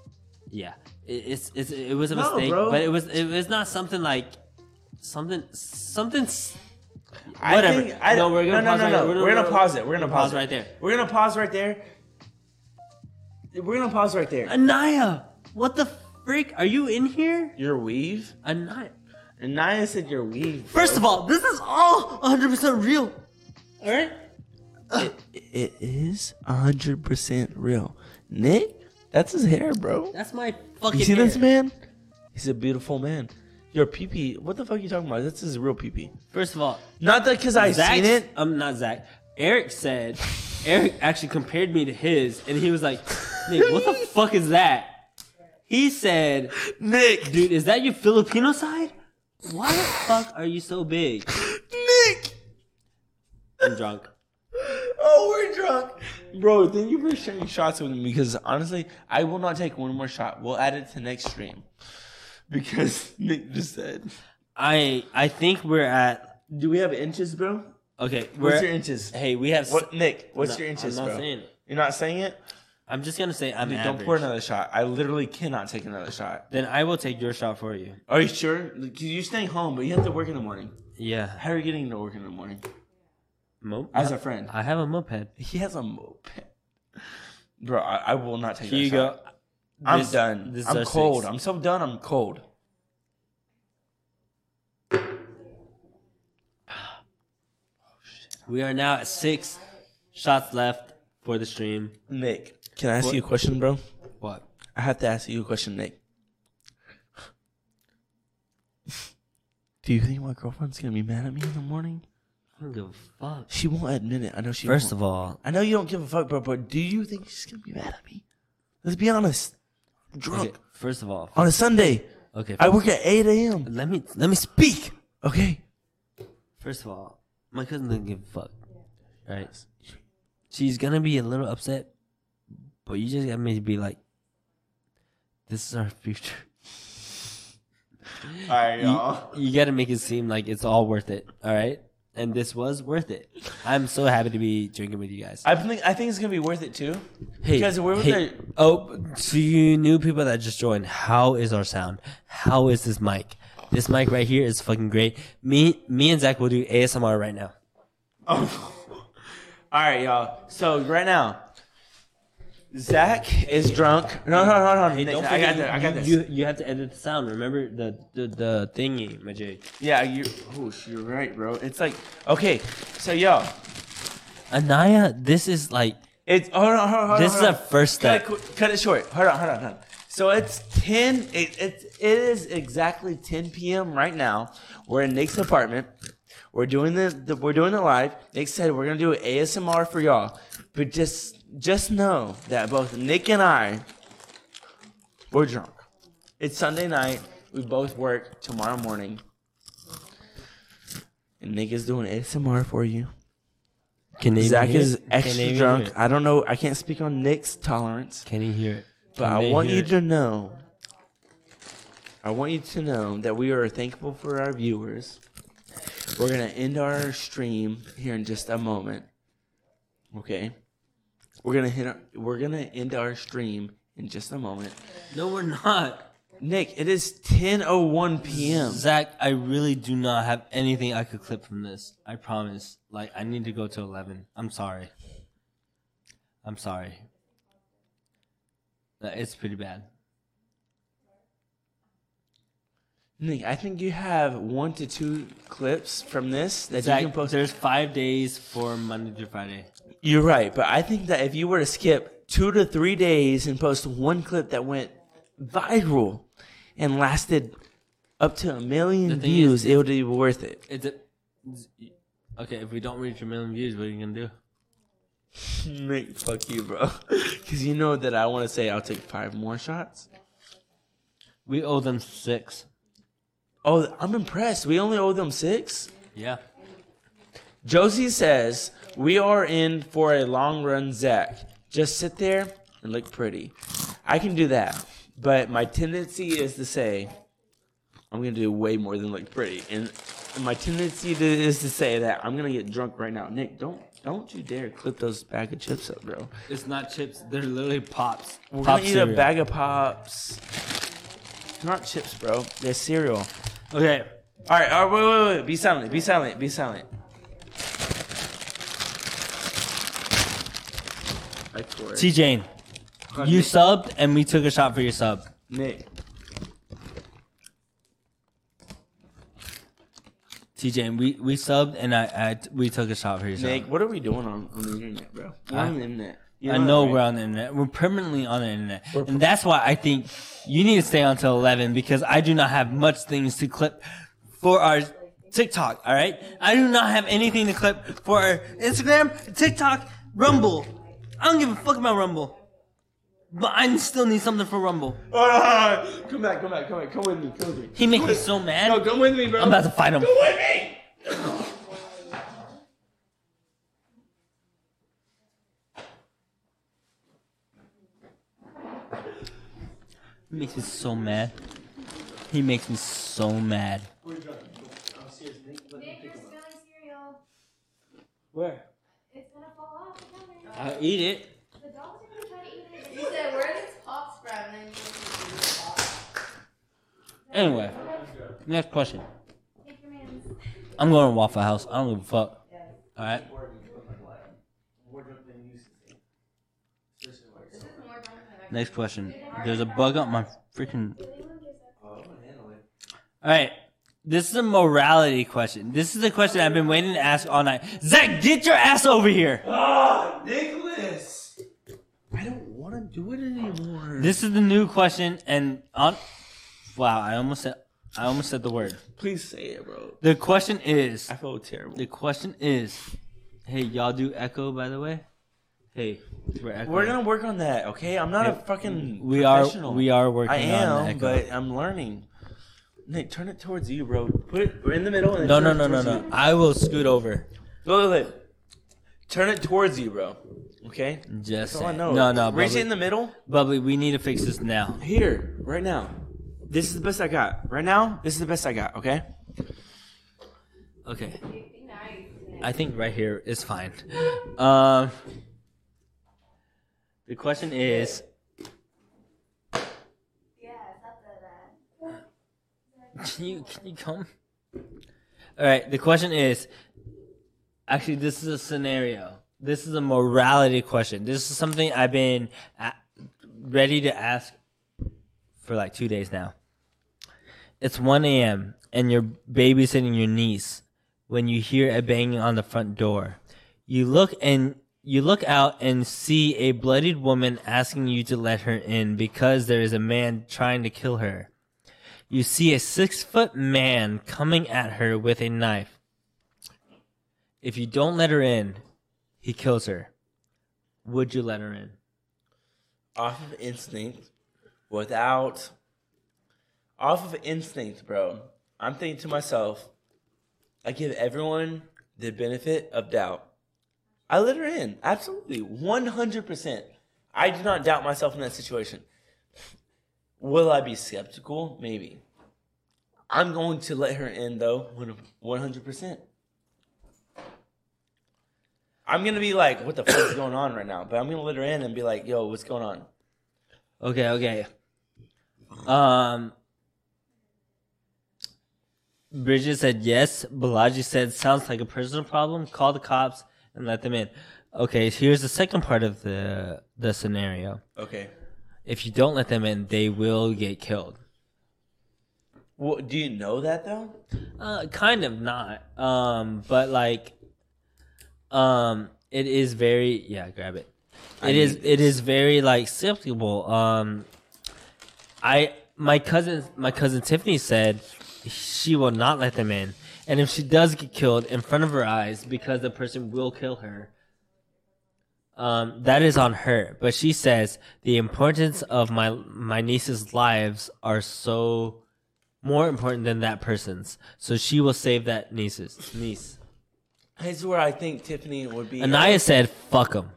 yeah, it, it's, it's it was a No, mistake, bro. but it was it was not something like something something. s- I Whatever. think- I- no, we're gonna no, pause no, right no. there. We're, gonna pause it. We're gonna pause, pause right there. We're gonna pause right there. We're gonna pause right there. Anaya, what the freak? Are you in here? Your weave. Anaya. And Naya said your weave. First of all, this is all 100% real. All right? It is hundred percent real. Nick, that's his hair, bro. That's my fucking You see hair. this man? He's a beautiful man. Your pee-pee, what the fuck are you talking about? This is real pee-pee. First of all, Not that because I Zach's- seen it. I'm not Zach. Eric said, Eric actually compared me to his, and he was like, Nick, what the fuck is that? He said, Nick, dude, is that your Filipino side? Why the fuck are you so big? Nick. I'm drunk. Oh, we're drunk, bro. Thank you for sharing shots with me because honestly, I will not take one more shot. We'll add it to next stream because Nick just said. I I think we're at Do we have inches, bro? okay. We're, What's your inches? hey, we have. s- What, Nick? What's No, your inches, I'm not bro? saying it. You're not saying it. I'm just gonna say I'm Dude, average. don't pour another shot. I literally cannot take another shot. Then I will take your shot for you. Are you sure? Because you're staying home, but you have to work in the morning. Yeah. How are you getting to work in the morning? Mo- As a friend, I have a moped. he has a moped. Bro, I, I will not take. Here that you shot. go. I'm This- done. this is our I'm cold. sixth. I'm so done. I'm cold. We are now at six shots left for the stream. Nick, can I ask What? you a question, bro? What? I have to ask you a question, Nick. Do you think my girlfriend's gonna be mad at me in the morning? I don't give a fuck. She won't admit it. I know she. won't. First of all, I know you don't give a fuck, bro. But do you think she's gonna be mad at me? Let's be honest. I'm drunk okay, first of all, on a Sunday. okay. I work at 8 a.m. let me let me speak. Okay. First of all, my cousin doesn't give a fuck. Right? She's gonna be a little upset, but you just got me to be like, "This is our future." All right, You, you gotta make it seem like it's all worth it. All right, and this was worth it. I'm so happy to be drinking with you guys. I think I think it's gonna be worth it too. Hey, Because we're with hey. the- Oh, so you new people that just joined. How is our sound? How is this mic? This mic right here is fucking great. Me, me and Zach will do ASMR right now. All right, y'all. So right now, Zach is drunk. No, no, no, no. Nick, Don't I got forget, this. I got this. you, you have to edit the sound. Remember the the, the thingy, my J. yeah, you. Oh, sh- you're right, bro. It's like okay. So y'all, Anaya, this is like it's hold on, hold on. Hold this on, is hold a on. first Cut it, step. qu- cut it short. Hold on, hold on, hold on. So it's 10, it, it, it is exactly 10 p.m. right now. We're in Nick's apartment. We're doing the, the we're doing it live. Nick said we're gonna do an ASMR for y'all. But just just know that both Nick and I we're drunk. It's Sunday night. We both work tomorrow morning. And Nick is doing ASMR for you. Can they Zach hear is it? Can they extra hear drunk. it? I don't know. I can't speak on Nick's tolerance. Can you hear it? But Can I they want hear you it? to know. I want you to know that we are thankful for our viewers. We're gonna end our stream here in just a moment. Okay. We're gonna hit. Our, we're gonna end our stream in just a moment. No, we're not. Nick, it is 10:01 p.m. Zach, I really do not have anything I could clip from this. I promise. Like, I need to go to 11. I'm sorry. I'm sorry. Uh, It's pretty bad. Nick, I think you have one to two clips from this that Zach, you can post. there's five days for Monday through Friday. You're right, but I think that if you were to skip two to three days and post one clip that went viral and lasted up to a The million thing views, is- it would be worth it. It's a, okay. If we don't reach a million views, what are you gonna do? Nick, fuck you, bro. Because you know that I want to say I'll take five more shots. We owe them six. Oh, I'm impressed. We only owe them six. Yeah. Josie says, We are in for a long run, Zach. Just sit there and look pretty. I can do that, but my tendency is to say, I'm going to do way more than look pretty. And my tendency to, is to say that I'm going to get drunk right now. Nick, don't. Don't you dare clip those bag of chips up, bro. It's not chips. They're literally pops. We're Pop gonna eat a cereal. bag of pops. They're Not chips, bro. They're cereal. Okay. All right. All right. Wait, wait, wait. Be silent. Be silent. Be silent. I tore it. T Jane, you subbed and we took a shot for your sub. Nick. T Jane, we we subbed and I, I we took a shot for your Nick, sub. what are we doing on, on the internet, bro? We're I- on the internet. You I know that, we're right? on the internet. We're permanently on the internet, and that's why I think you need to stay on till eleven because I do not have much things to clip for our TikTok. All right, I do not have anything to clip for our Instagram, TikTok, Rumble. I don't give a fuck about Rumble, but I still need something for Rumble. Oh, no, no, no. Come back. Come back. Come back. Come with me. Come with me. He makes me so mad. No, come with me, bro. I'm about to fight him. He makes me so mad. He makes me so mad. Where? I'll eat it. You said where this pops from, then you Anyway, next question. I'm going to Waffle House. I don't give a fuck. Alright? Next question. There's a bug on my freaking. Alright. This is a morality question. This is the question I've been waiting to ask all night. Zach, get your ass over here! Nicholas! I don't want to do it anymore. This is the new question, and on. Wow, I almost said. I almost said the word. Please say it, bro. The question is. I feel terrible. The question is. Hey, y'all do echo, by the way. Hey, we're echo. We're gonna work on that, okay? I'm not a fucking. We are. professional. We are working I on the am, echo. but I'm learning. Nick, turn it towards you, bro. Put it we're in the middle. And then no, no, turn no, it no, towards no. you. I will scoot over. Look, look, look. Turn it towards you, bro. Okay. Just So I saying. know. no, no, Reach it bubbly, in the middle. bubbly. We need to fix this now. Here, right now. This is the best I got. Right now, this is the best I got. Okay. Okay. I think right here is fine. Um, the question is. Can you can you come? All right. The question is, actually, this is a scenario. This is a morality question. This is something I've been a- ready to ask for like two days now. It's 1 a.m. and you're babysitting your niece when you hear a banging on the front door. You look and you look out and see a bloodied woman asking you to let her in because there is a man trying to kill her. You see a six foot man coming at her with a knife. If you don't let her in, he kills her. Would you let her in? Off of instinct, without. Off of instinct, bro. I'm thinking to myself. I give everyone the benefit of doubt. I let her in. Absolutely. 100%. I do not doubt myself in that situation. Will I be skeptical? Maybe. I'm going to let her in, though, 100%. I'm going to be like, what the fuck is going on right now? But I'm going to let her in and be like, yo, what's going on? Okay, okay. Um Bridget said yes. Balaji said sounds like a personal problem. Call the cops and let them in. Okay, here's the second part of the the scenario. Okay. If you don't let them in, they will get killed. Well, do you know that, though? Uh kind of not. Um but like um it is very yeah, grab it. It is it is very like skeptical. Um I my cousin my cousin Tiffany said she will not let them in. And if she does get killed in front of her eyes because the person will kill her, um, that is on her. But she says the importance of my my niece's lives are so more important than that person's. So she will save that niece's niece. This is where I think Tiffany would be. Anaya said, fuck him.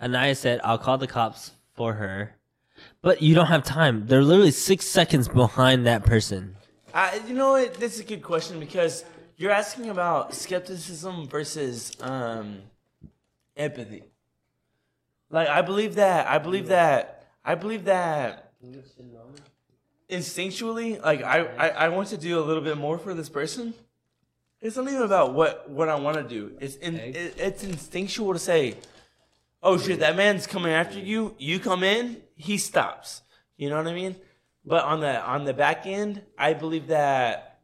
Anaya said, I'll call the cops for her. But you don't have time. They're literally six seconds behind that person. I, you know what? This is a good question because you're asking about skepticism versus um, empathy. Like I believe that. I believe that. I believe that. Instinctually, like I, I, I want to do a little bit more for this person. It's not even about what what I want to do. It's in, it, it's instinctual to say, "Oh shit, that man's coming after you." You come in, he stops. You know what I mean? But on the on the back end, I believe that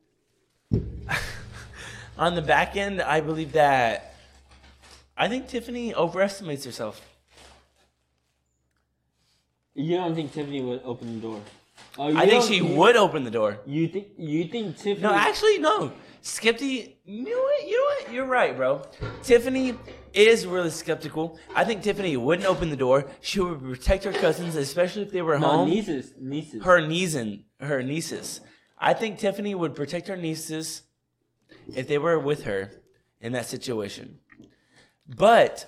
on the back end, I believe that I think Tiffany overestimates herself. You don't think Tiffany would open the door? Oh, you I think don't- she you- would open the door. You think you think Tiffany? No, actually, no. Skepti, you know what? You know what? You're right, bro. Tiffany is really skeptical. I think Tiffany wouldn't open the door. She would protect her cousins, especially if they were no, home. nieces, nieces. her niece and her nieces. I think Tiffany would protect her nieces if they were with her in that situation. But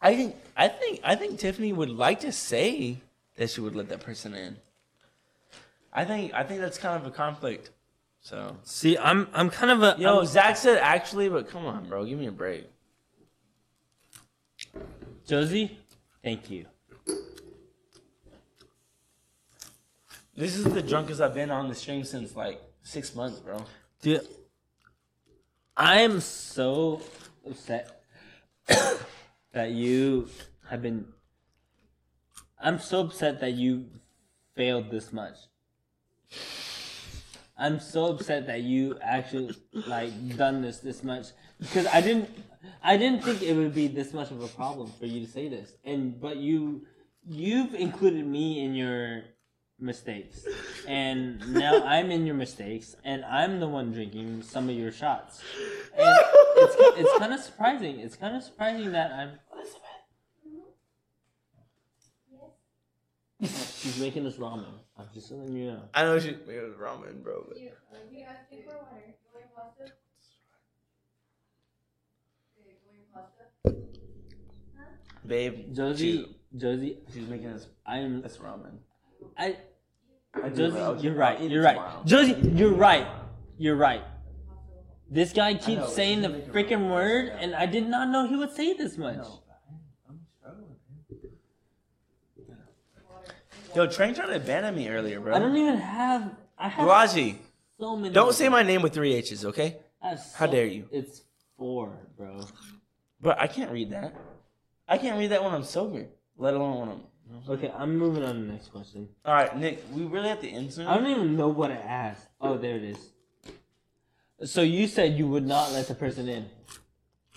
I think I think I think Tiffany would like to say that she would let that person in. I think I think that's kind of a conflict. So See, I'm I'm kind of a yo, I'm- Zach said actually, but come on, bro, give me a break. Josie. Thank you. This is the drunkest I've been on the stream since like six months, bro. Dude, I am so upset that you have been. I'm so upset that you failed this much. I'm so upset that you actually like done this this much because I didn't. I didn't think it would be this much of a problem for you to say this, and but you, you've included me in your mistakes. And now I'm in your mistakes, and I'm the one drinking some of your shots. And it's, it's kind of surprising. It's kind of surprising that I'm. She's making this ramen. I'm just letting you know. I know she it was ramen, bro. But babe, Josie, Josie, she's making us I'm. this ramen. I. I do, bro. I'll Josie, eat- you're I'll right. eat it You're right. tomorrow. Josie, you're right. You're right. This guy know, keeps saying the she's making freaking ramen. word, and I did not know he would say this much. I'm struggling. man. Yo, Train tried to ban me earlier, bro. I don't even have. I have Raji, so many. don't say my name with three H's, okay? I have so- How dare you. It's four, bro. But I can't read that. I can't read that when I'm sober, let alone when I'm. Okay, I'm moving on to the next question. All right, Nick, we really have to end soon. I don't even know what I asked. Oh, there it is. So you said you would not let the person in.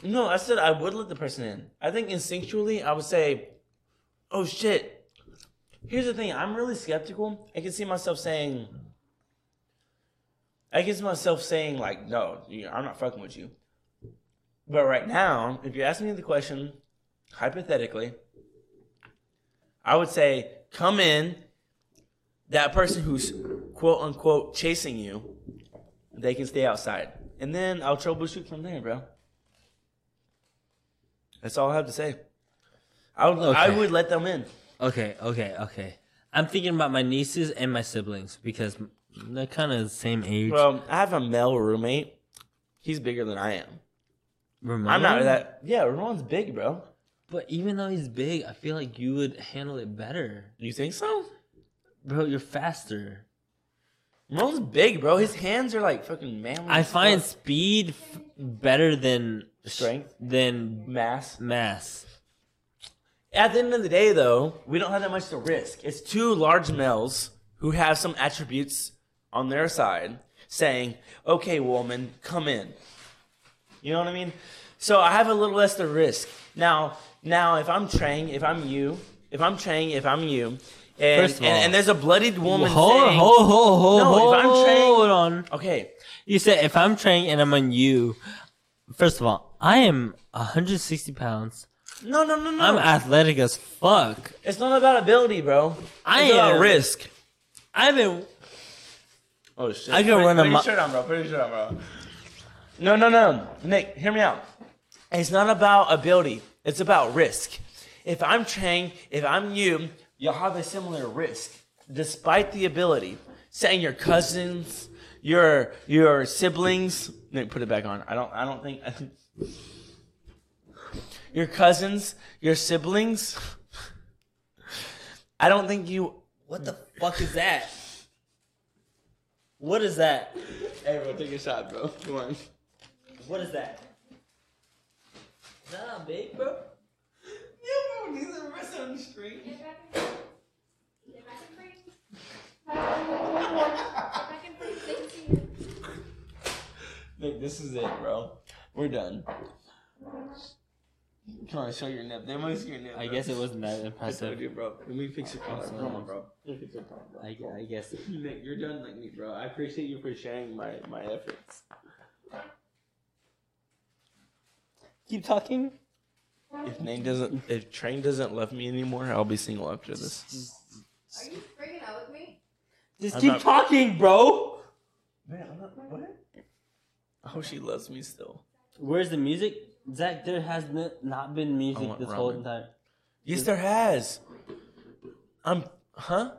No, I said I would let the person in. I think instinctually I would say, "Oh shit." Here's the thing: I'm really skeptical. I can see myself saying, I can see myself saying like, "No, you- I'm not fucking with you." But right now, if you ask me the question, hypothetically, I would say, "Come in." That person who's quote unquote chasing you, they can stay outside, and then I'll troubleshoot from there, bro. That's all I have to say. I would, I Okay. would let them in. Okay, okay, okay. I'm thinking about my nieces and my siblings because they're kind of the same age. Well, I have a male roommate. He's bigger than I am. Ramon? I'm not that. Yeah, Ramon's big, bro. But even though he's big, I feel like you would handle it better, You think so? bro. You're faster. Ramon's big, bro. His hands are like fucking manly. I as find fuck. speed f- better than Strength? than mass. mass. At the end of the day, though, we don't have that much to risk. It's two large males who have some attributes on their side saying, okay, woman, come in. You know what I mean? So I have a little less to risk. Now, now, if I'm Trang, if I'm you, if I'm Trang, if I'm you, and, First of all- and, and there's a bloodied woman Hold, saying, hold, hold, hold, No, if I'm hold trained- on. okay, You said if I'm training and I'm on you, first of all, I am 160 pounds. no, no, no, no. I'm athletic as fuck. it's not about ability, bro. It's I about am- risk. I've been Oh shit! I can Put- run a put your mi- shirt on, bro. Put your shirt on, bro. No, no, no. Nick, hear me out. It's not about ability, it's about risk. If I'm Chang, if I'm you, you'll have a similar risk. Despite the ability, saying your cousins, your your siblings, Nick, put it back on. I don't I don't think I think your cousins, your siblings. I don't think you What the fuck is that? What is that? Hey bro, take a shot, bro. Come on. What is that? Is that on big, bro? Nick, this is it, bro. We're done. Come on, show your nip. They want to see your nip. I bro. guess it wasn't that impressive. you, bro. Let me fix your problem. Come on, bro. Let me fix your problem, bro. I, gu- I guess. Nick, you're done like me, bro. I appreciate you for sharing my, my efforts. Keep talking. If Nate doesn't, if Train doesn't love me anymore, I'll be single after this. Are you freaking out with me? Just I'm keep not- talking, bro. Man, I'm not, what? I hope she loves me still. Where's the music? Zach, there has n- not been I music want this whole ramen. entire. Yes, there has. I'm, huh?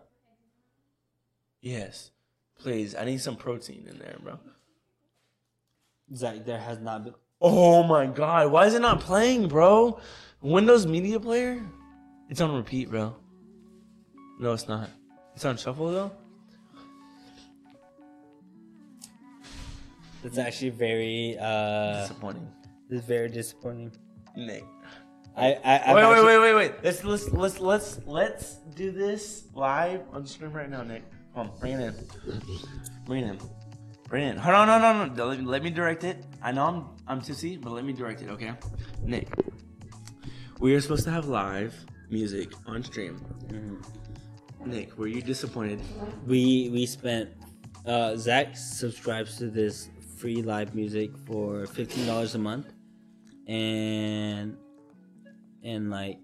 Yes. Please, I need some protein in there, bro. Zach, there has not been. Oh my god, why is it not playing, bro? Windows Media Player? It's on repeat, bro. No, it's not. It's on shuffle though? That's actually very. uh Disappointing. It's very disappointing. Nick. I. I Wait, I've wait, actually- wait, wait, wait. Let's let's let's let's let's do this live on stream right now, Nick. Come on, bring it in. Bring it in. Bring it in. Hold on, no, no, no. Let me, let me direct it. I know I'm I'm tipsy, but let me direct it, okay? Nick. We are supposed to have live music on stream. Nick, were you disappointed? We we spent. Uh, Zach subscribes to this free live music for fifteen dollars a month, and and like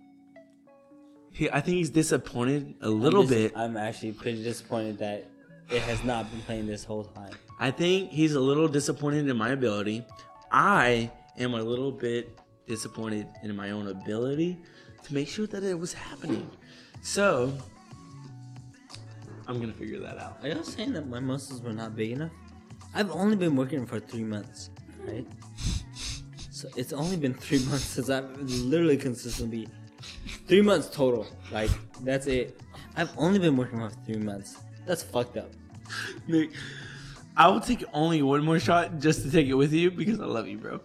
He, I think he's disappointed a little I'm dis- bit. I'm actually pretty disappointed that it has not been playing this whole time. I think he's a little disappointed in my ability. I am a little bit disappointed in my own ability to make sure that it was happening. So I'm gonna figure that out. Are y'all saying that my muscles were not big enough? I've only been working for three months, right? So it's only been three months since I've literally consistently three months total. Like that's it. I've only been working for three months. That's fucked up. Nick, I will take only one more shot just to take it with you because I love you, bro.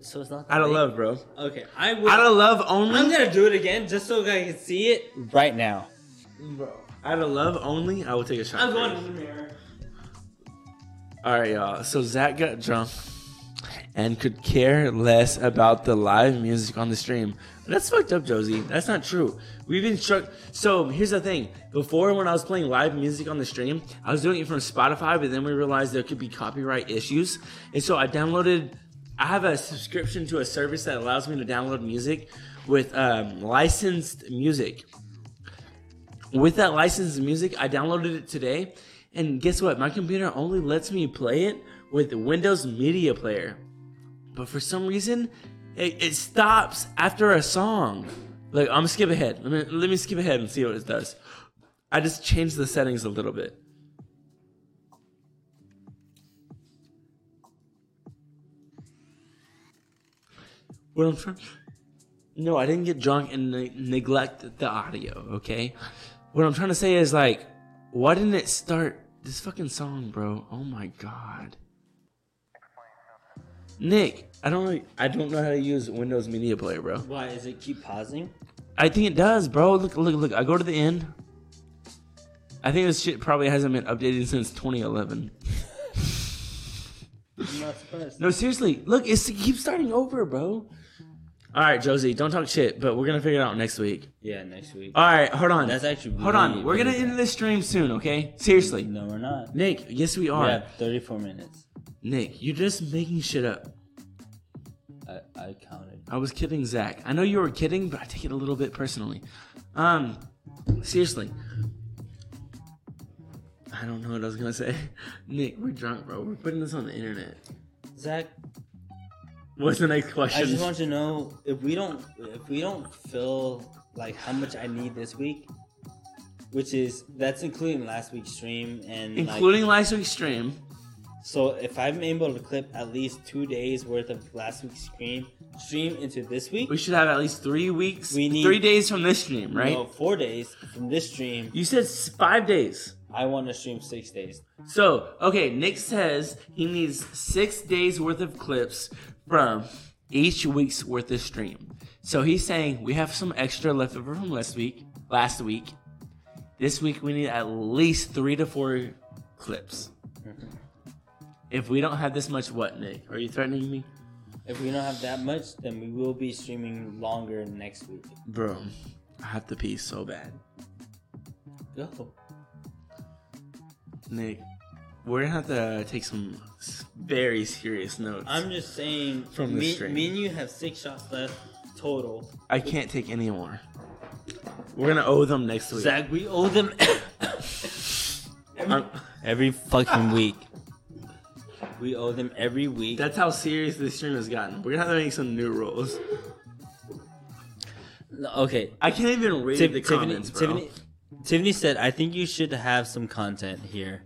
So it's not. that Out of big. love, bro. Okay, I Out will. of love only. I'm gonna do it again just so I can see it right now. Bro, out of love only, I will take a shot. I'm for going you. to the mirror. All right, y'all. So Zach got drunk and could care less about the live music on the stream. That's fucked up, Josie. That's not true. We've been struck. So here's the thing. Before, when I was playing live music on the stream, I was doing it from Spotify, but then we realized there could be copyright issues, and so I downloaded. I have a subscription to a service that allows me to download music with um, licensed music with that licensed music, I downloaded it today, and guess what? My computer only lets me play it with the Windows Media Player. But for some reason, it, it stops after a song. Look, I'm gonna skip ahead. Let me, let me skip ahead and see what it does. I just changed the settings a little bit. What I'm trying. No, I didn't get drunk and ne- neglect the audio, okay? What I'm trying to say is, like, why didn't it start this fucking song, bro? Oh my god. Nick, I don't really, I don't know how to use Windows Media Player, bro. Why is it keep pausing? I think it does, bro. Look, look, look. I go to the end. I think this shit probably hasn't been updated since 2011. I'm not surprised. No, seriously. Look, it's, it keeps starting over, bro. All right, Josie, don't talk shit, but we're gonna figure it out next week. Yeah, next week. All right, hold on. That's actually Hold really on, we're gonna bad. end this stream soon, okay? Seriously, No, we're not. Nick. Yes, we We are. have 34 minutes. Nick, you're just making shit up. I, I counted. I was kidding, Zach. I know you were kidding, but I take it a little bit personally. Um, seriously. I don't know what I was gonna say. Nick, we're drunk, bro. We're putting this on the internet. Zach, What's the next I question? just want to know if we don't if we don't fill like how much I need this week, which is that's including last week's stream and like, Including last week's stream. so if I'm able to clip at least two days worth of last week's stream stream into this week, We should have at least three weeks. We need- three days from this stream, right? no, four days from this stream, You said s- five days. I want to stream six days. So, okay, Nick says he needs six days worth of clips from each week's worth of stream. So he's saying we have some extra left over from last week. Last week, this week we need at least three to four clips. Mm-hmm. If we don't have this much, what Nick? Are you threatening me, If we don't have that much, then we will be streaming longer next week. bro? I have to pee so bad, Go. Nick. We're gonna have to take some s- very serious notes. I'm just saying. From the me, stream. me and you have six shots left total. I can't take any more. We're gonna owe them next week. Zach, we owe them I'm- every fucking week. We owe them every week. That's how serious this stream has gotten. We're gonna have to make some new rules. okay. I can't even read Tif- the Tiffany, comments, bro. Tiffany, Tiffany said, "I think you should have some content here.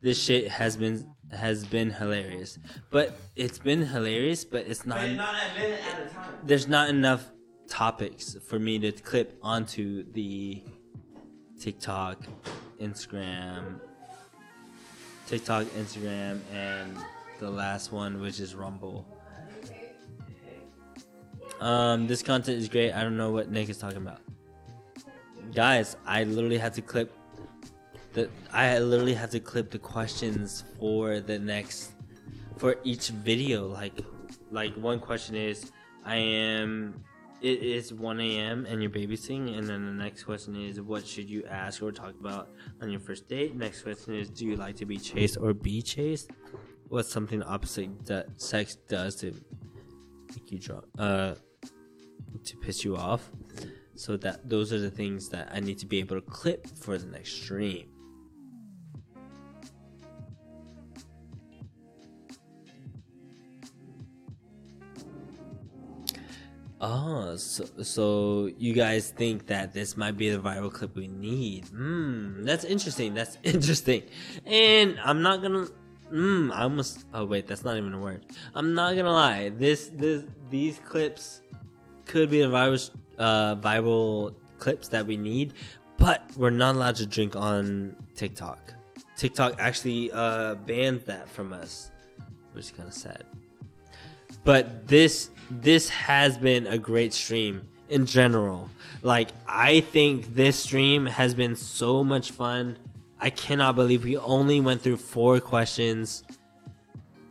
This shit has been has been hilarious, but it's been hilarious, but it's not. There's not enough topics for me to clip onto the TikTok, Instagram, TikTok, Instagram, and the last one, which is Rumble." Um, this content is great. I don't know what Nick is talking about guys i literally had to clip the i literally had to clip the questions for the next for each video like like one question is i am it is 1 a.m and you're babysitting and then the next question is what should you ask or talk about on your first date next question is do you like to be chased or be chased what's something the opposite that sex does to make you drunk uh to piss you off so that those are the things that I need to be able to clip for the next stream. Oh, so, so you guys think that this might be the viral clip we need? Hmm, that's interesting. That's interesting. And I'm not gonna. Hmm, I almost. Oh wait, that's not even a word. I'm not gonna lie. This, this, these clips could be the virus uh, viral clips that we need, but we're not allowed to drink on TikTok. TikTok actually uh, banned that from us, which is kind of sad. But this this has been a great stream in general. Like I think this stream has been so much fun. I cannot believe we only went through four questions.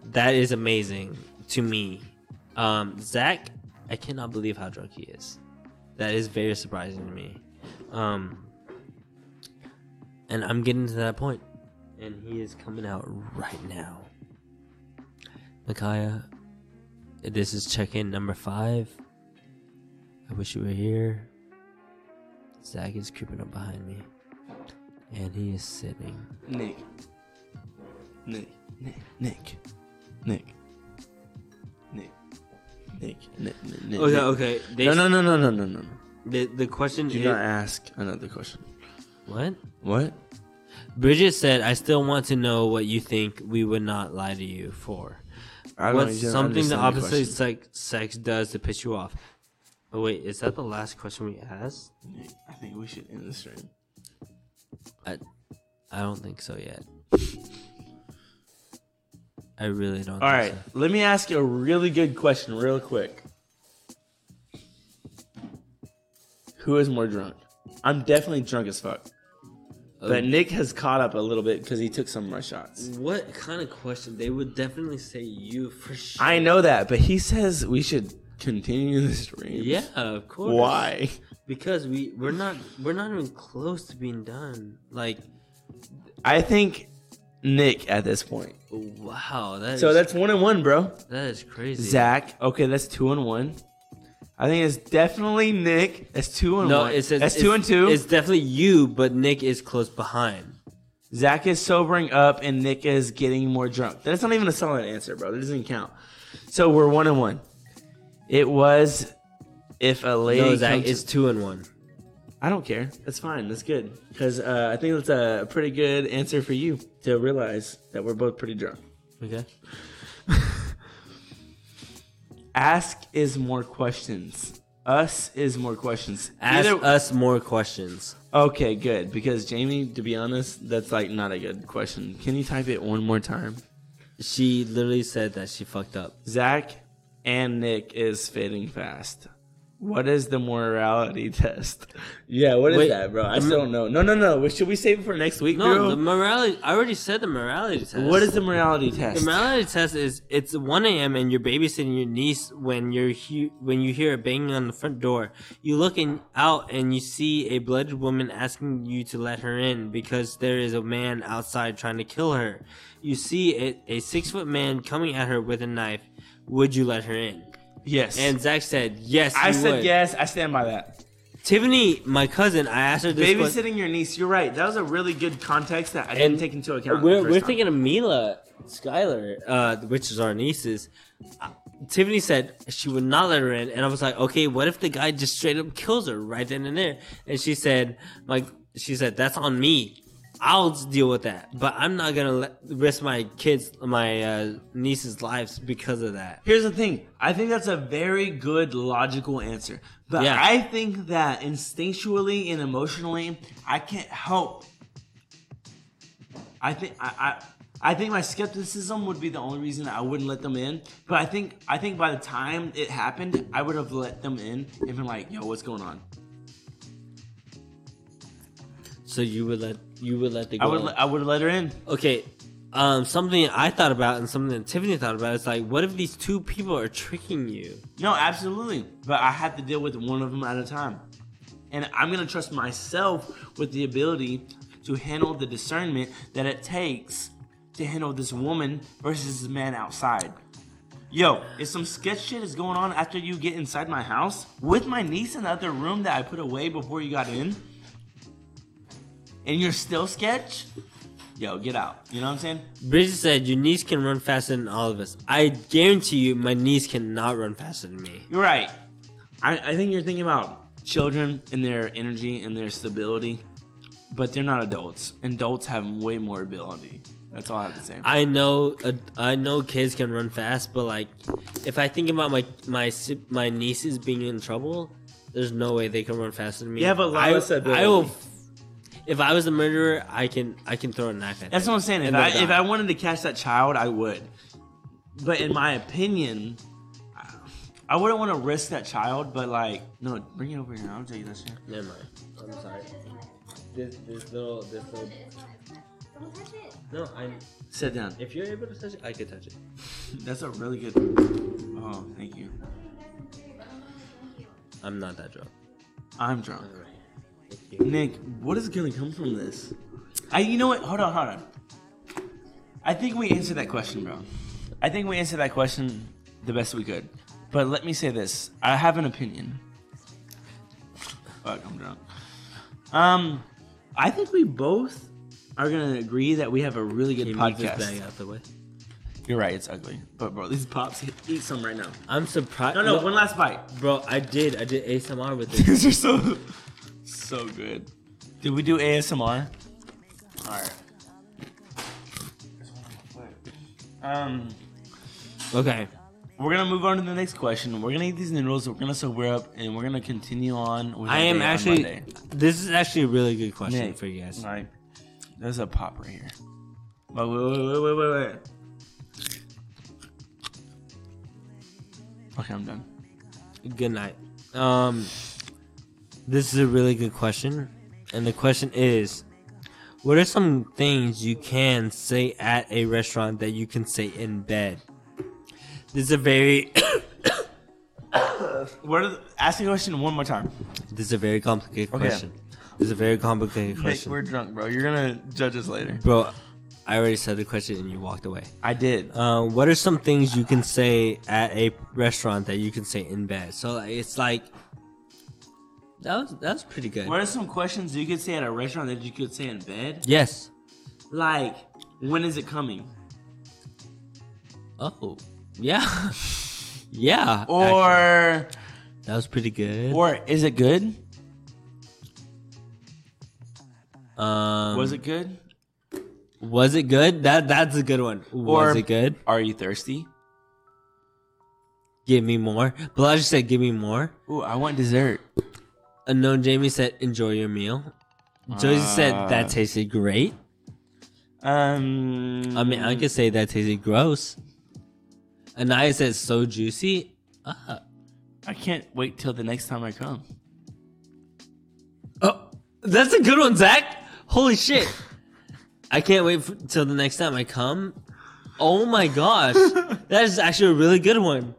That is amazing to me. Um, Zach, I cannot believe how drunk he is. That is very surprising to me. Um, and I'm getting to that point, and he is coming out right now. Micaiah, this is check-in number five. I wish you were here. Zach is creeping up behind me, and he is sitting. Nick. Nick. Nick. Nick. Nick. Nick. Nick. Nick. Nick. Nick. Okay, okay. They, No, no, no, no, no, no, no. The, the question Do is not ask another question. what? What? Bridget said, "I still want to know what you think we would not lie to you for. I What's even something the understand question. opposite sex sex does to piss you off?" Oh wait, is that the last question we asked? Nick, I think we should end the stream. I, I don't think so yet. I really don't. All right, think so. let me ask you a really good question, real quick. Who is more drunk? I'm definitely drunk as fuck, Oh. but Nick has caught up a little bit because he took some of my shots. What kind of question? They would definitely say you for sure. I know that, but he says we should continue the stream. Yeah, of course. Why? Because we we're not we're not even close to being done. Like, I think Nick at this point. wow, that So is- that's one and one, bro. that is crazy. Zach. Okay, that's two and one. I think it's definitely Nick. That's two and No, one. it says that's two and two. It's definitely you, but Nick is close behind. Zach is sobering up and Nick is getting more drunk. That's not even a solid answer, bro. That doesn't count. So we're one and one. It was if a lady. No, Zach, comes- it's two and one. I don't care. That's fine. That's good. Because uh, I think that's a pretty good answer for you to realize that we're both pretty drunk. Okay. Ask is more questions. Us is more questions. Ask Either- us more questions. okay, good. Because Jamie, to be honest, that's like not a good question. Can you type it one more time? She literally said that she fucked up. Zach and Nick is fading fast. What is the morality test? Yeah, what is Wait, that, bro? I still don't know. No, no, no. We- Should we save it for next week, No, bro? the morality. I already said the morality test. what is the morality the test? morality test? Is it's 1 a.m. and you're babysitting your niece when you're he- when you hear a banging on the front door. You look in, out and you see a blooded woman asking you to let her in because there is a man outside trying to kill her. You see a, a six foot man coming at her with a knife. Would you let her in? yes. And Zach said yes. I you said would. yes. I stand by that. Tiffany, my cousin, I asked her this question. Babysitting your niece. You're right. That was a really good context that I didn't And take into account. We're, the first we're time. thinking of Mila, Skylar, uh, which is our nieces. Uh, Tiffany said she would not let her in, and I was like, okay, what if the guy just straight up kills her right then and there? And she said, like, she said that's on me. I'll deal with that, but I'm not gonna let, risk my kids, my uh, nieces' lives because of that. Here's the thing. I think that's a very good logical answer. But Yeah. I think that instinctually and emotionally, I can't help. I think I, I I think my skepticism would be the only reason I wouldn't let them in. But I think I think by the time it happened, I would have let them in and been like, yo, what's going on? So you would let you would let the I girl would let- I would have let her in. okay um something i thought about and something that tiffany thought about is like what if these two people are tricking you No, absolutely. But I have to deal with one of them at a time. And I'm going to trust myself with the ability to handle the discernment that it takes to handle this woman versus this man outside. Yo, if some sketch shit is going on after you get inside my house with my niece in the other room that I put away before you got in, and you're still sketch, yo, get out. You know what I'm saying? bridget said your niece can run faster than all of us i guarantee you my niece cannot run faster than me You're right. I, I think you're thinking about children and their energy and their stability, but they're not adults. And adults have way more ability. That's all I have to say. i know uh, i know kids can run fast but like if i think about my my si- my nieces being in trouble there's no way they can run faster than me You have a lot I, of stability. I will if i was a murderer i can i can throw a knife at That's them what I'm saying. If and they'll I, if die. I wanted to catch that child, I would. But in my opinion, I- I wouldn't want to risk that child, but like, no, bring it over here. I'll tell you this shit. Never mind. I'm sorry. This this little this little. No, I'm. Sit down. If you're able to touch it, I could touch it. That's a really good. Oh, thank you. I'm not that drunk. I'm drunk. Thank you. Nick, what is gonna come from this? I, you know what? Hold on, hold on. I think we answered that question, bro. I think we answered that question the best we could. But let me say this: I have an opinion. Fuck, I'm drunk. Um, I think we both are gonna agree that we have a really good Can you move this bag podcast. out the way? You're right; it's ugly. But bro, these pops, eat some right now. I'm surprised. No, no, one last bite. bro. I did. I did ASMR with it. These are so, so good. Did we do ASMR? All right. Um, okay. we're gonna move on to the next question. We're gonna eat these noodles. We're gonna sober up, and we're gonna continue on. With I our am day on actually. Monday. This is actually a really good question Nick, for you guys. Right. There's a pop right here. But wait, wait, wait, wait, wait, wait. Okay, I'm done. Good night. Um, this is a really good question, and the question is, what are some things you can say at a restaurant that you can say in bed? This is a very What? Are the, ask the question one more time. this is a very complicated question. This is a very complicated Nick, question, we're drunk, bro. You're gonna judge us later. bro. I already said the question and you walked away. I did. Uh, what are some things you can say at a restaurant that you can say in bed? So like, it's like that was that was pretty good. What are some questions you could say at a restaurant that you could say in bed? Yes. Like, when is it coming? Oh, yeah. Yeah. actually. Or that was pretty good. or is it good? um, Was it good? was it good? That that's a good one. Or- was it good? Are you thirsty? Give me more. Balaji said, "Give me more." Ooh, I want dessert. Unknown Jamie said, "Enjoy your meal." Josie said, "That tasted great." Um, I mean, I could say that tasted gross. Anaya says, "So juicy." Uh, I can't wait till the next time I come. oh, that's a good one, Zach. Holy shit! I can't wait for, till the next time I come. Oh my gosh, that is actually a really good one.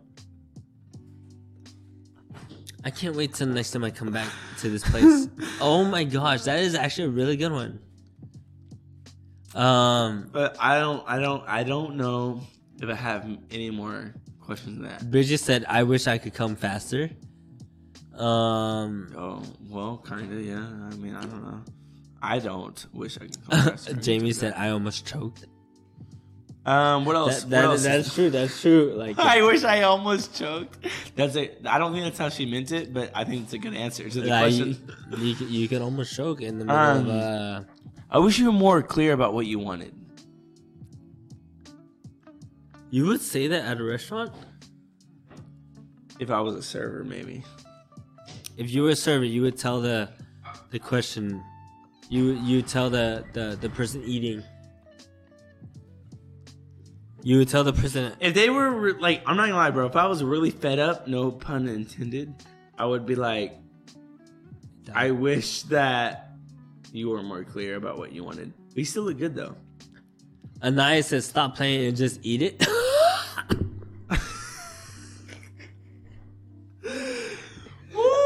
I can't wait till the next time I come back to this place. oh my gosh, that is actually a really good one. Um, But I don't, I don't, I don't know if I have any more questions than that. Bridget said, "I wish I could come faster." Um, Oh, well, kind of, yeah. I mean, I don't know. I don't wish I could. come faster. Jamie said, "I almost choked." Um, what else? That, that- what else? that's true. That's true. Like, I wish I almost choked. That's it. I don't think that's how she meant it, but I think it's a good answer to the like, you, question. you, can- you can almost choke in the middle Um, of. Uh, I wish you were more clear about what you wanted. you would say that at a restaurant If I was a server, maybe. if you were a server. You would tell the the question. You you tell the the, the person eating. You would tell the person. If they were re- like, I'm not gonna lie, bro. If I was really fed up, no pun intended, I would be like, I wish that you were more clear about what you wanted. We still look good though. Anaya says, "Stop playing and just eat it."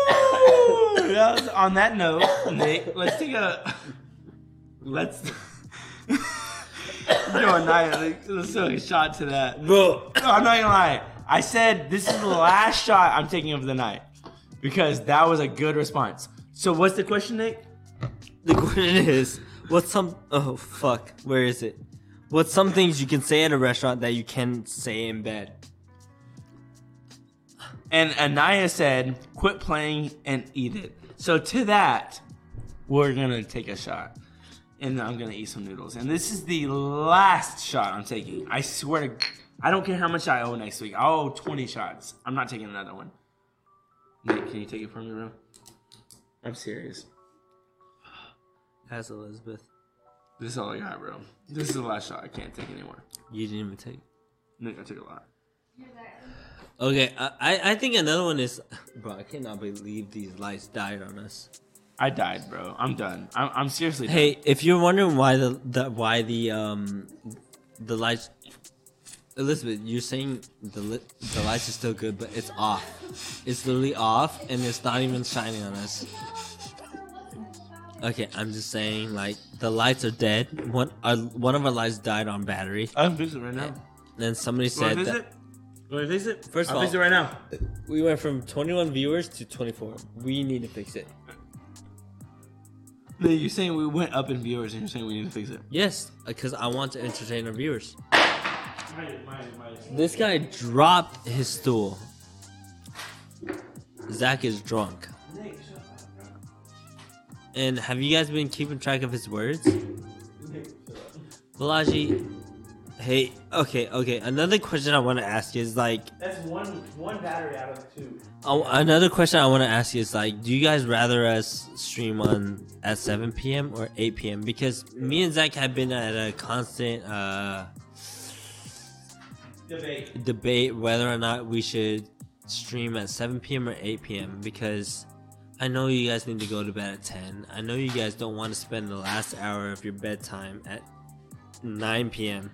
that was, on that note, Nate, let's take a let's. Yo, Anaya, let's take a shot to that. Bro, No, I'm not gonna lie. I said this is the last shot I'm taking of the night because that was a good response. So what's the question, Nick? The question is, what's some? Oh fuck, where is it? What's some things you can say at a restaurant that you can say in bed? And Anaya said, "Quit playing and eat it." So to that, we're gonna take a shot, and I'm gonna eat some noodles. And this is the last shot I'm taking. I swear to, g- I don't care how much I owe next week. I owe 20 shots. I'm not taking another one. Nick, can you take it from me, bro? I'm serious. That's Elizabeth. This is all I got, bro. This is the last shot. I can't take anymore. You didn't even take. Nick, I took a lot. Okay, I I- I think another one is, bro. I cannot believe these lights died on us. I died, bro. I'm done. I'm, I'm seriously. done. Hey, if you're wondering why the, the why the um the lights, Elizabeth, you're saying the li- the lights are still good, but it's off. It's literally off, and it's not even shining on us. Okay, I'm just saying, like the lights are dead. One our, one of our lights died on battery. I'm busy right now. Then somebody You wanna said that visit? You wanna visit? First of I'll all- visit right now. we went from 21 viewers to 24. We need to fix it. No, you're saying we went up in viewers, and you're saying we need to fix it. Yes, because I want to entertain our viewers. My, my, my. This guy dropped his stool. Zach is drunk. Nick, shut up, bro. And have you guys been keeping track of his words? Nick, shut up. Balaji, hey, okay, okay. Another question I want to ask you is like, That's one one battery out of two. oh, another question I want to ask you is like, do you guys rather us stream on at 7 p.m. or 8 p.m.? Because me and Zach have been at a constant uh, Debate. debate whether or not we should stream at 7 p.m. or 8 p.m. because I know you guys need to go to bed at 10. I know you guys don't want to spend the last hour of your bedtime at 9 p.m.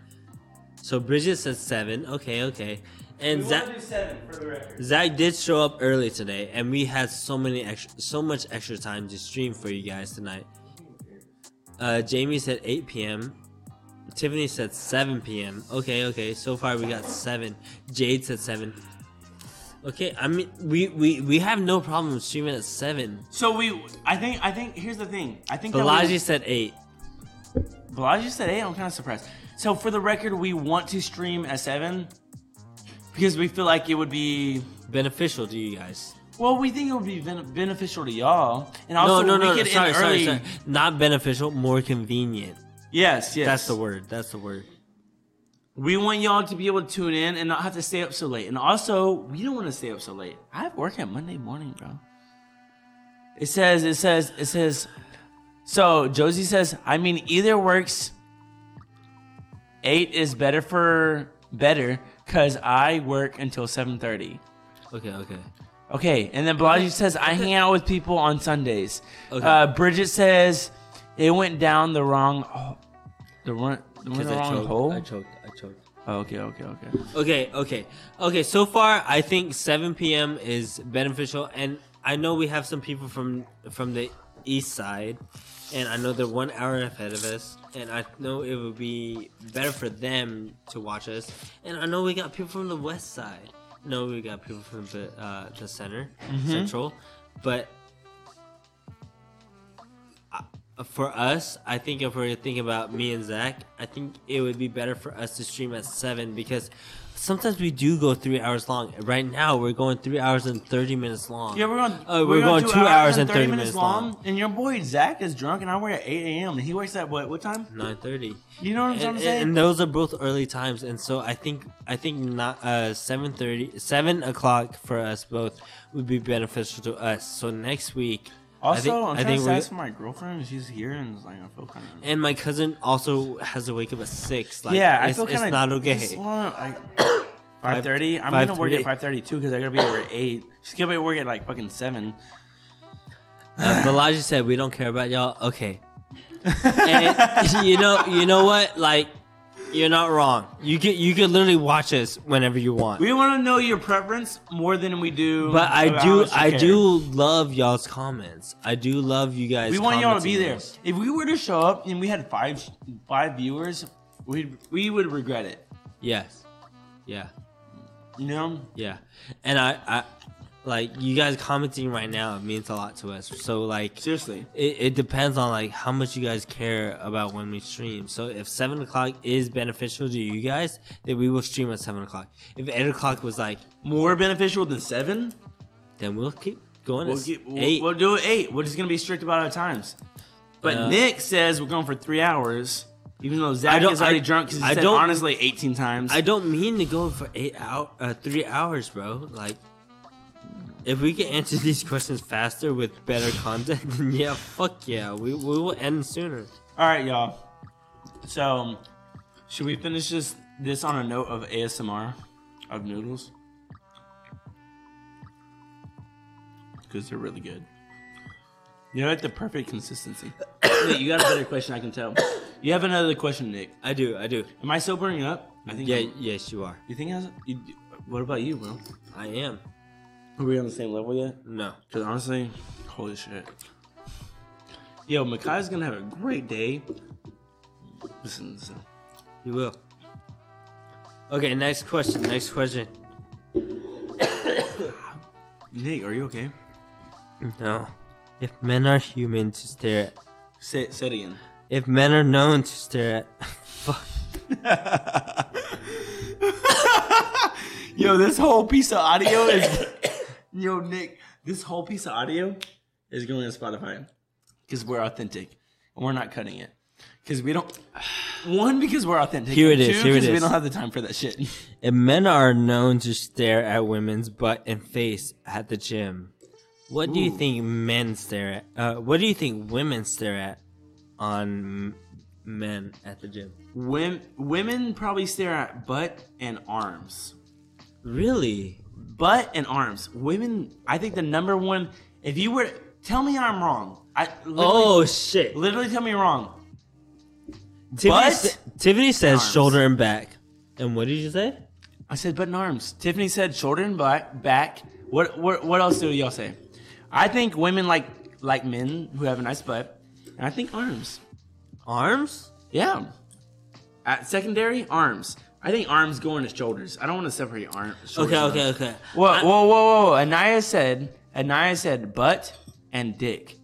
So Bridget said 7. Okay, okay. And we Zach, want to do seven for the record. Zach did show up early today, and we had so many extra, so much extra time to stream for you guys tonight. Uh, Jamie said 8 p.m. Tiffany said 7 p.m. Okay, okay. So far we got seven. Jade said seven. Okay, I mean we we, we have no problem streaming at seven. So we, I think, I think. Here's the thing. I think that we- Balaji said eight. Balaji said eight. I'm kind of surprised. So for the record, we want to stream at seven. because we feel like it would be Beneficial to you guys. well, we think it would be ben- beneficial to y'all, and also no, we no, no. could end Sorry, sorry, early. sorry. Not beneficial, more convenient. Yes, yes. That's the word. That's the word. We want y'all to be able to tune in and not have to stay up so late. And also, we don't want to stay up so late. I have work at Monday morning, bro. It says, it says, it says. So Josie says, I mean, either works. Eight is better for better because I work until seven thirty. Okay, okay. Okay, and then Bellagio says I hang out with people on Sundays. Okay. Uh, Bridget says it went down the wrong, oh, the wrong, the wrong 'Cause I choked, hole. I choked. I choked. Oh, okay, okay, okay. Okay, okay, okay. So far, I think 7 p.m. is beneficial, and I know we have some people from from the east side, and I know they're one hour ahead of us, and I know it would be better for them to watch us, and I know we got people from the west side. No, we got people from the uh, the center, central, but uh, for us, I think if we're thinking about me and Zach, I think it would be better for us to stream at seven because sometimes we do go three hours long. Right now, we're going three hours and thirty minutes long. Yeah, we're going. Uh, we're, going, two hours and thirty, minutes, long. And your boy Zach is drunk, and I work at eight a.m. and he works at what? What time? Nine thirty. You know what I'm And, trying to and- say? and those are both early times, and so I think I think not uh, seven thirty, seven o'clock for us both would be beneficial to us. So next week, also, I think, I'm I trying think to we're, ask for my girlfriend. She's here, and it's like I feel kind of. and my cousin also has to wake up at six. Like, yeah, I it's, feel kind of. it's not Just okay. wanna, like, Five thirty. I'm gonna work at 5:30. five thirty too because I gotta be over at eight. She's gonna be at work at like fucking seven. Uh, Balaji said we don't care about y'all. Okay, and you know, you know what? Like, you're not wrong. You can you can literally watch us whenever you want. We want to know your preference more than we do. But I about do how much you I care. do love y'all's comments. I do love you guys. We want y'all to commenting be there. this. If we were to show up and we had five five viewers, we we would regret it. Yes. Yeah. You know. Yeah. And I I like you guys commenting right now it means a lot to us. So like Seriously. it, it depends on like how much you guys care about when we stream. So if seven o'clock is beneficial to you guys, then we will stream at seven o'clock. If eight o'clock was like, More beneficial than seven? then we'll keep going. We'll, at get, we'll, 8 we'll do it eight. We're just gonna be strict about our times. But Uh, Nick says we're going for three hours, even though I Zach don't- is already I- drunk because he I said don't- honestly eighteen times. I don't mean to go for eight hour, uh, three hours, bro. Like, if we can answer these questions faster with better content, then yeah, fuck yeah, we, we will end sooner. All right, y'all. So, should we finish this this on a note of ASMR of noodles? Because they're really good. They're at the perfect consistency. Nick, you got a better question, I can tell. You have another question, Nick. I do, I do. Am I sobering up? I think. Yeah, I'm- yes, you are. You think I was, you, What about you, bro? I am. Are we on the same level yet? No. Because honestly, holy shit. Yo, Makai's gonna have a great day. Listen, listen. You will. Okay, next question. Next question. Nick, are you okay? No. If men are human to stare at, Say, say it again. if men are known to stare at, fuck. Yo, this whole piece of audio is. Yo, Nick, this whole piece of audio is going to Spotify because we're authentic and we're not cutting it because we don't. One because we're authentic. Here it and is, Two, here it 'cause We is. don't have the time for that shit. If men are known to stare at women's butt and face at the gym, what do you Ooh. think men stare at? Uh, what do you think women stare at on m- men at the gym? Women, women probably stare at butt and arms. Really? butt and arms. Women, I think the number one. If you were, tell me I'm wrong. I literally, Oh shit! literally tell me wrong. Tiffany, butt sa- Tiffany says arms. shoulder and back. And what did you say? I said butt and arms. Tiffany said shoulder and back. Back. What what what else do y'all say? I think women like like men who have a nice butt, and I think arms. Arms? Yeah. At secondary, arms. I think arms go into shoulders. I don't want to separate arms. Okay, okay, okay. Whoa, whoa, whoa, whoa! Anaya said, Anaya said butt and dick.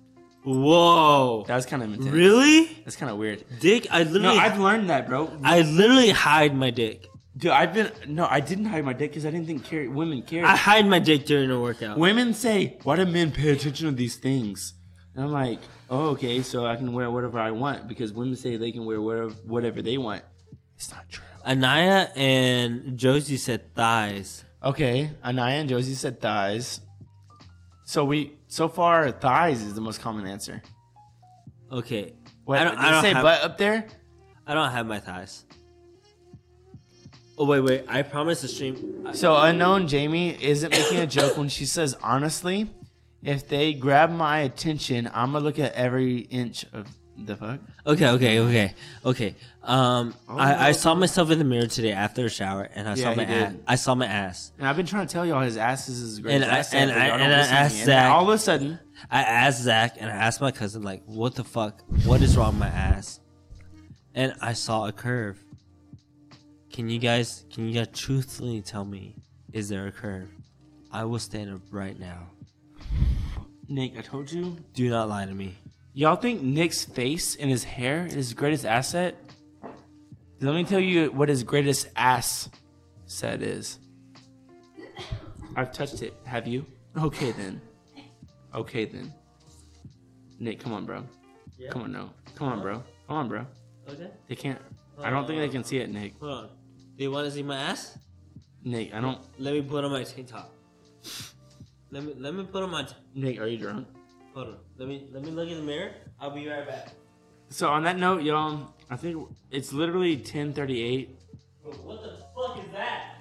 Whoa! That was kind of intense. Really? That's kind of weird. Dick? I No, literally, I've learned that, bro. I literally hide my dick. Dude, I've been no, I didn't hide my dick because I didn't think care, women cared. I hide my dick during a workout. women say, "Why do men pay attention to these things?" And I'm like, "Oh, okay, so I can wear whatever I want because women say they can wear whatever whatever they want." It's not true. Anaya and Josie said thighs. Okay, Anaya and Josie said thighs. So we so far thighs is the most common answer. Okay, What, I don't- did I it don't say have- butt up there? I don't have my thighs. Oh wait, wait! I promised to stream. I- So unknown Jamie isn't making a joke when she says honestly, if they grab my attention, I'm gonna look at every inch of the fuck. Okay, okay, okay, okay. Um, Oh, no. I, I saw myself in the mirror today after a shower, and I Yeah, saw my he ass. did. I saw my ass. And I've been trying to tell y'all his ass is his greatest And I- asset, but and I- y'all don't and I listen to me. asked And Zach- all of a sudden, I asked Zach and I asked my cousin, like, what the fuck? What is wrong with my ass? And I saw a curve. Can you guys can you guys truthfully tell me, is there a curve? I will stand up right now. Nick, I told you, Do not lie to me. y'all think Nick's face and his hair is his greatest asset? Let me tell you what his greatest ass set is. I've touched it. Have you? Okay then. Okay then. Nick, come on, bro. Come on, no. Come on, bro. Come on, bro. Okay. They can't. I don't think they can see it, Nick. Hold on. Do you wanna see my ass? Nick, I don't. Let me put on my tank top. Let me let me put on my t- Nick, are you drunk? hold on. Let me let me look in the mirror. I'll be right back. So on that note, y'all, I think it's literally 10:38. What the fuck is that?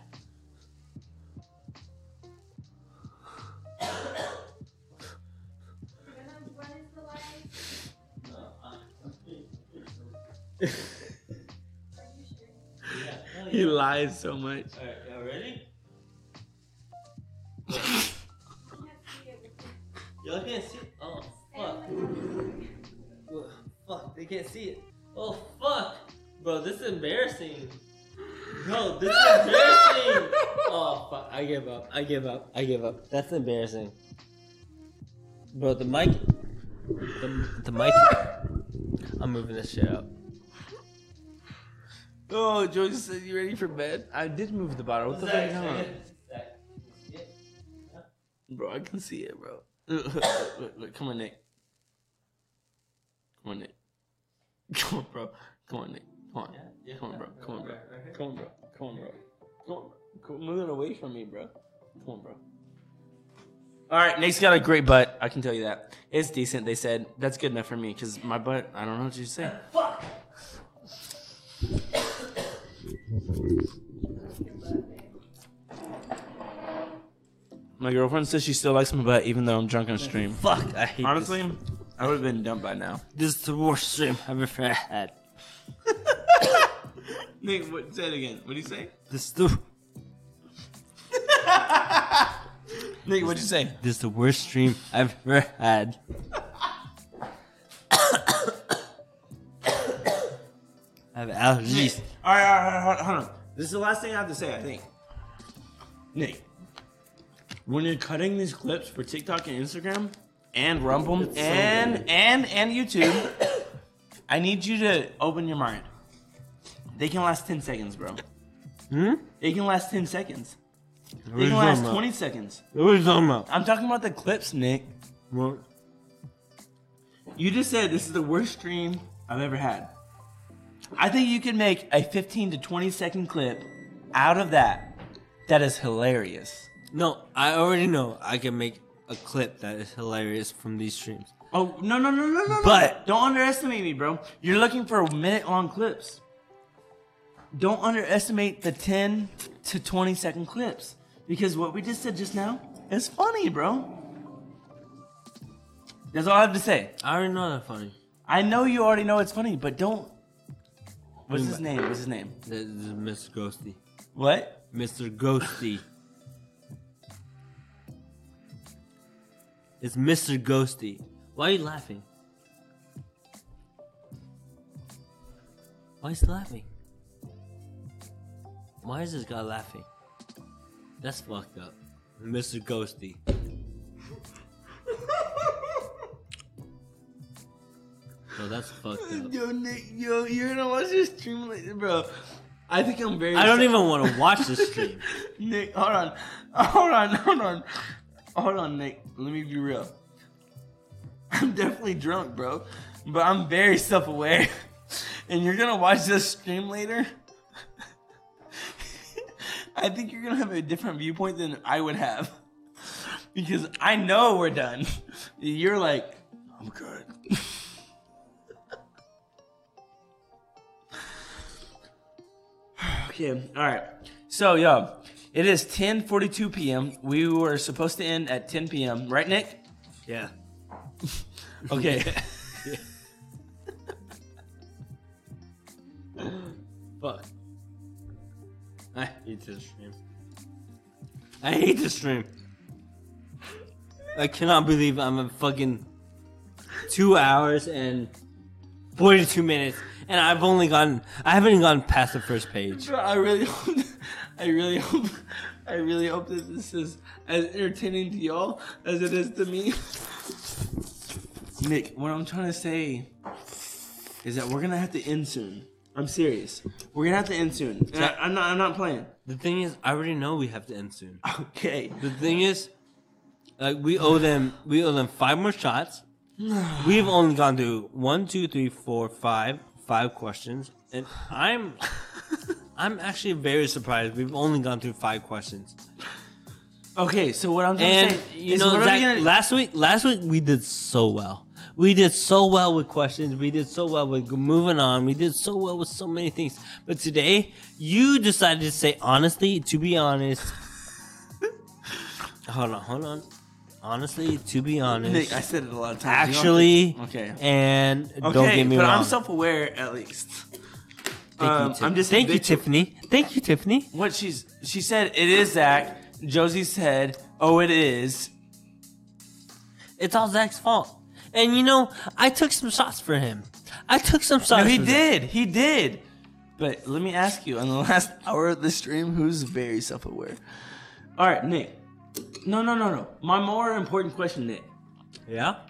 He lies so much. Alright, y'all ready? Y'all can't see it? Oh, fuck. Wha- Fuck, they can't see it. Oh, fuck. Bro, this is embarrassing. No, this is embarrassing. Oh, fuck. I give up. I give up. I give up. That's embarrassing. Bro, the mic. The, the mic. I'm moving this shit up. Oh, Joe just said you ready for bed. I did move the bottle. What the fuck? Come on, bro. I can see it, bro. Look, look, look, look. Come on, Nick. Come on, Nick. Come on, bro. Come on, Nick. Come on. Come on, bro. Come on, bro. Come on, bro. Come on, bro. Come on, bro. Quit moving away from me, bro. Come on, bro. All right, Nick's got a great butt. I can tell you that. It's decent. They said that's good enough for me because my butt. I don't know what you say. My girlfriend says she still likes my butt even though I'm drunk on stream. Fuck, I hate Honestly, I would have been dumped by now. this. This is the worst stream I've ever had. Nick, what, say it again. What do you say? This is the Nick, what'd you say? This is the worst stream I've ever had. I have allergies. All right, all right, all right, hold on. This is the last thing I have to say, I think. Nick, when you're cutting these clips for TikTok and Instagram and Rumble and and and YouTube, I need you to open your mind. They can last 10 seconds, bro. Hmm? They can last 10 seconds. What They are can you talking last about? 20 seconds. What are you talking about? I'm talking about the clips, Nick. What? You just said this is the worst stream I've ever had. I think you can make a 15 to 20 second clip out of that. That is hilarious. No, I already know I can make a clip that is hilarious from these streams. Oh no no no no no! no. But- don't underestimate me, bro. You're looking for minute long clips. Don't underestimate the 10 to 20 second clips because what we just said just now is funny, bro. That's all I have to say. I already know that funny. I know you already know it's funny, but don't. What's Mm. his name? What's his name? This is Mr. Ghosty. What? Mr. Ghosty. it's Mr. Ghosty. Why are you laughing? Why is he laughing? Why is this guy laughing? That's fucked up. Mr. Ghosty. No, that's fucked up. Yo, Nick, yo, you're gonna watch this stream later, bro. I think I'm very. I don't even want to watch this stream. Nick, hold on, hold on, hold on, hold on, Nick. Let me be real. I'm definitely drunk, bro, but I'm very self-aware. And you're gonna watch this stream later. I think you're gonna have a different viewpoint than I would have, because I know we're done. You're like, I'm good. okay, all right. So, yo, it is 10:42 p.m. We were supposed to end at 10 p.m. Right, Nick? Yeah. Okay. Fuck. I hate this stream. I hate this stream. I cannot believe I'm a fucking two hours and 42 minutes, and I've only gotten, I haven't even gotten past the first page. Bro, I really, hope, I really hope, I really hope that this is as entertaining to y'all as it is to me. Nick, what I'm trying to say is that we're gonna have to end soon. I'm serious. We're gonna have to end soon. And I, I'm not. I'm not playing. The thing is, I already know we have to end soon. Okay. The thing is, like we owe them, we owe them five more shots. We've only gone through one, two, three, four, five, five questions, and I'm, I'm actually very surprised. We've only gone through five questions, Okay. So what I'm trying to and say you is know, what are we Zach, gonna- last week, last week we did so well. We did so well with questions. We did so well with moving on. We did so well with so many things. But today, you decided to say honestly. To be honest, hold on, hold on. Honestly, to be honest, Nick, I said it a lot of times. You don't- actually Okay. and Okay, don't get me but wrong I'm self-aware at least. thank um, I'm you, Tiff- just thank you victim- tiffany thank you tiffany What she's she said it is Zach. Josie said, "Oh, it is." it's all zach's fault and you know i took some shots for him i took some shots No, he for him. did. He did. But let me ask you: on the last hour of the stream, who's very self-aware? All right, Nick. No, no, no, no. My more important question, Nick. yeah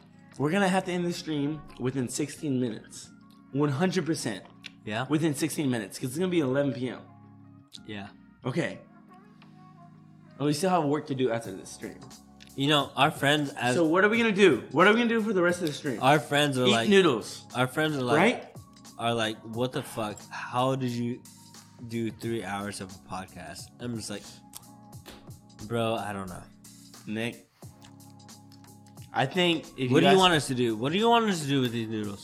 We're gonna have to end the stream within 16 minutes. 100 percent yeah within 16 minutes, because it's gonna be 11 p.m. yeah Okay. And we still have work to do after this stream. you know our friends as So what are we gonna do? What are we gonna do for the rest of the stream? our friends are Eat like noodles, our friends are like right? are like what the fuck how did you do three hours of a podcast i'm just like bro i don't know Nick, I think if what you do you guys want us to do what do you want us to do with these noodles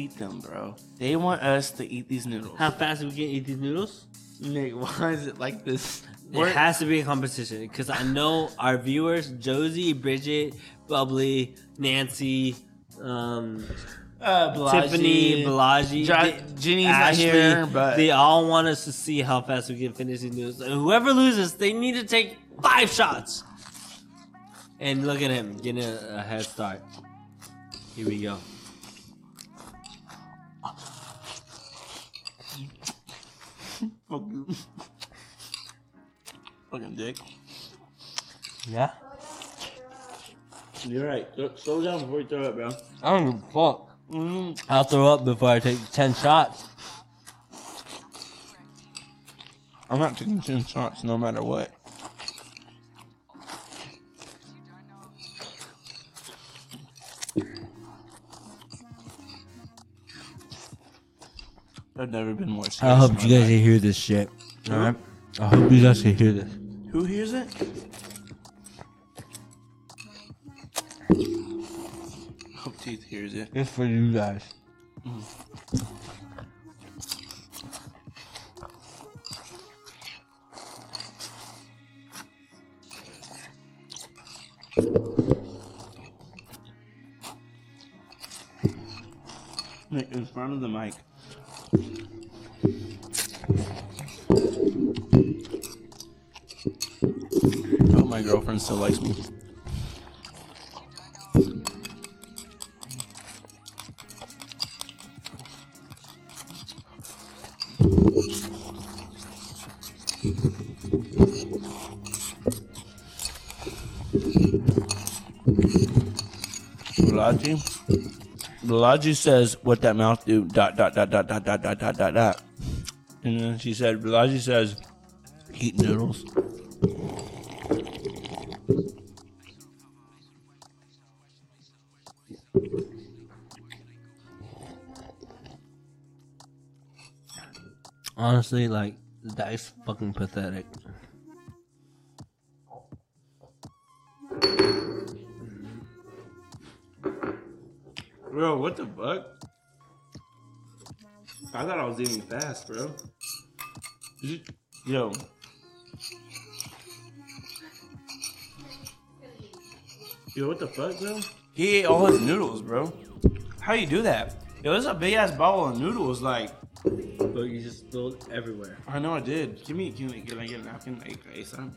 eat them, bro. They want us to eat these noodles. How fast we can eat these noodles? Nick, why is it like this? it has to be a competition because I know our viewers: Josie, Bridget, Bubbly, Nancy, um, uh, Tiffany, Balaji, Jo- they- Ginny's not here, but- they all want us to see how fast we can finish these noodles. And whoever loses, they need to take five shots. And look at him getting a, a head start. Here we go. Fucking fucking dick. Yeah, You're right. Look, Slow down before you throw it, bro. I don't give a fuck. I'll throw up before I take ten shots. I'm not taking ten shots no matter what. I've never been more. I stressed hope in you my guys life. can hear this shit. All right. I hope you guys can hear this. Who hears it? Hope Teeth hears it. It's for you guys. Nick, in front of the mic. Oh, my girlfriend still likes me. Balaji. Balaji says, "What that mouth do?" Dot dot dot dot dot dot dot dot dot dot. And then she said, Balaji says, eat noodles. Honestly, like, that is fucking pathetic. Bro, what the fuck? I thought I was eating fast, bro. You- Yo, yo, what the fuck, bro? He ate all his noodles, bro. How you do that? Yo, there's a big ass bowl of noodles, like. But you just spilled everywhere. I know I did. Give me, give me, can I get a napkin, like ASAP?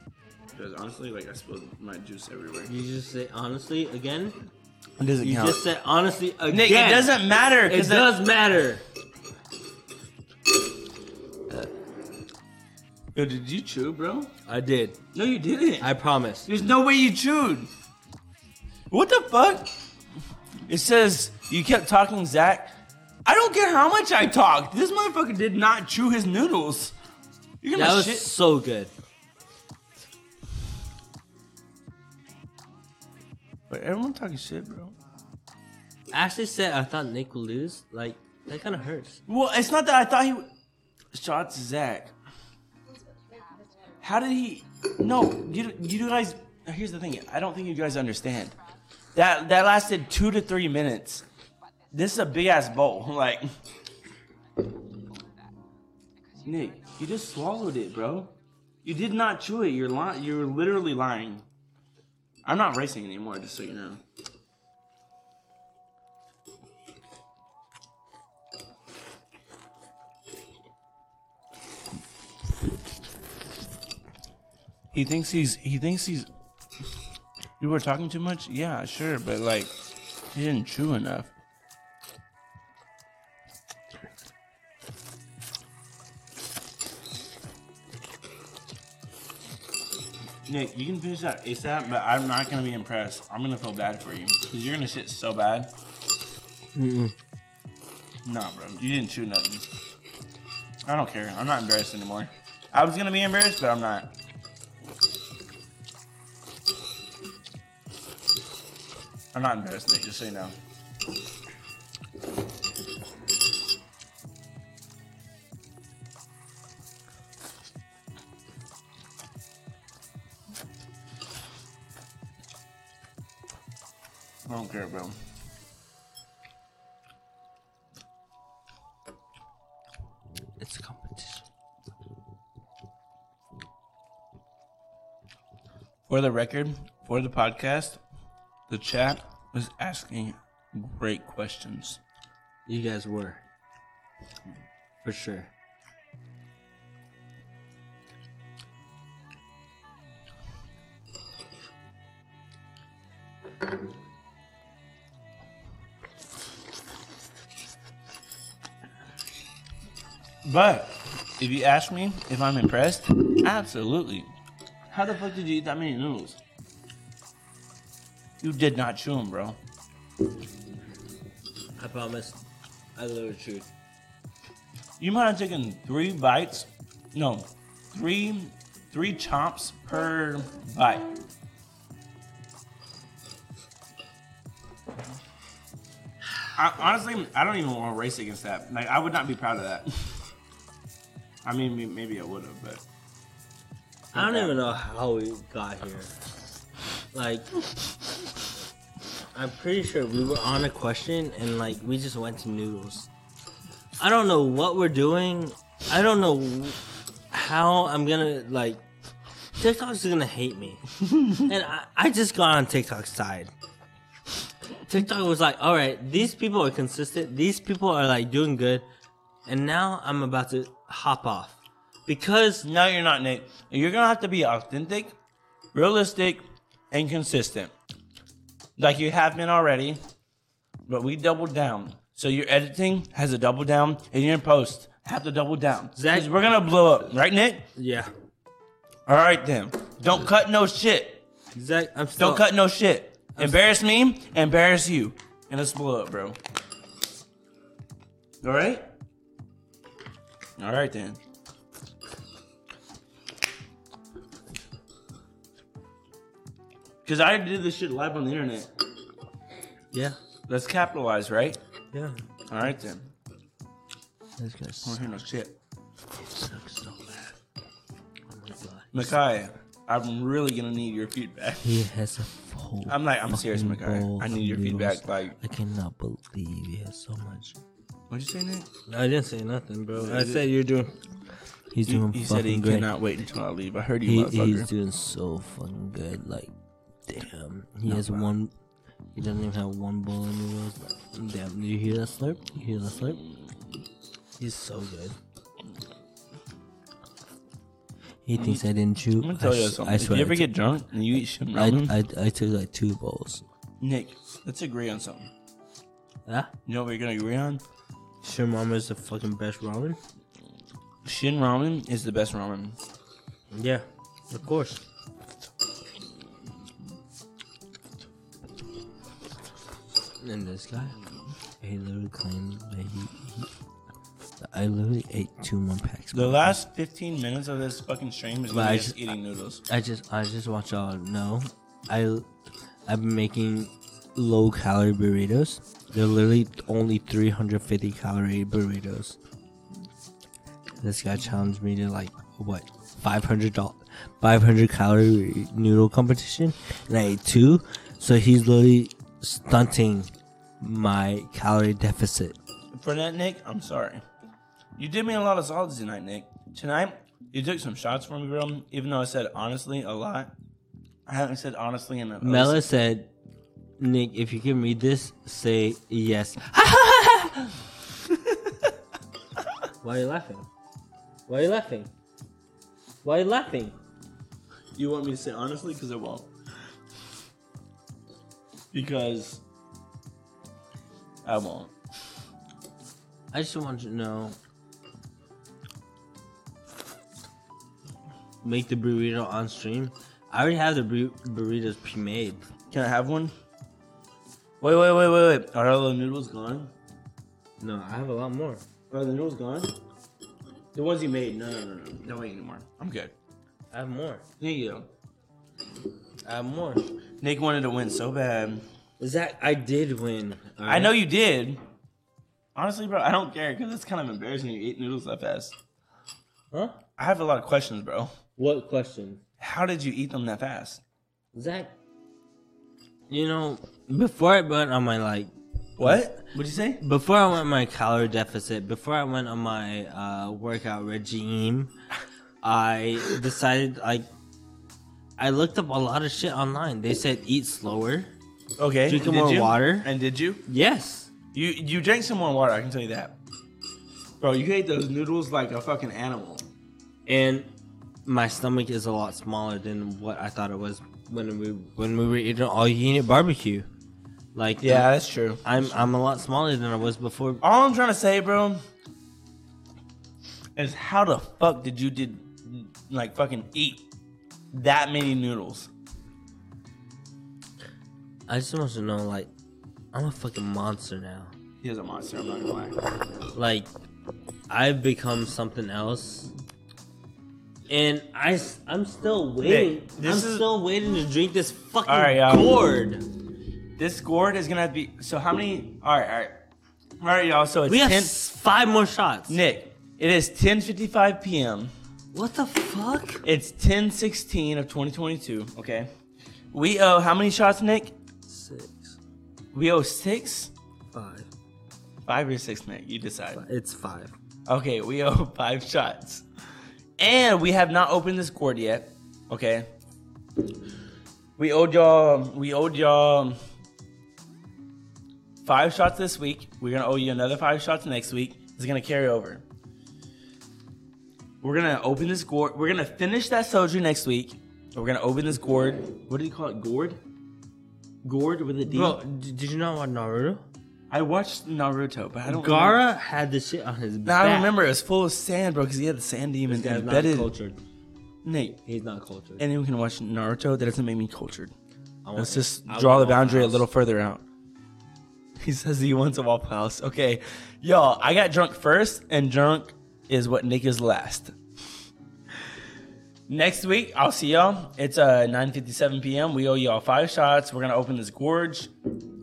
Because honestly, like I spilled my juice everywhere. You just say honestly again. It doesn't You count. just said honestly again. Nick, it doesn't matter. It Cause the- does matter. Yo, did you chew, bro? I did. No, you didn't. I promise. There's no way you chewed. What the fuck? It says you kept talking, Zach. I don't care how much I talked. This motherfucker did not chew his noodles. You're That gonna was shit. so good. But everyone talking shit, bro. Ashley said I thought Nick would lose. Like that kind of hurts. Well, it's not that I thought he. Shots Zach. How did he? No, you you guys. Here's the thing. I don't think you guys understand. That that lasted two to three minutes. This is a big ass bowl. Like, Nick, you just swallowed it, bro. You did not chew it. You're li- You're literally lying. I'm not racing anymore, just so you know. He thinks he's. He thinks he's. You were talking too much. Yeah, sure, but like, he didn't chew enough. Nick, you can finish that ASAP, but I'm not gonna be impressed. I'm gonna feel bad for you because you're gonna shit so bad. Nah, bro, you didn't chew nothing. I don't care. I'm not embarrassed anymore. I was gonna be embarrassed, but I'm not. I'm not embarrassed, Nick. Just so you know. I don't care, bro. It's a competition. For the record, for the podcast, the chat was asking great questions. You guys were. For sure. But if you ask me if I'm impressed, absolutely. How the fuck did you eat that many noodles? You did not chew them, bro. I promise. I love the truth. You might have taken three bites. No, three three chomps per bite. I, honestly, I don't even want to race against that. Like, I would not be proud of that. I mean, may- maybe I would have, but I don't even know how we got here. Like, I'm pretty sure we were on a question and, like, we just went to noodles. I don't know what we're doing. I don't know wh- how I'm gonna, like, TikTok's gonna hate me. and I, I just got on TikTok's side. TikTok was like, all right, these people are consistent. These people are, like, doing good. And now I'm about to hop off. Because No, you're not, Nate. You're gonna have to be authentic, realistic, and consistent. Like you have been already, but we doubled down. So your editing has a double down, and your post have to double down. Zach- 'Cause we're gonna blow up, right, Nick? Yeah. All right then. Don't cut no shit. Zach, I'm still. Don't cut no shit. Embarrass me, embarrass you, and let's blow up, bro. All right. All right then. Because I did this shit live on the internet. Yeah. Let's capitalize, right? Yeah. All right then. That's gonna I don't suck, hear no shit. Oh, so bad. Oh my god. Makai, I'm really gonna need your feedback. He has a full. I'm like, I'm serious, fucking Makai. bowl I need your of noodles. feedback. Like, I cannot believe he has so much. what'd you say, Nick? I didn't say nothing, bro. I said you're doing. He's You, doing you fucking said he great. cannot wait until I leave. I heard He, you, he's motherfucker. doing so fucking good. Like, damn. He has one. He doesn't even have one bowl in the world. Like, damn. Do you hear that slurp? You hear that slurp? He's so good. He thinks I didn't chew. I'm gonna tell I, you s- something. I if swear. you ever I, get drunk and you eat shit took- ramen, I, I, I took like two bowls. Nick, let's agree on something. Ah, You know what we're gonna agree on? sure, mama is the fucking best ramen. Shin ramen is the best ramen. Yeah, of course. And this guy, he literally claimed that he, he I literally ate two more packs. The last 15 minutes of this fucking stream is But gonna I be us just- eating noodles. I just, I just want y'all to know, I, I've been making low calorie burritos. They're literally only 350 calorie burritos. This guy challenged me to like what 500 doll- 500 calorie noodle competition, and I ate two. So he's literally stunting my calorie deficit. For that, Nick, I'm sorry. You did me a lot of solids tonight, Nick. Tonight, you took some shots for me, bro. Even though I said honestly a lot, I haven't said honestly in a Mela said, "Nick, if you can read this, say yes." Why are you laughing? Why are you laughing? Why are you laughing? You want me to say honestly? Because I won't. Because I won't. I just want you to know. Make the burrito on stream. I already have the bur- burritos pre-made. Can I have one? Wait, wait, wait, wait, wait. Are all the noodles gone? No, I have a lot more. Are the noodles gone? The ones you made. No, no, no, no. Don't eat anymore. I'm good. I have more. Thank you. I have more. Nick wanted to win so bad. Zach, I did win. I know you did. Honestly, bro, I don't care because it's kind of embarrassing you ate noodles that fast. Huh? I have a lot of questions, bro. What question? How did you eat them that fast? Zach, you know, before I went on my like, What? What'd you say? before I went on my calorie deficit, before I went on my uh, workout regime, I decided like, I looked up a lot of shit online. They said eat slower. Okay. Drink did more you? water. And did you? Yes, You you drank some more water. I can tell you that, bro. You ate those noodles like a fucking animal. and my stomach is a lot smaller than what I thought it was when we when we were eating all you can eat barbecue. Like that's true. I'm I'm a lot smaller than I was before. All I'm trying to say, bro, is how the fuck did you did like fucking eat that many noodles? I just want to know like, I'm a fucking monster now. He is a monster. I'm not gonna lie. like I've become something else. And I, am still waiting. Nick, this I'm is- still waiting to drink this fucking All right, y'all. gourd. This gourd is gonna have to be. So how many? All right, all right, all right, y'all. So it's We have ten. s- five more shots. Nick, it is 10:55 p.m. What the fuck? It's 10:16 of 2022. Okay. We owe how many shots, Nick? Six, We owe six, five. five or six, Nick. You decide. It's five. Okay, we owe five shots, and we have not opened this gourd yet. Okay. We owed y'all. We owed y'all five shots this week. We're gonna owe you another five shots next week. It's gonna carry over. We're gonna open this gourd. We're gonna finish that soju next week. We're gonna open this gourd. What do you call it? Gourd. Gourd with a D. Bro, d- did you not watch Naruto? I watched Naruto, but I don't. remember- Gara had this shit on his No, I back. don't remember. It was full of sand, bro, because he had the sand demon This guy's not embedded. cultured. Nate, He's not cultured. anyone can watch Naruto. That doesn't make me cultured. I want Let's it. just I draw the want my boundary a house. little further out. He says he wants a Waffle House. Okay, y'all, I got drunk first, and drunk is what Nick is last. Next week, I'll see y'all. It's uh 9:57 p.m. We owe y'all five shots. We're gonna open this gorge.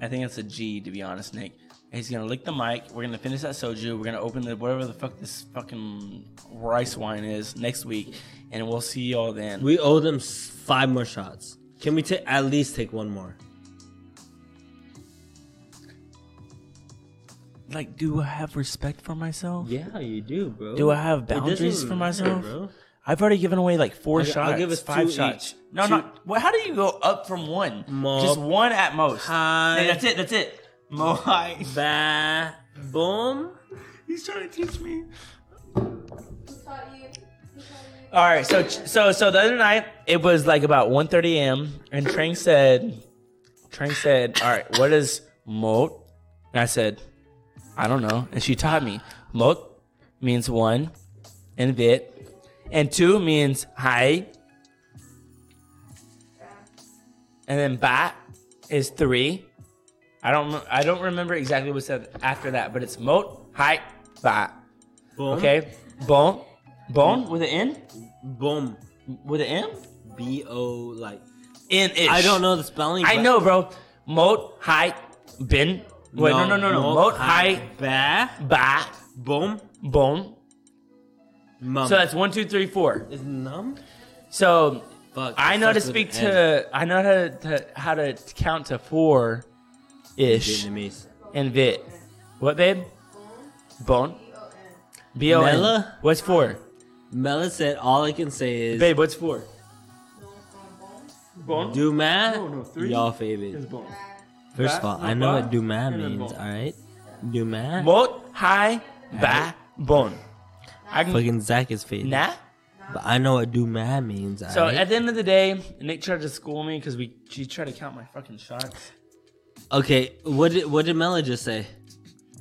I think it's a G, to be honest, Nick. He's gonna lick the mic. We're gonna finish that soju. We're gonna open the whatever the fuck this fucking rice wine is next week, and we'll see y'all then. We owe them s- five more shots. Can we ta- at least take one more? like, do I have respect for myself? Yeah, you do, bro. Do I have boundaries for myself? I've already given away like four I'll- I'll shots. give us five two shots. each. No, Two- not. Well, how do you go up from one? Mo- Just one at most. Hi. Hey, that's it. That's it. Mohai. Ba- boom. He's trying to teach me. taught you? Who taught you? All right. So so so the other night it was like about 1.30 a.m. and Trang said, Trang said, all right, what is moat? And I said, I don't know. And she taught me moat means one, and bit, and two means hi, and then bat is three. I don't rem- I don't remember exactly what said after that, but it's moat hi bat. Boom. Okay, bone, bone with an N. Boom. With an M? B O like. N ish. I don't know the spelling. I but- know, bro. Moat, height, bin. Wait, no, no, no, no. Moat, height, Ba. ba, Boom. bone. Mum. So that's one, two, three, four. is num. So Fuck. I it know to starts with speak an N. to, I know how to, to how to count to four ish Vietnamese. and vit. What, babe? Bone. B O N. Mela? What's four? Mela said, "All I can say is Babe, what's four? do math. No, no, three Y'all favorite. bone. First of ba, all, no, I know ba, what do math and then means. boom. All right, do math. Moat, high, ba, bone. I can. Fucking Zach is favorite. Nah. But I know what do math means. All right. So at the end of the day, Nick tried to school me because we she tried to count my fucking shots. okay, what did what did Mela just say?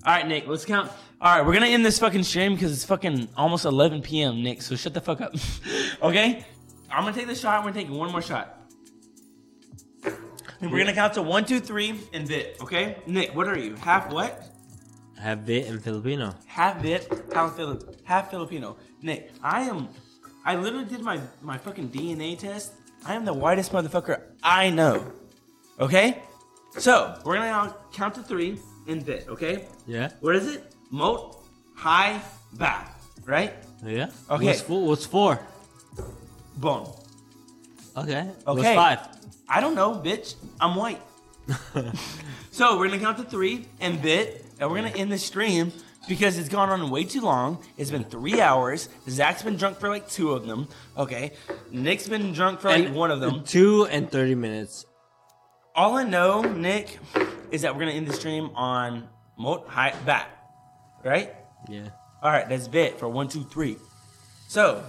All right, Nick, let's count. All right, we're gonna end this fucking stream because it's fucking almost 11 p.m. Nick, so shut the fuck up. okay, I'm gonna take the shot. We're gonna take one more shot. And we're gonna count to one, two, three, and bit. Okay, Nick, what are you? Half what? Have bit in Filipino. half bit, half Filip, half Filipino. Nick, I am. I literally did my my fucking DNA test. I am the whitest motherfucker I know. Okay, so we're gonna now count to three in bit. Okay, Yeah, what is it? Moat, high, back, right? yeah. Okay. What's four? What's four? Bone. Okay. Okay. What's I don't know, bitch. I'm white. five? So we're gonna count to three and bit, and we're gonna end the stream because it's gone on way too long. It's been three hours. Zach's been drunk for like two of them. Okay, Nick's been drunk for like And one of them. Two and thirty minutes. All I know, Nick, is that we're gonna end the stream on moat high back, right? Yeah. All right, that's bit for one, two, three. So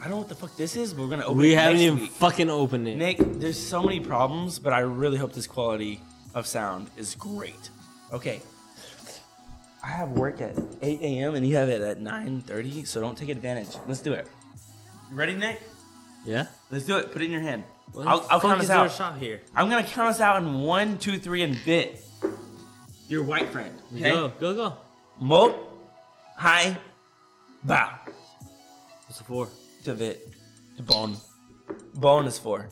I don't know what the fuck this is, but we're gonna open. We it haven't next even week. fucking opened it. Nick, there's so many problems, but I really hope this quality of sound is great. Okay. I have work at 8 a.m. and you have it at 9:30, so don't take advantage. Let's do it. You ready, Nick? Yeah. Let's do it. Put it in your hand. What I'll, the I'll fuck count is us there a out. shot here? I'm gonna count us out in one, two, three, and bit. Your white friend. Okay. Go go go. Moat, hi, bow What's the four? to bit. To bone. Bone is four.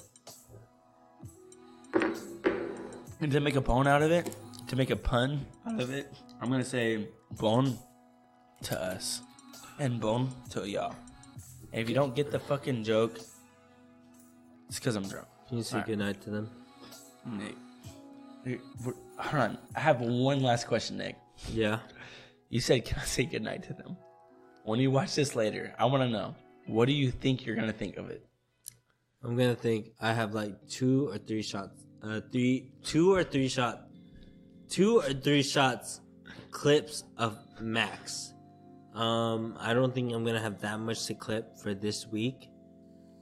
And to make a bone out of it, to make a pun out of it, I'm gonna say bone to us and bone to y'all. And if you don't get the fucking joke, it's because I'm drunk. Can you say Alright. goodnight to them? Nick, Nick, we're- hold on. I have one last question, Nick. Yeah. You said, "Can I say goodnight to them?" When you watch this later, I want to know what do you think you're gonna think of it. I'm gonna think I have like two or three shots. Uh three two or three shot two or three shots clips of max. Um I don't think I'm gonna have that much to clip for this week.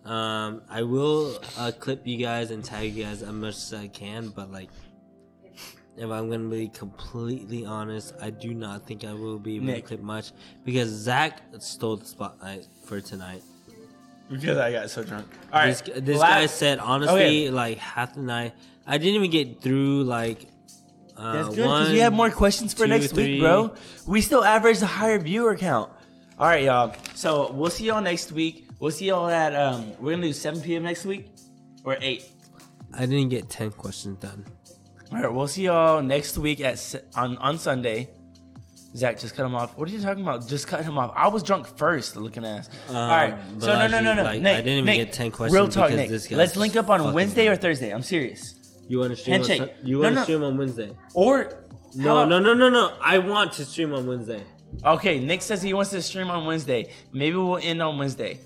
Um I will uh, clip you guys and tag you guys as much as I can, but like if I'm gonna be completely honest, I do not think I will be able Nick. to clip much because Zach stole the spotlight for tonight. Because I got so drunk. All right, This, this la- guy said honestly, Okay. like half the night. I didn't even get through like. Uh, That's good because you have more questions for two, next week, three. bro. We still average a higher viewer count. All right, y'all. So we'll see y'all next week. We'll see y'all at um. We're gonna do 7 p.m. next week, or 8. I didn't get ten questions done. All right, we'll see y'all next week at s- on on Sunday. Zach, just cut him off. What are you talking about? Just cut him off. I was drunk first, looking ass. All right. Um, So no, no, no, Balaji, no. like, Nick, I didn't even Nick, get 10 questions Real talk, because Nick. this guy Let's was link up on fucking- Wednesday or Thursday. I'm serious. You want to stream? On, Handshake. Sun- you No, want to no. stream on Wednesday? Or No, how- no, no, no, no. I want to stream on Wednesday. Okay, Nick says he wants to stream on Wednesday. Maybe we'll end on Wednesday.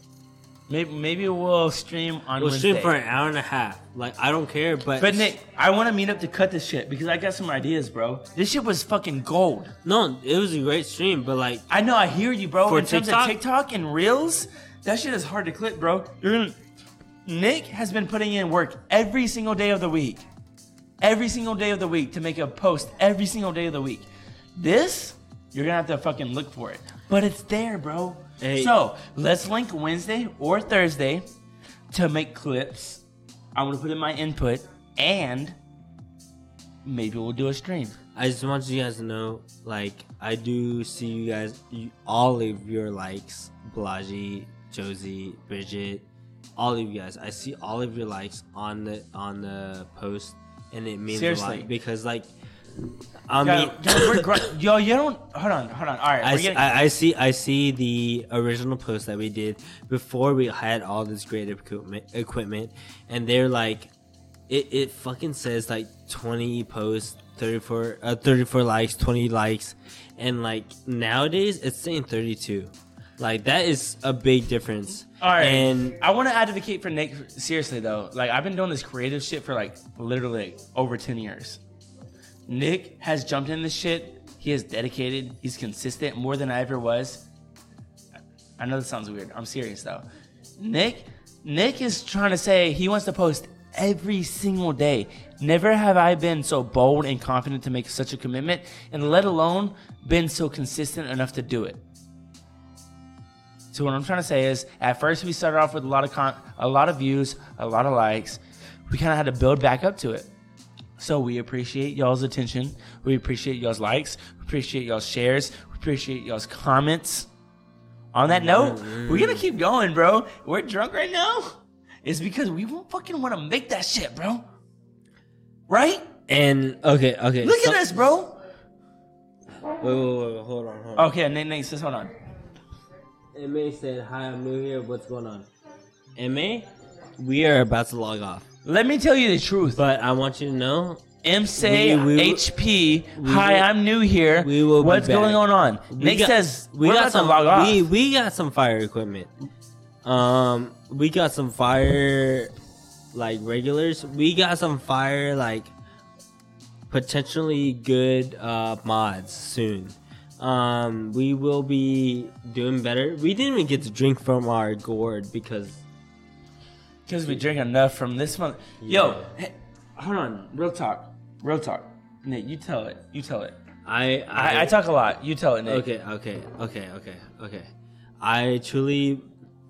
Maybe maybe we'll stream on We'll Wednesday. stream for an hour and a half. Like I don't care, but but Nick, I want to meet up to cut this shit because I got some ideas, bro. This shit was fucking gold. no, it was a great stream. But like, I know, I hear you, bro. For In terms TikTok? of TikTok and Reels, that shit is hard to clip, bro. You're gonna... Nick has been putting in work every single day of the week, every single day of the week to make a post every single day of the week. This, you're gonna have to fucking look for it, but it's there, bro. Hey. So let's link Wednesday or Thursday to make clips. I'm gonna put in my input, and maybe we'll do a stream. I just want you guys to know, like, I do see you guys, you, all of your likes, Balaji, Josie, Bridget, all of you guys. I see all of your likes on the on the post, and it means a Seriously. lot because, like, I Yo, mean, yo, we're gr- yo, you don't. Hold on, hold on. All right, I, we're s- getting- I- I see I see the original post that we did before we had all this great equipment equipment and they're like it, it fucking says like 20 posts 34 uh, 34 likes 20 likes and like nowadays it's saying 32 like that is a big difference All right. and I want to advocate for Nick seriously though. Like I've been doing this creative shit for like literally over 10 years. Nick has jumped in this shit. He is dedicated. He's consistent more than I ever was. I know this sounds weird. I'm serious though. Nick Nick is trying to say he wants to post every single day. Never have I been so bold and confident to make such a commitment and let alone been so consistent enough to do it. So what I'm trying to say is, at first we started off with a lot of con- a lot of views, a lot of likes. We kind of had to build back up to it. So we appreciate y'all's attention. We appreciate y'all's likes. We appreciate y'all's shares. We appreciate y'all's comments. On that note, we're gonna keep going, bro. We're drunk right now. It's because we won't fucking want to make that shit, bro. Right? and okay okay Look so- at us, bro. wait, wait, wait, wait, hold on hold on Okay, Nate, Nate, just hold on. MA said hi I'm new here what's going on MA we are about to log off Let me tell you the truth. but I want you to know MSA We- we- HP. we Hi, will- I'm new here. we will be What's back. going on? We Nick got- says we we're got about some to log off. We we got some fire equipment. Um, we got some fire like regulars. We got some fire like potentially good uh, mods soon. Um, we will be doing better. We didn't even get to drink from our gourd because Because we drink enough from this month. Yo, hey, hold on. Real talk. Real talk. Nick, you tell it. You tell it. I I, I talk a lot. You tell it, Nick. Okay, okay, okay, okay, okay. I truly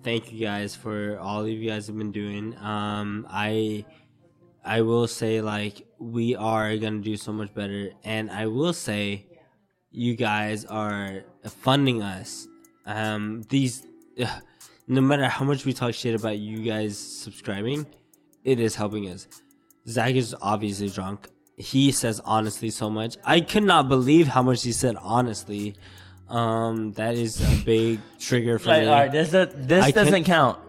thank you guys for all of you guys have been doing. Um, I I will say like we are gonna do so much better, and I will say you guys are funding us. Um, these ugh, no matter how much we talk shit about you guys subscribing, it is helping us. Zach is obviously drunk. He says honestly so much. I could not believe how much he said honestly. Um, that is a big trigger for Like, me. all right, this, does- this I doesn't can't- count.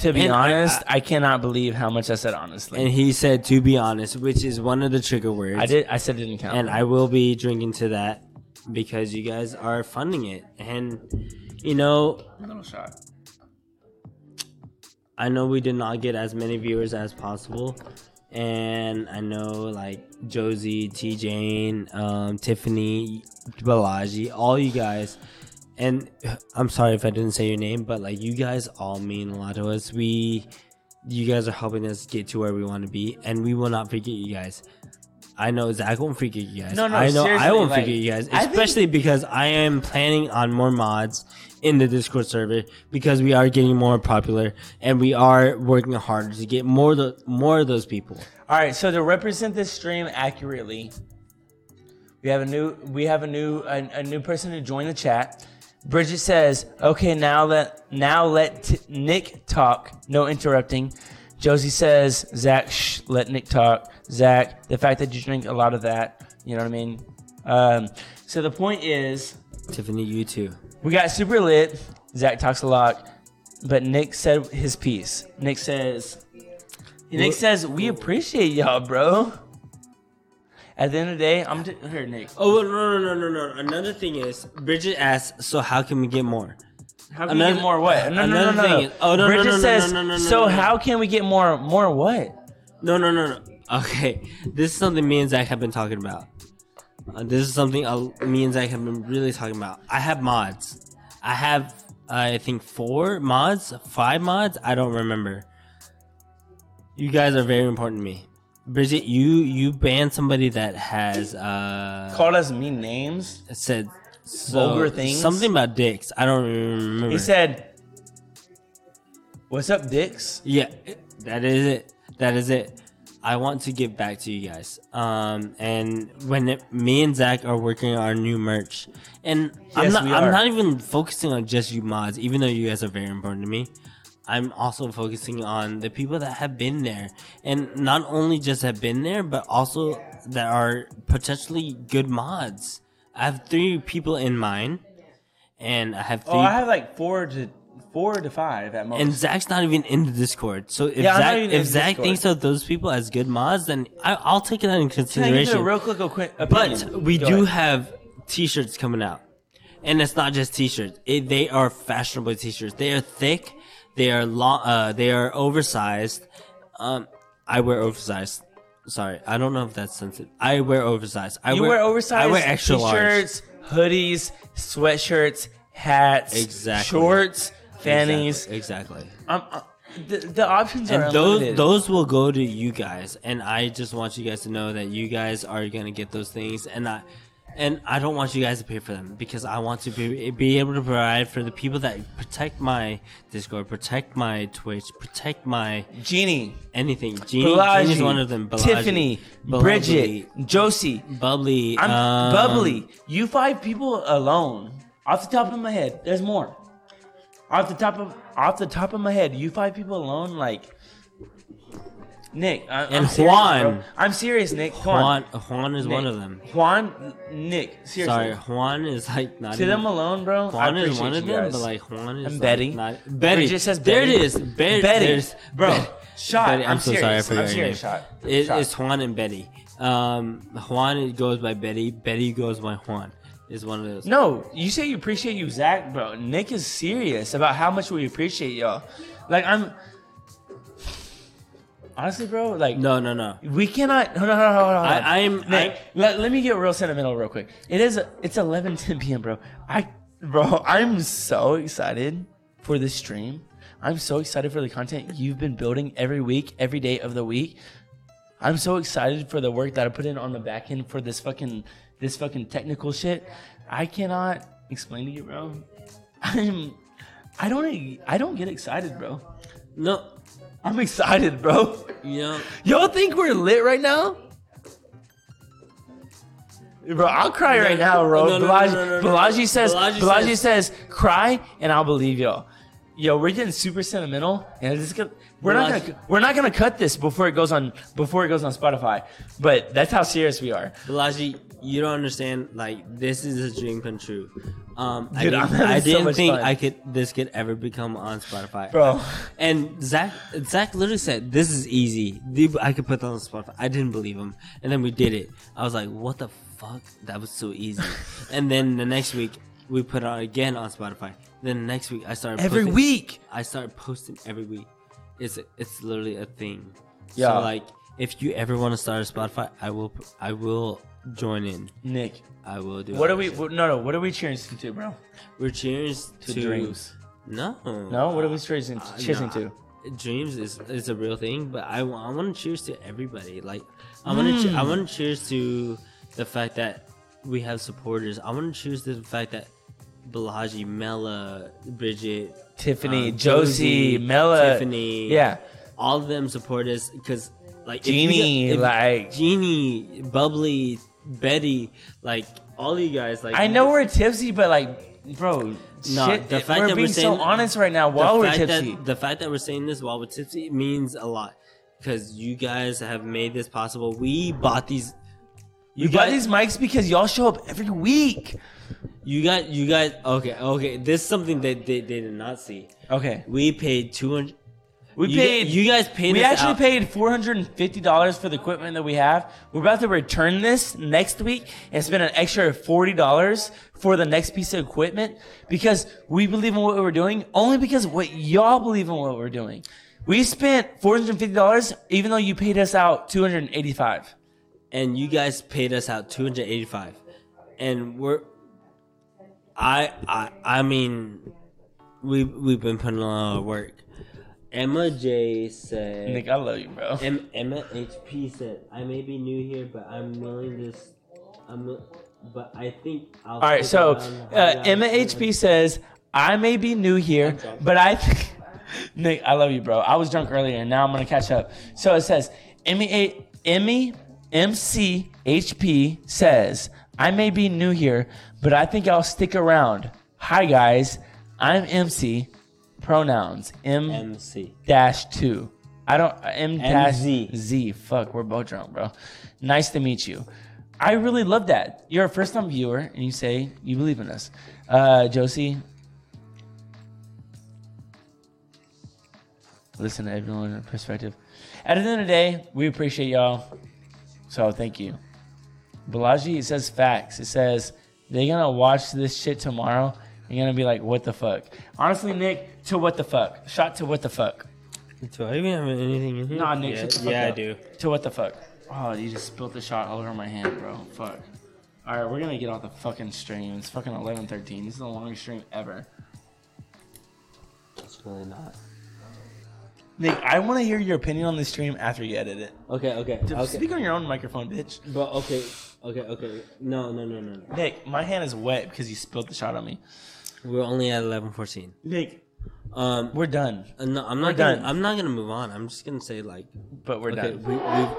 To be And I- honest, I, cannot believe how much I said honestly. And he said to be honest, which is one of the trigger words. I did. I said it didn't count. and I will be drinking to that because you guys are funding it. And you know, little shot. I know we did not get as many viewers as possible, and I know like Josie, T Jane, um, Tiffany, Balaji, all you guys. And uh, I'm sorry if I didn't say your name, but like you guys all mean a lot to us. We, you guys are helping us get to where we want to be, and we will not forget you guys. I know Zach won't forget you guys. No, no, I know I seriously, won't like, forget you guys, I think- especially because I am planning on more mods in the Discord server because we are getting more popular and we are working harder to get more of the, more of those people. All right, so to represent this stream accurately, we have a new we have a new a, a new person to join the chat. Bridget says, "Okay, now let now let t- Nick talk. No interrupting." Josie says, "Zach, shh, let Nick talk." Zach, the fact that you drink a lot of that, you know what I mean. Um, so the point is, Tiffany, you too. we got super lit. Zach talks a lot, but Nick said his piece. Nick says, Nick says, we appreciate y'all, bro. At the end of the day, I'm t- here, Nick. Oh well, no, no, no, no, no. Another thing is, Bridget asks, "So how can we get more?" How can we Another- get more what? No, no, no, another no. thing no. is- oh, no, no, Bridget no, no, says, no, no, no, so no, no. how can we get more, more what? No, no, no, no. Okay, this is something me and Zach have been talking about. Uh, this is something uh, me and Zach have been really talking about. I have mods. I have, I think, four mods, five mods. I don't remember. You guys are very important to me. Bridget, you you banned somebody that has uh Called us mean names. said so- vulgar things? Something about dicks. I don't remember. He said, what's up, dicks? Yeah, that is it. That is it. I want to give back to you guys. Um, and when it, me and Zach are working on our new merch, and I'm Yes, not, we I'm are. not even focusing on just you mods, even though you guys are very important to me. I'm also focusing on the people that have been there, and not only just have been there, but also that are potentially good mods. I have three people in mind, and I have three. Oh, I have like four to four to five at most. And Zach's not even in the Discord. So if Yeah, I'm not Zach, even in if the Zach Discord. thinks of those people as good mods, then I, I'll take that Can I in give you consideration. a real quick quick opinion? but we Go do ahead. have t-shirts coming out, and it's not just t-shirts. It, they are fashionable t-shirts. They are thick. They are long. Uh, they are oversized. Um, I wear oversized. Sorry, I don't know if that's sensitive. I wear oversized. I You wear, oversized I wear extra large. t-shirts, hoodies, sweatshirts, hats, Exactly. shorts, fannies. Exactly. exactly. Um, uh, the, the options are and those unlimited. those will go to you guys and i just want you guys to know that you guys are gonna get those things and i and i don't want you guys to pay for them because i want to be, be able to provide for the people that protect my discord protect my twitch protect my Genie, anything Jean, Jean Balaji, is one of them Balaji, Tiffany, Balaji, Bridget, Josie. bubbly I'm um, bubbly. You five people alone, off the top of my head. There's more. Off the top of off the top of my head, you five people alone, like Nick I, And I'm serious, Juan. bro. I'm serious, Nick. Come on. juan juan is one Nick. of them Juan, Nick, seriously. sorry juan is like not To even, them alone, bro. Juan I is appreciate one of you them, guys. but like Juan is And like, Betty. not Betty. Bridget says there it Betty. is. Be- Betty. there's- Bro, Betty. Shot. Betty, I'm, I'm so sorry. I serious. forgot I'm your serious. name. Shot. It- Shot. It's Juan and Betty. Um, Juan goes by Betty. Betty goes by Juan. Is one of those. No, you say you appreciate you, Zach, bro. Nick is serious about how much we appreciate y'all. Like I'm honestly, bro. Like no, no, no. we cannot. Hold on, hold on, hold on. I, I'm. Nick, I, let, let me get real sentimental real quick. It is. It's 11 10 p.m., bro. I, bro, I'm so excited for this stream. I'm so excited for the content you've been building every week, every day of the week. I'm so excited for the work that I put in on the back end for this fucking this fucking technical shit. I cannot explain to you, bro. I'm I don't I don't get excited, bro. no. I'm excited, bro. You know. Y'all think we're lit right now? Bro, I'll cry right now, bro. no, no, Balaji, no, no, no, no. Balaji says, Balaji Balaji, says, cry and I'll believe y'all. Yo, we're getting super sentimental, and it's gonna, we're not Balaji- gonna we're not gonna cut this before it goes on before it goes on Spotify. But that's how serious we are. Balaji, you don't understand. Like this is a dream come true. Um, I Dude, didn't, I'm having I so didn't much think fun. I could this could ever become on Spotify, Bro. And Zach, Zach literally said, "This is easy. The- I could put that on Spotify." I didn't believe him, and then we did it. I was like, "What the fuck? That was so easy." and then the next week, we put it on again on Spotify. Then the next week, I started Every posting- week. I started posting every week. It's it's literally a thing. Yeah. So like, if you ever want to start a Spotify, I will I will join in. Nick, I will do. what it. are we? What, no, no. What are we cheering to, bro? We're cheers to, To dreams. No. No. What are we cheering Uh, cheering no, to? I- Dreams is is a real thing, but I, wa- I want to cheers to everybody. Like I want to I want to cheers to the fact that we have supporters. I want to cheers to the fact that Balaji, Mela, Bridget, Tiffany, um, Josie, Mela, Tiffany, Yeah, all of them support us because like if you Genie, got- if- like Genie, Bubbly, Betty, like all you guys. Like I know we're tipsy, but like, bro, No, shit. the if fact we're that we're being so saying- honest right now while the we're fact tipsy. That, the fact that we're saying this while we're tipsy means a lot because you guys have made this possible. We bought these. You you got guys- these mics because y'all show up every week. You got. You guys. Okay. Okay. This is something that they, they did not see. Okay. We paid two hundred. We you, paid. You guys paid. we us actually out. paid four hundred and fifty dollars for the equipment that we have. We're about to return this next week and spend an extra forty dollars for the next piece of equipment because we believe in what we're doing. Only because what y'all believe in what we're doing. We spent four hundred and fifty dollars, even though you paid us out two hundred and eighty-five. and you guys paid us out 285 and we're i i i mean we we've been putting in a lot of work emma j said Nick, I love you, bro. Em, emma hp said i may be new here but i'm willing to s- i'm wi- but i think i'll All right, stick so around and uh, hang out Emma with HP says, I may be new here, but I think. Nick, I love you, bro. I was drunk earlier, and now I'm going to catch up. So it says, Emmy, A- Emmy MC HP says, I may be new here, but I think I'll stick around. Hi, guys. I'm MC. Pronouns M mc dash two. I don't M dash MZ. Z. Fuck, we're both drunk, bro. Nice to meet you. I really love that. You're a first time viewer and you say you believe in us. Uh, Josie. Listen to everyone's perspective. At the end of the day, we appreciate y'all. So thank you. Balaji, it says facts. It says they're gonna watch this shit tomorrow. You're gonna be like, what the fuck? Honestly, Nick, to what the fuck? Shot to what the fuck? do i even have anything in here Nah, Nick, yeah, shut the fuck yeah up. i do To what the fuck? Oh, you just spilled the shot all over my hand, bro. Fuck. All right, we're gonna get off the fucking stream. It's fucking 11:13. This is the longest stream ever. it's really not Nick, I want to hear your opinion on this stream after you edit it. okay okay Dude, okay Speak on your own microphone, bitch. but okay okay okay no no no no no Nick, my hand is wet because you spilled the shot on me. we're only at 11:14 Nick, um we're done, Uh, No, I'm We're not gonna, done. I'm not gonna move on. I'm just gonna say like but we're okay, done. we, we've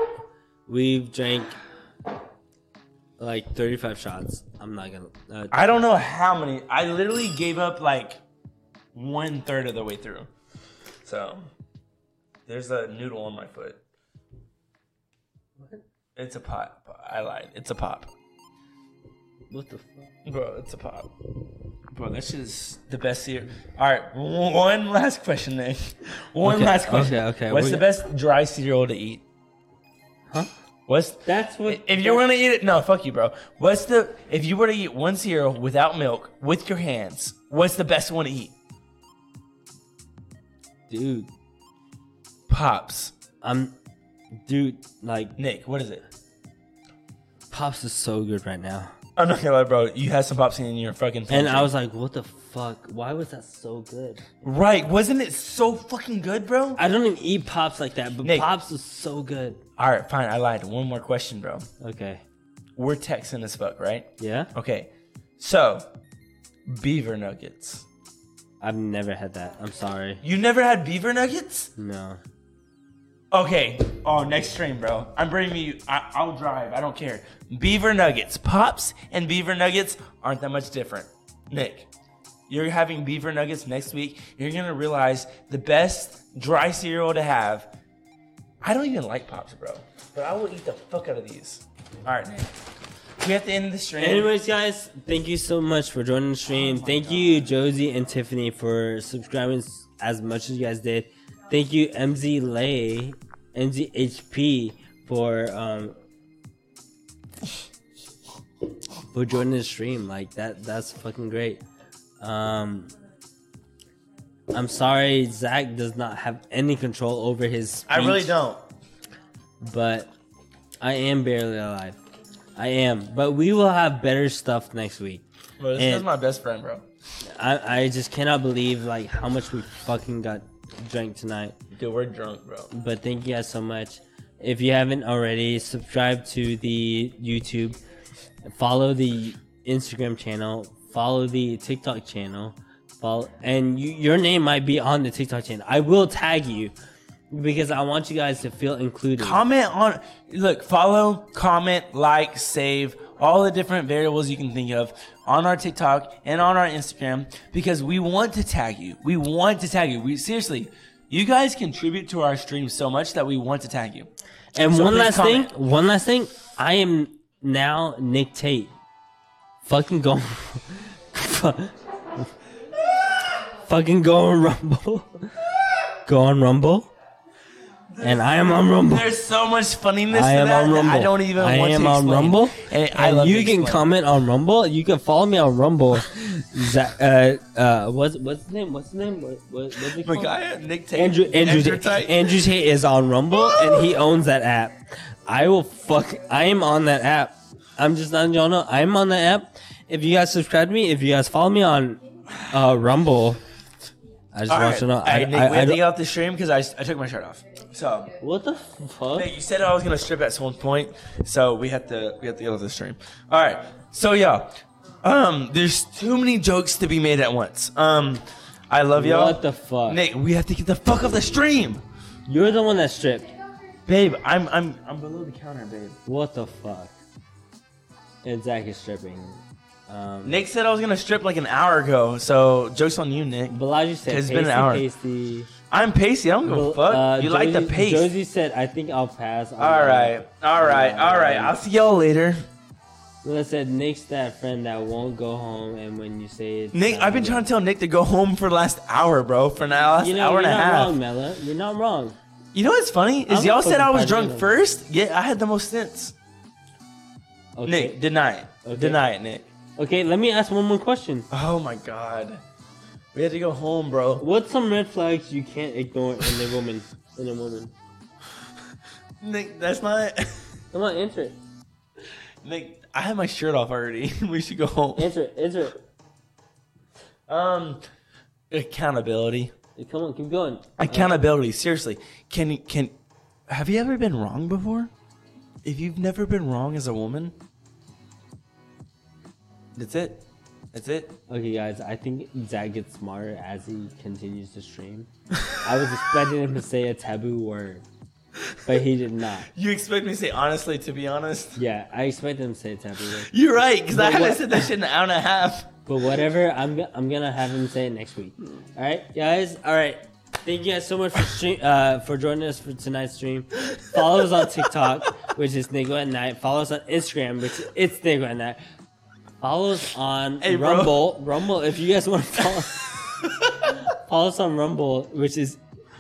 we've drank like 35 shots. I'm not gonna. Uh, I don't know how many. I literally gave up like one third of the way through. So there's a noodle on my foot. It's a pot. I lied. It's a pop. what the fuck? Bro, it's a pop. Bro, that shit is the best here. All right, w- one last question, Nick. One Okay, last question. okay, okay, What's we- the best dry cereal to eat? Huh? What's That's what. if you were gonna eat it? No, fuck you, bro. What's the if you were to eat one cereal without milk with your hands? What's the best one to eat? dude, Pops. I'm, dude, like Nick, what is it? pops is so good right now. I'm not gonna lie, bro. You had some pops in your fucking. And Pantry. I was like, what the fuck? Why was that so good? right. Wasn't it so fucking good, bro? I don't even eat pops like that, but Nick. pops is so good. All right, fine. I lied. One more question, bro. Okay. We're Texan as fuck, right? Yeah. Okay, so beaver nuggets. I've never had that. I'm sorry. You never had beaver nuggets? No. Okay. Oh, next stream, bro. I'm bringing you. I, I'll drive. I don't care. Beaver nuggets, pops, and beaver nuggets aren't that much different. Nick, you're having beaver nuggets next week. You're gonna realize the best dry cereal to have. I don't even like pops, bro, but I will eat the fuck out of these. All right, Nick. We have to end the stream. Oh Anyways, guys, thank you so much for joining the stream. thank you, Josie and Tiffany, for subscribing s- as much as you guys did. Thank you, MZ Lay, MZHP, for um for joining the stream. Like that, that's fucking great. Um, I'm sorry, Zach does not have any control over his. I really speech don't. but I am barely alive. I am, but we will have better stuff next week. Bro, this And- is my best friend, bro. I, I just cannot believe like how much we fucking got drank tonight. Dude, we're drunk, bro. But thank you guys so much. If you haven't already, subscribe to the YouTube, follow the Instagram channel, follow the TikTok channel, follow, and you, your name might be on the TikTok channel. I will tag you because I want you guys to feel included. comment on look follow comment like save all the different variables you can think of on our TikTok and on our Instagram because we want to tag you. We want to tag you. We seriously, you guys contribute to our stream so much that we want to tag you. And So one please last comment. thing. One last thing. I am now Nick Tate. Fucking going. fu- fucking go on Rumble. go on Rumble. And I am on Rumble. There's so much funniness. I to am that on that Rumble. I don't even. I want am to on explain. Rumble. And I And love you to can explain. comment on Rumble. You can follow me on Rumble. Zach, uh, uh, what's what's his name? What's his name? What, what, what's he called? Micaiah, Nick Tate, Andrew Andrew Andrew Tate. Tate. is on Rumble and he owns that app. I will fuck. I am on that app. I'm just letting y'all know. I'm on that app. If you guys subscribe to me, if you guys follow me on uh, Rumble, I just All want right. to know. I, All right, Nick, I- we have I to don't- get off the stream because I, I took my shirt off. So what the fuck? Nick, you said I was gonna strip at some point, so we have to we have to get off the stream. All right. So y'all, um, there's too many jokes to be made at once. Um, I love y'all. What the fuck? Nick, we have to get the fuck off the stream, You're the one that stripped. babe. I'm I'm I'm below the counter, babe. What the fuck? And Zach is stripping. Um, Nick said I was gonna strip like an hour ago, so jokes on you, Nick. Balaji said, It's pasty, been an hour. pasty. I'm pacey. I don't give a fuck. Uh, you like the Josie- pace. Josie said, I think I'll pass. on All that." right, all right, all right. I'll see y'all later. Lila said, Nick's that friend that won't go home, and when you say it, Nick, I've been trying to tell Nick to go home for the last hour, bro. For now, last You know, hour and you're a not half. wrong, Mela. You're not wrong. You know what's funny is I'm y'all said I fucking was fine, drunk you know. first. Yeah, I had the most sense. Okay. Nick, deny it. Okay. Deny it, Nick. Okay, let me ask one more question. Oh my god, we had to go home, bro. What's some red flags you can't ignore in a woman? In a woman? Nick, that's not. Come on, answer it. Nick, I had my shirt off already. we should go home. Answer it. Answer it. Um, accountability. Come on, keep going. Accountability. Seriously, can you can? Have you ever been wrong before? If you've never been wrong as a woman, that's it. That's it. Okay, guys, I think Zach gets smarter as he continues to stream. I was expecting him to say a taboo word, but he did not. You expect me to say honestly? To be honest, Yeah, I expected him to say a taboo word. you're right because I But haven't what- said that shit in an hour and a half. But whatever, I'm go- I'm gonna have him say it next week. All right, guys. All right. Thank you guys so much for stream, uh, for joining us for tonight's stream. Follow us on TikTok, which is Nigga at Night. Follow us on Instagram, which is it's Nigga at Night. Follow us on Hey, bro. Rumble. Rumble, if you guys want to follow, follow us on Rumble, which is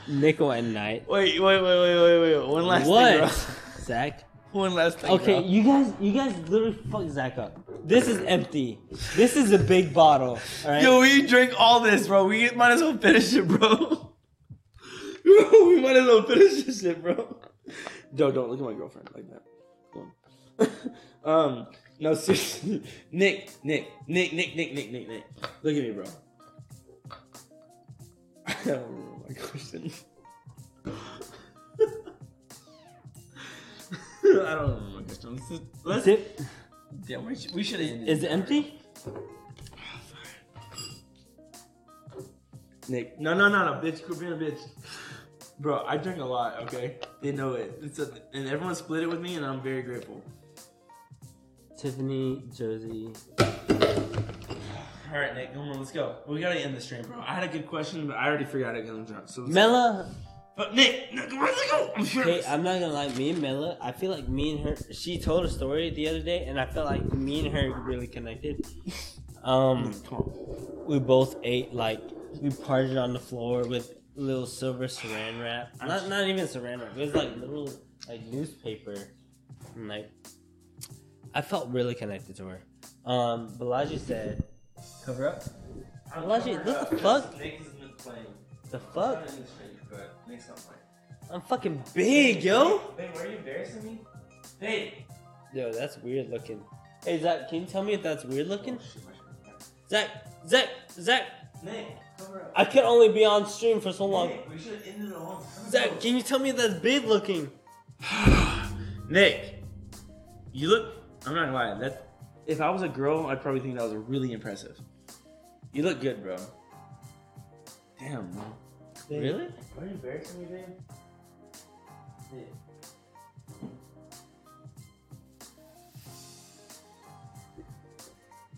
Nickel at Night. Wait, wait, wait, wait, wait, wait. One last thing, what, bro. Zach? One last thing. Okay, bro. you guys, you guys literally fucked Zach up. This is empty. This is a big bottle. All right. Yo, we drink all this, bro. We might as well finish it, bro. we might as well finish this shit, bro. Yo, don't look at my girlfriend like that. Come on. um, no, seriously. Nick, Nick, Nick, Nick, Nick, Nick, Nick, Nick. Look at me, bro. I don't remember my question. I don't remember my question. Let's, just- Is let's, it- yeah, we should, we should have. Is it empty? Nick. No, no, no, no, bitch. Quit being a bitch. Bro, I drink a lot, okay? They know it. It's a, and everyone split it with me, and I'm very grateful. Tiffany, Josie. All right, Nick, come on, let's go. We gotta end the stream, bro. I had a good question, but I already forgot it because I'm drunk. So let's Mela, But Nick, Nick, come on, let's go. I'm sure. hey, I'm not gonna lie, me and Mela, I feel like me and her, she told a story the other day, and I felt like me and her really connected. Um, Come on. we both ate, like, we parted on the floor with little silver saran wrap. Not, not even saran wrap, it was like little, like, newspaper. And, like, I felt really connected to her. Um, Balaji said, cover up. Balaji, what the fuck? Nick has been playing. The fuck? in the stream, but Nick's not playing. I'm fucking big, yo. Babe, are you embarrassing me? Babe. Yo, that's weird looking. Hey Zach, can you tell me if that's weird looking? Zach, Zach, Zach. Nick, cover up. I can only be on stream for so long. Nick, we should have ended it all. Oh. Zach, can you tell me if that's big looking? Nick, you look. I'm not gonna lie. That if I was a girl, I'd probably think that was really impressive. You look good, bro. Damn, bro. Really? Are you embarrassing me, babe? Nick.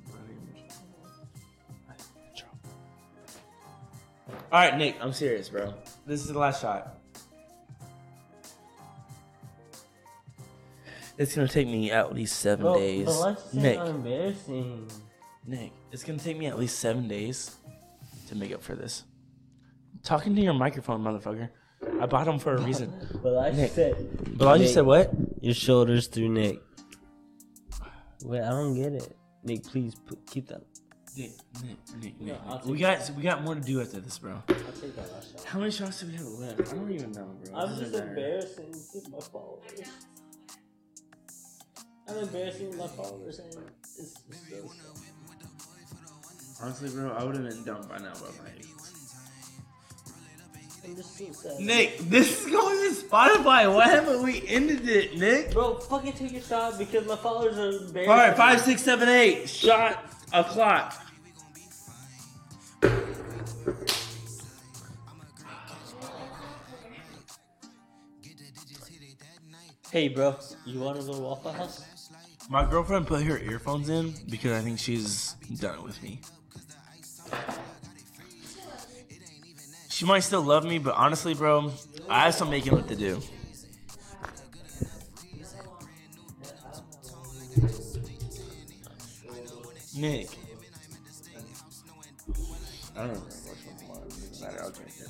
Not even- All right, Nick, I'm serious, bro. This is the last shot. It's gonna take me at least seven days. Nick, embarrassing. Nick, it's gonna take me at least seven days to make up for this. Talking to your microphone, motherfucker. I bought them for a reason. Well, I Nick. said But all you Nick. said what? your shoulders through Nick. Wait, I don't get it. Nick, please put, keep that. Nick, Nick, Nick, Nick. I'll take we got we got more to do after this, bro. I'll take that last shot. How many shots do we have left? I don't even know, bro. I'm It doesn't just matter. embarrassing to my followers. I'm embarrassing my followers, and it's it's so sad. Honestly, bro, I would have been done by now, but like. I'm just so sad. Nick, this is going to Spotify. Why haven't we ended it, Nick? Bro, fucking take your shot because my followers are embarrassed. All right, five, six, seven, eight. Shot o'clock. Hey, bro, you want to go to Waffle House? My girlfriend put her earphones in because I think she's done with me. She might still love me, but honestly, bro, I have some making up to do. Nick. I don't remember which one it was. It doesn't matter. I'll drink it.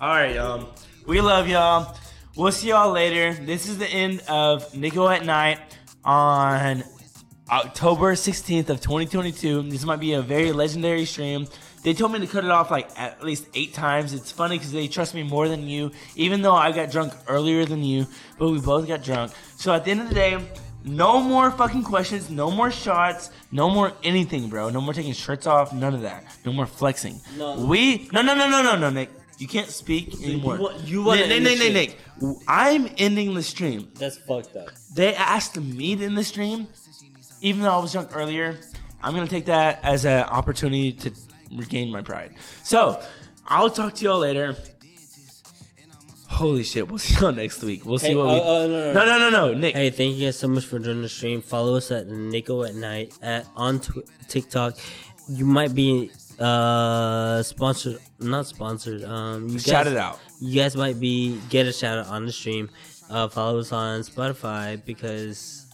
All right, y'all. We love y'all. We'll see y'all later. This is the end of Nico at Night on October 16th of 2022. This might be a very legendary stream. They told me to cut it off like at least eight times. It's funny because they trust me more than you, even though I got drunk earlier than you, but we both got drunk. So at the end of the day, no more fucking questions, no more shots, no more anything, bro. No more taking shirts off, none of that. No more flexing. No. We no no no no no no Nick. You can't speak anymore. wa- you wanna Nick, end Nick, the Nick, Nick, Nick. I'm ending the stream. That's fucked up. They asked me to end the stream, even though I was drunk earlier. I'm gonna take that as an opportunity to regain my pride. So I'll talk to y'all later. Holy shit, we'll see y'all next week. We'll see Hey, what oh, we oh, no, no, No no no no Nick. Hey, thank you guys so much for joining the stream. Follow us at Nico at Night at on tw- TikTok. You might be uh sponsored, not sponsored. Um, you Shout guys, it out. You guys might be get a shout out on the stream. Uh, follow us on Spotify because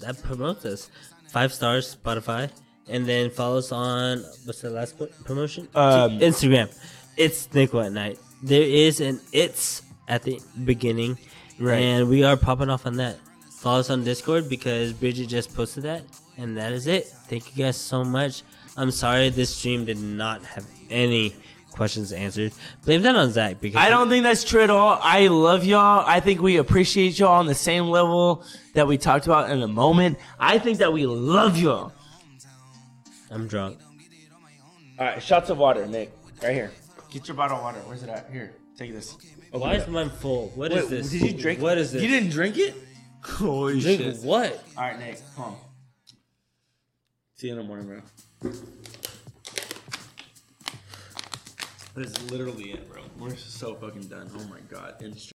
that promotes us. Five stars Spotify, and then follow us on what's the last pro- promotion? Um, Instagram. It's Nico at Night. There is an it's at the beginning. Right. And we are popping off on that. Follow us on Discord because Bridget just posted that. And that is it. Thank you guys so much. I'm sorry this stream did not have any questions answered. Blame that on Zach because I don't think that's true at all. I love y'all. I think we appreciate y'all on the same level that we talked about in the moment. I think that we love y'all. I'm drunk. All right, shots of water, Nick. Right here. Get your bottle of water. Where's it at? Here, take this. Why is mine full? What is this? Did you drink? What is this? You didn't drink it? Holy drink shit! what? All right, Nick, come on. See you in the morning, bro. That's literally it, bro. We're so fucking done. Oh my god. And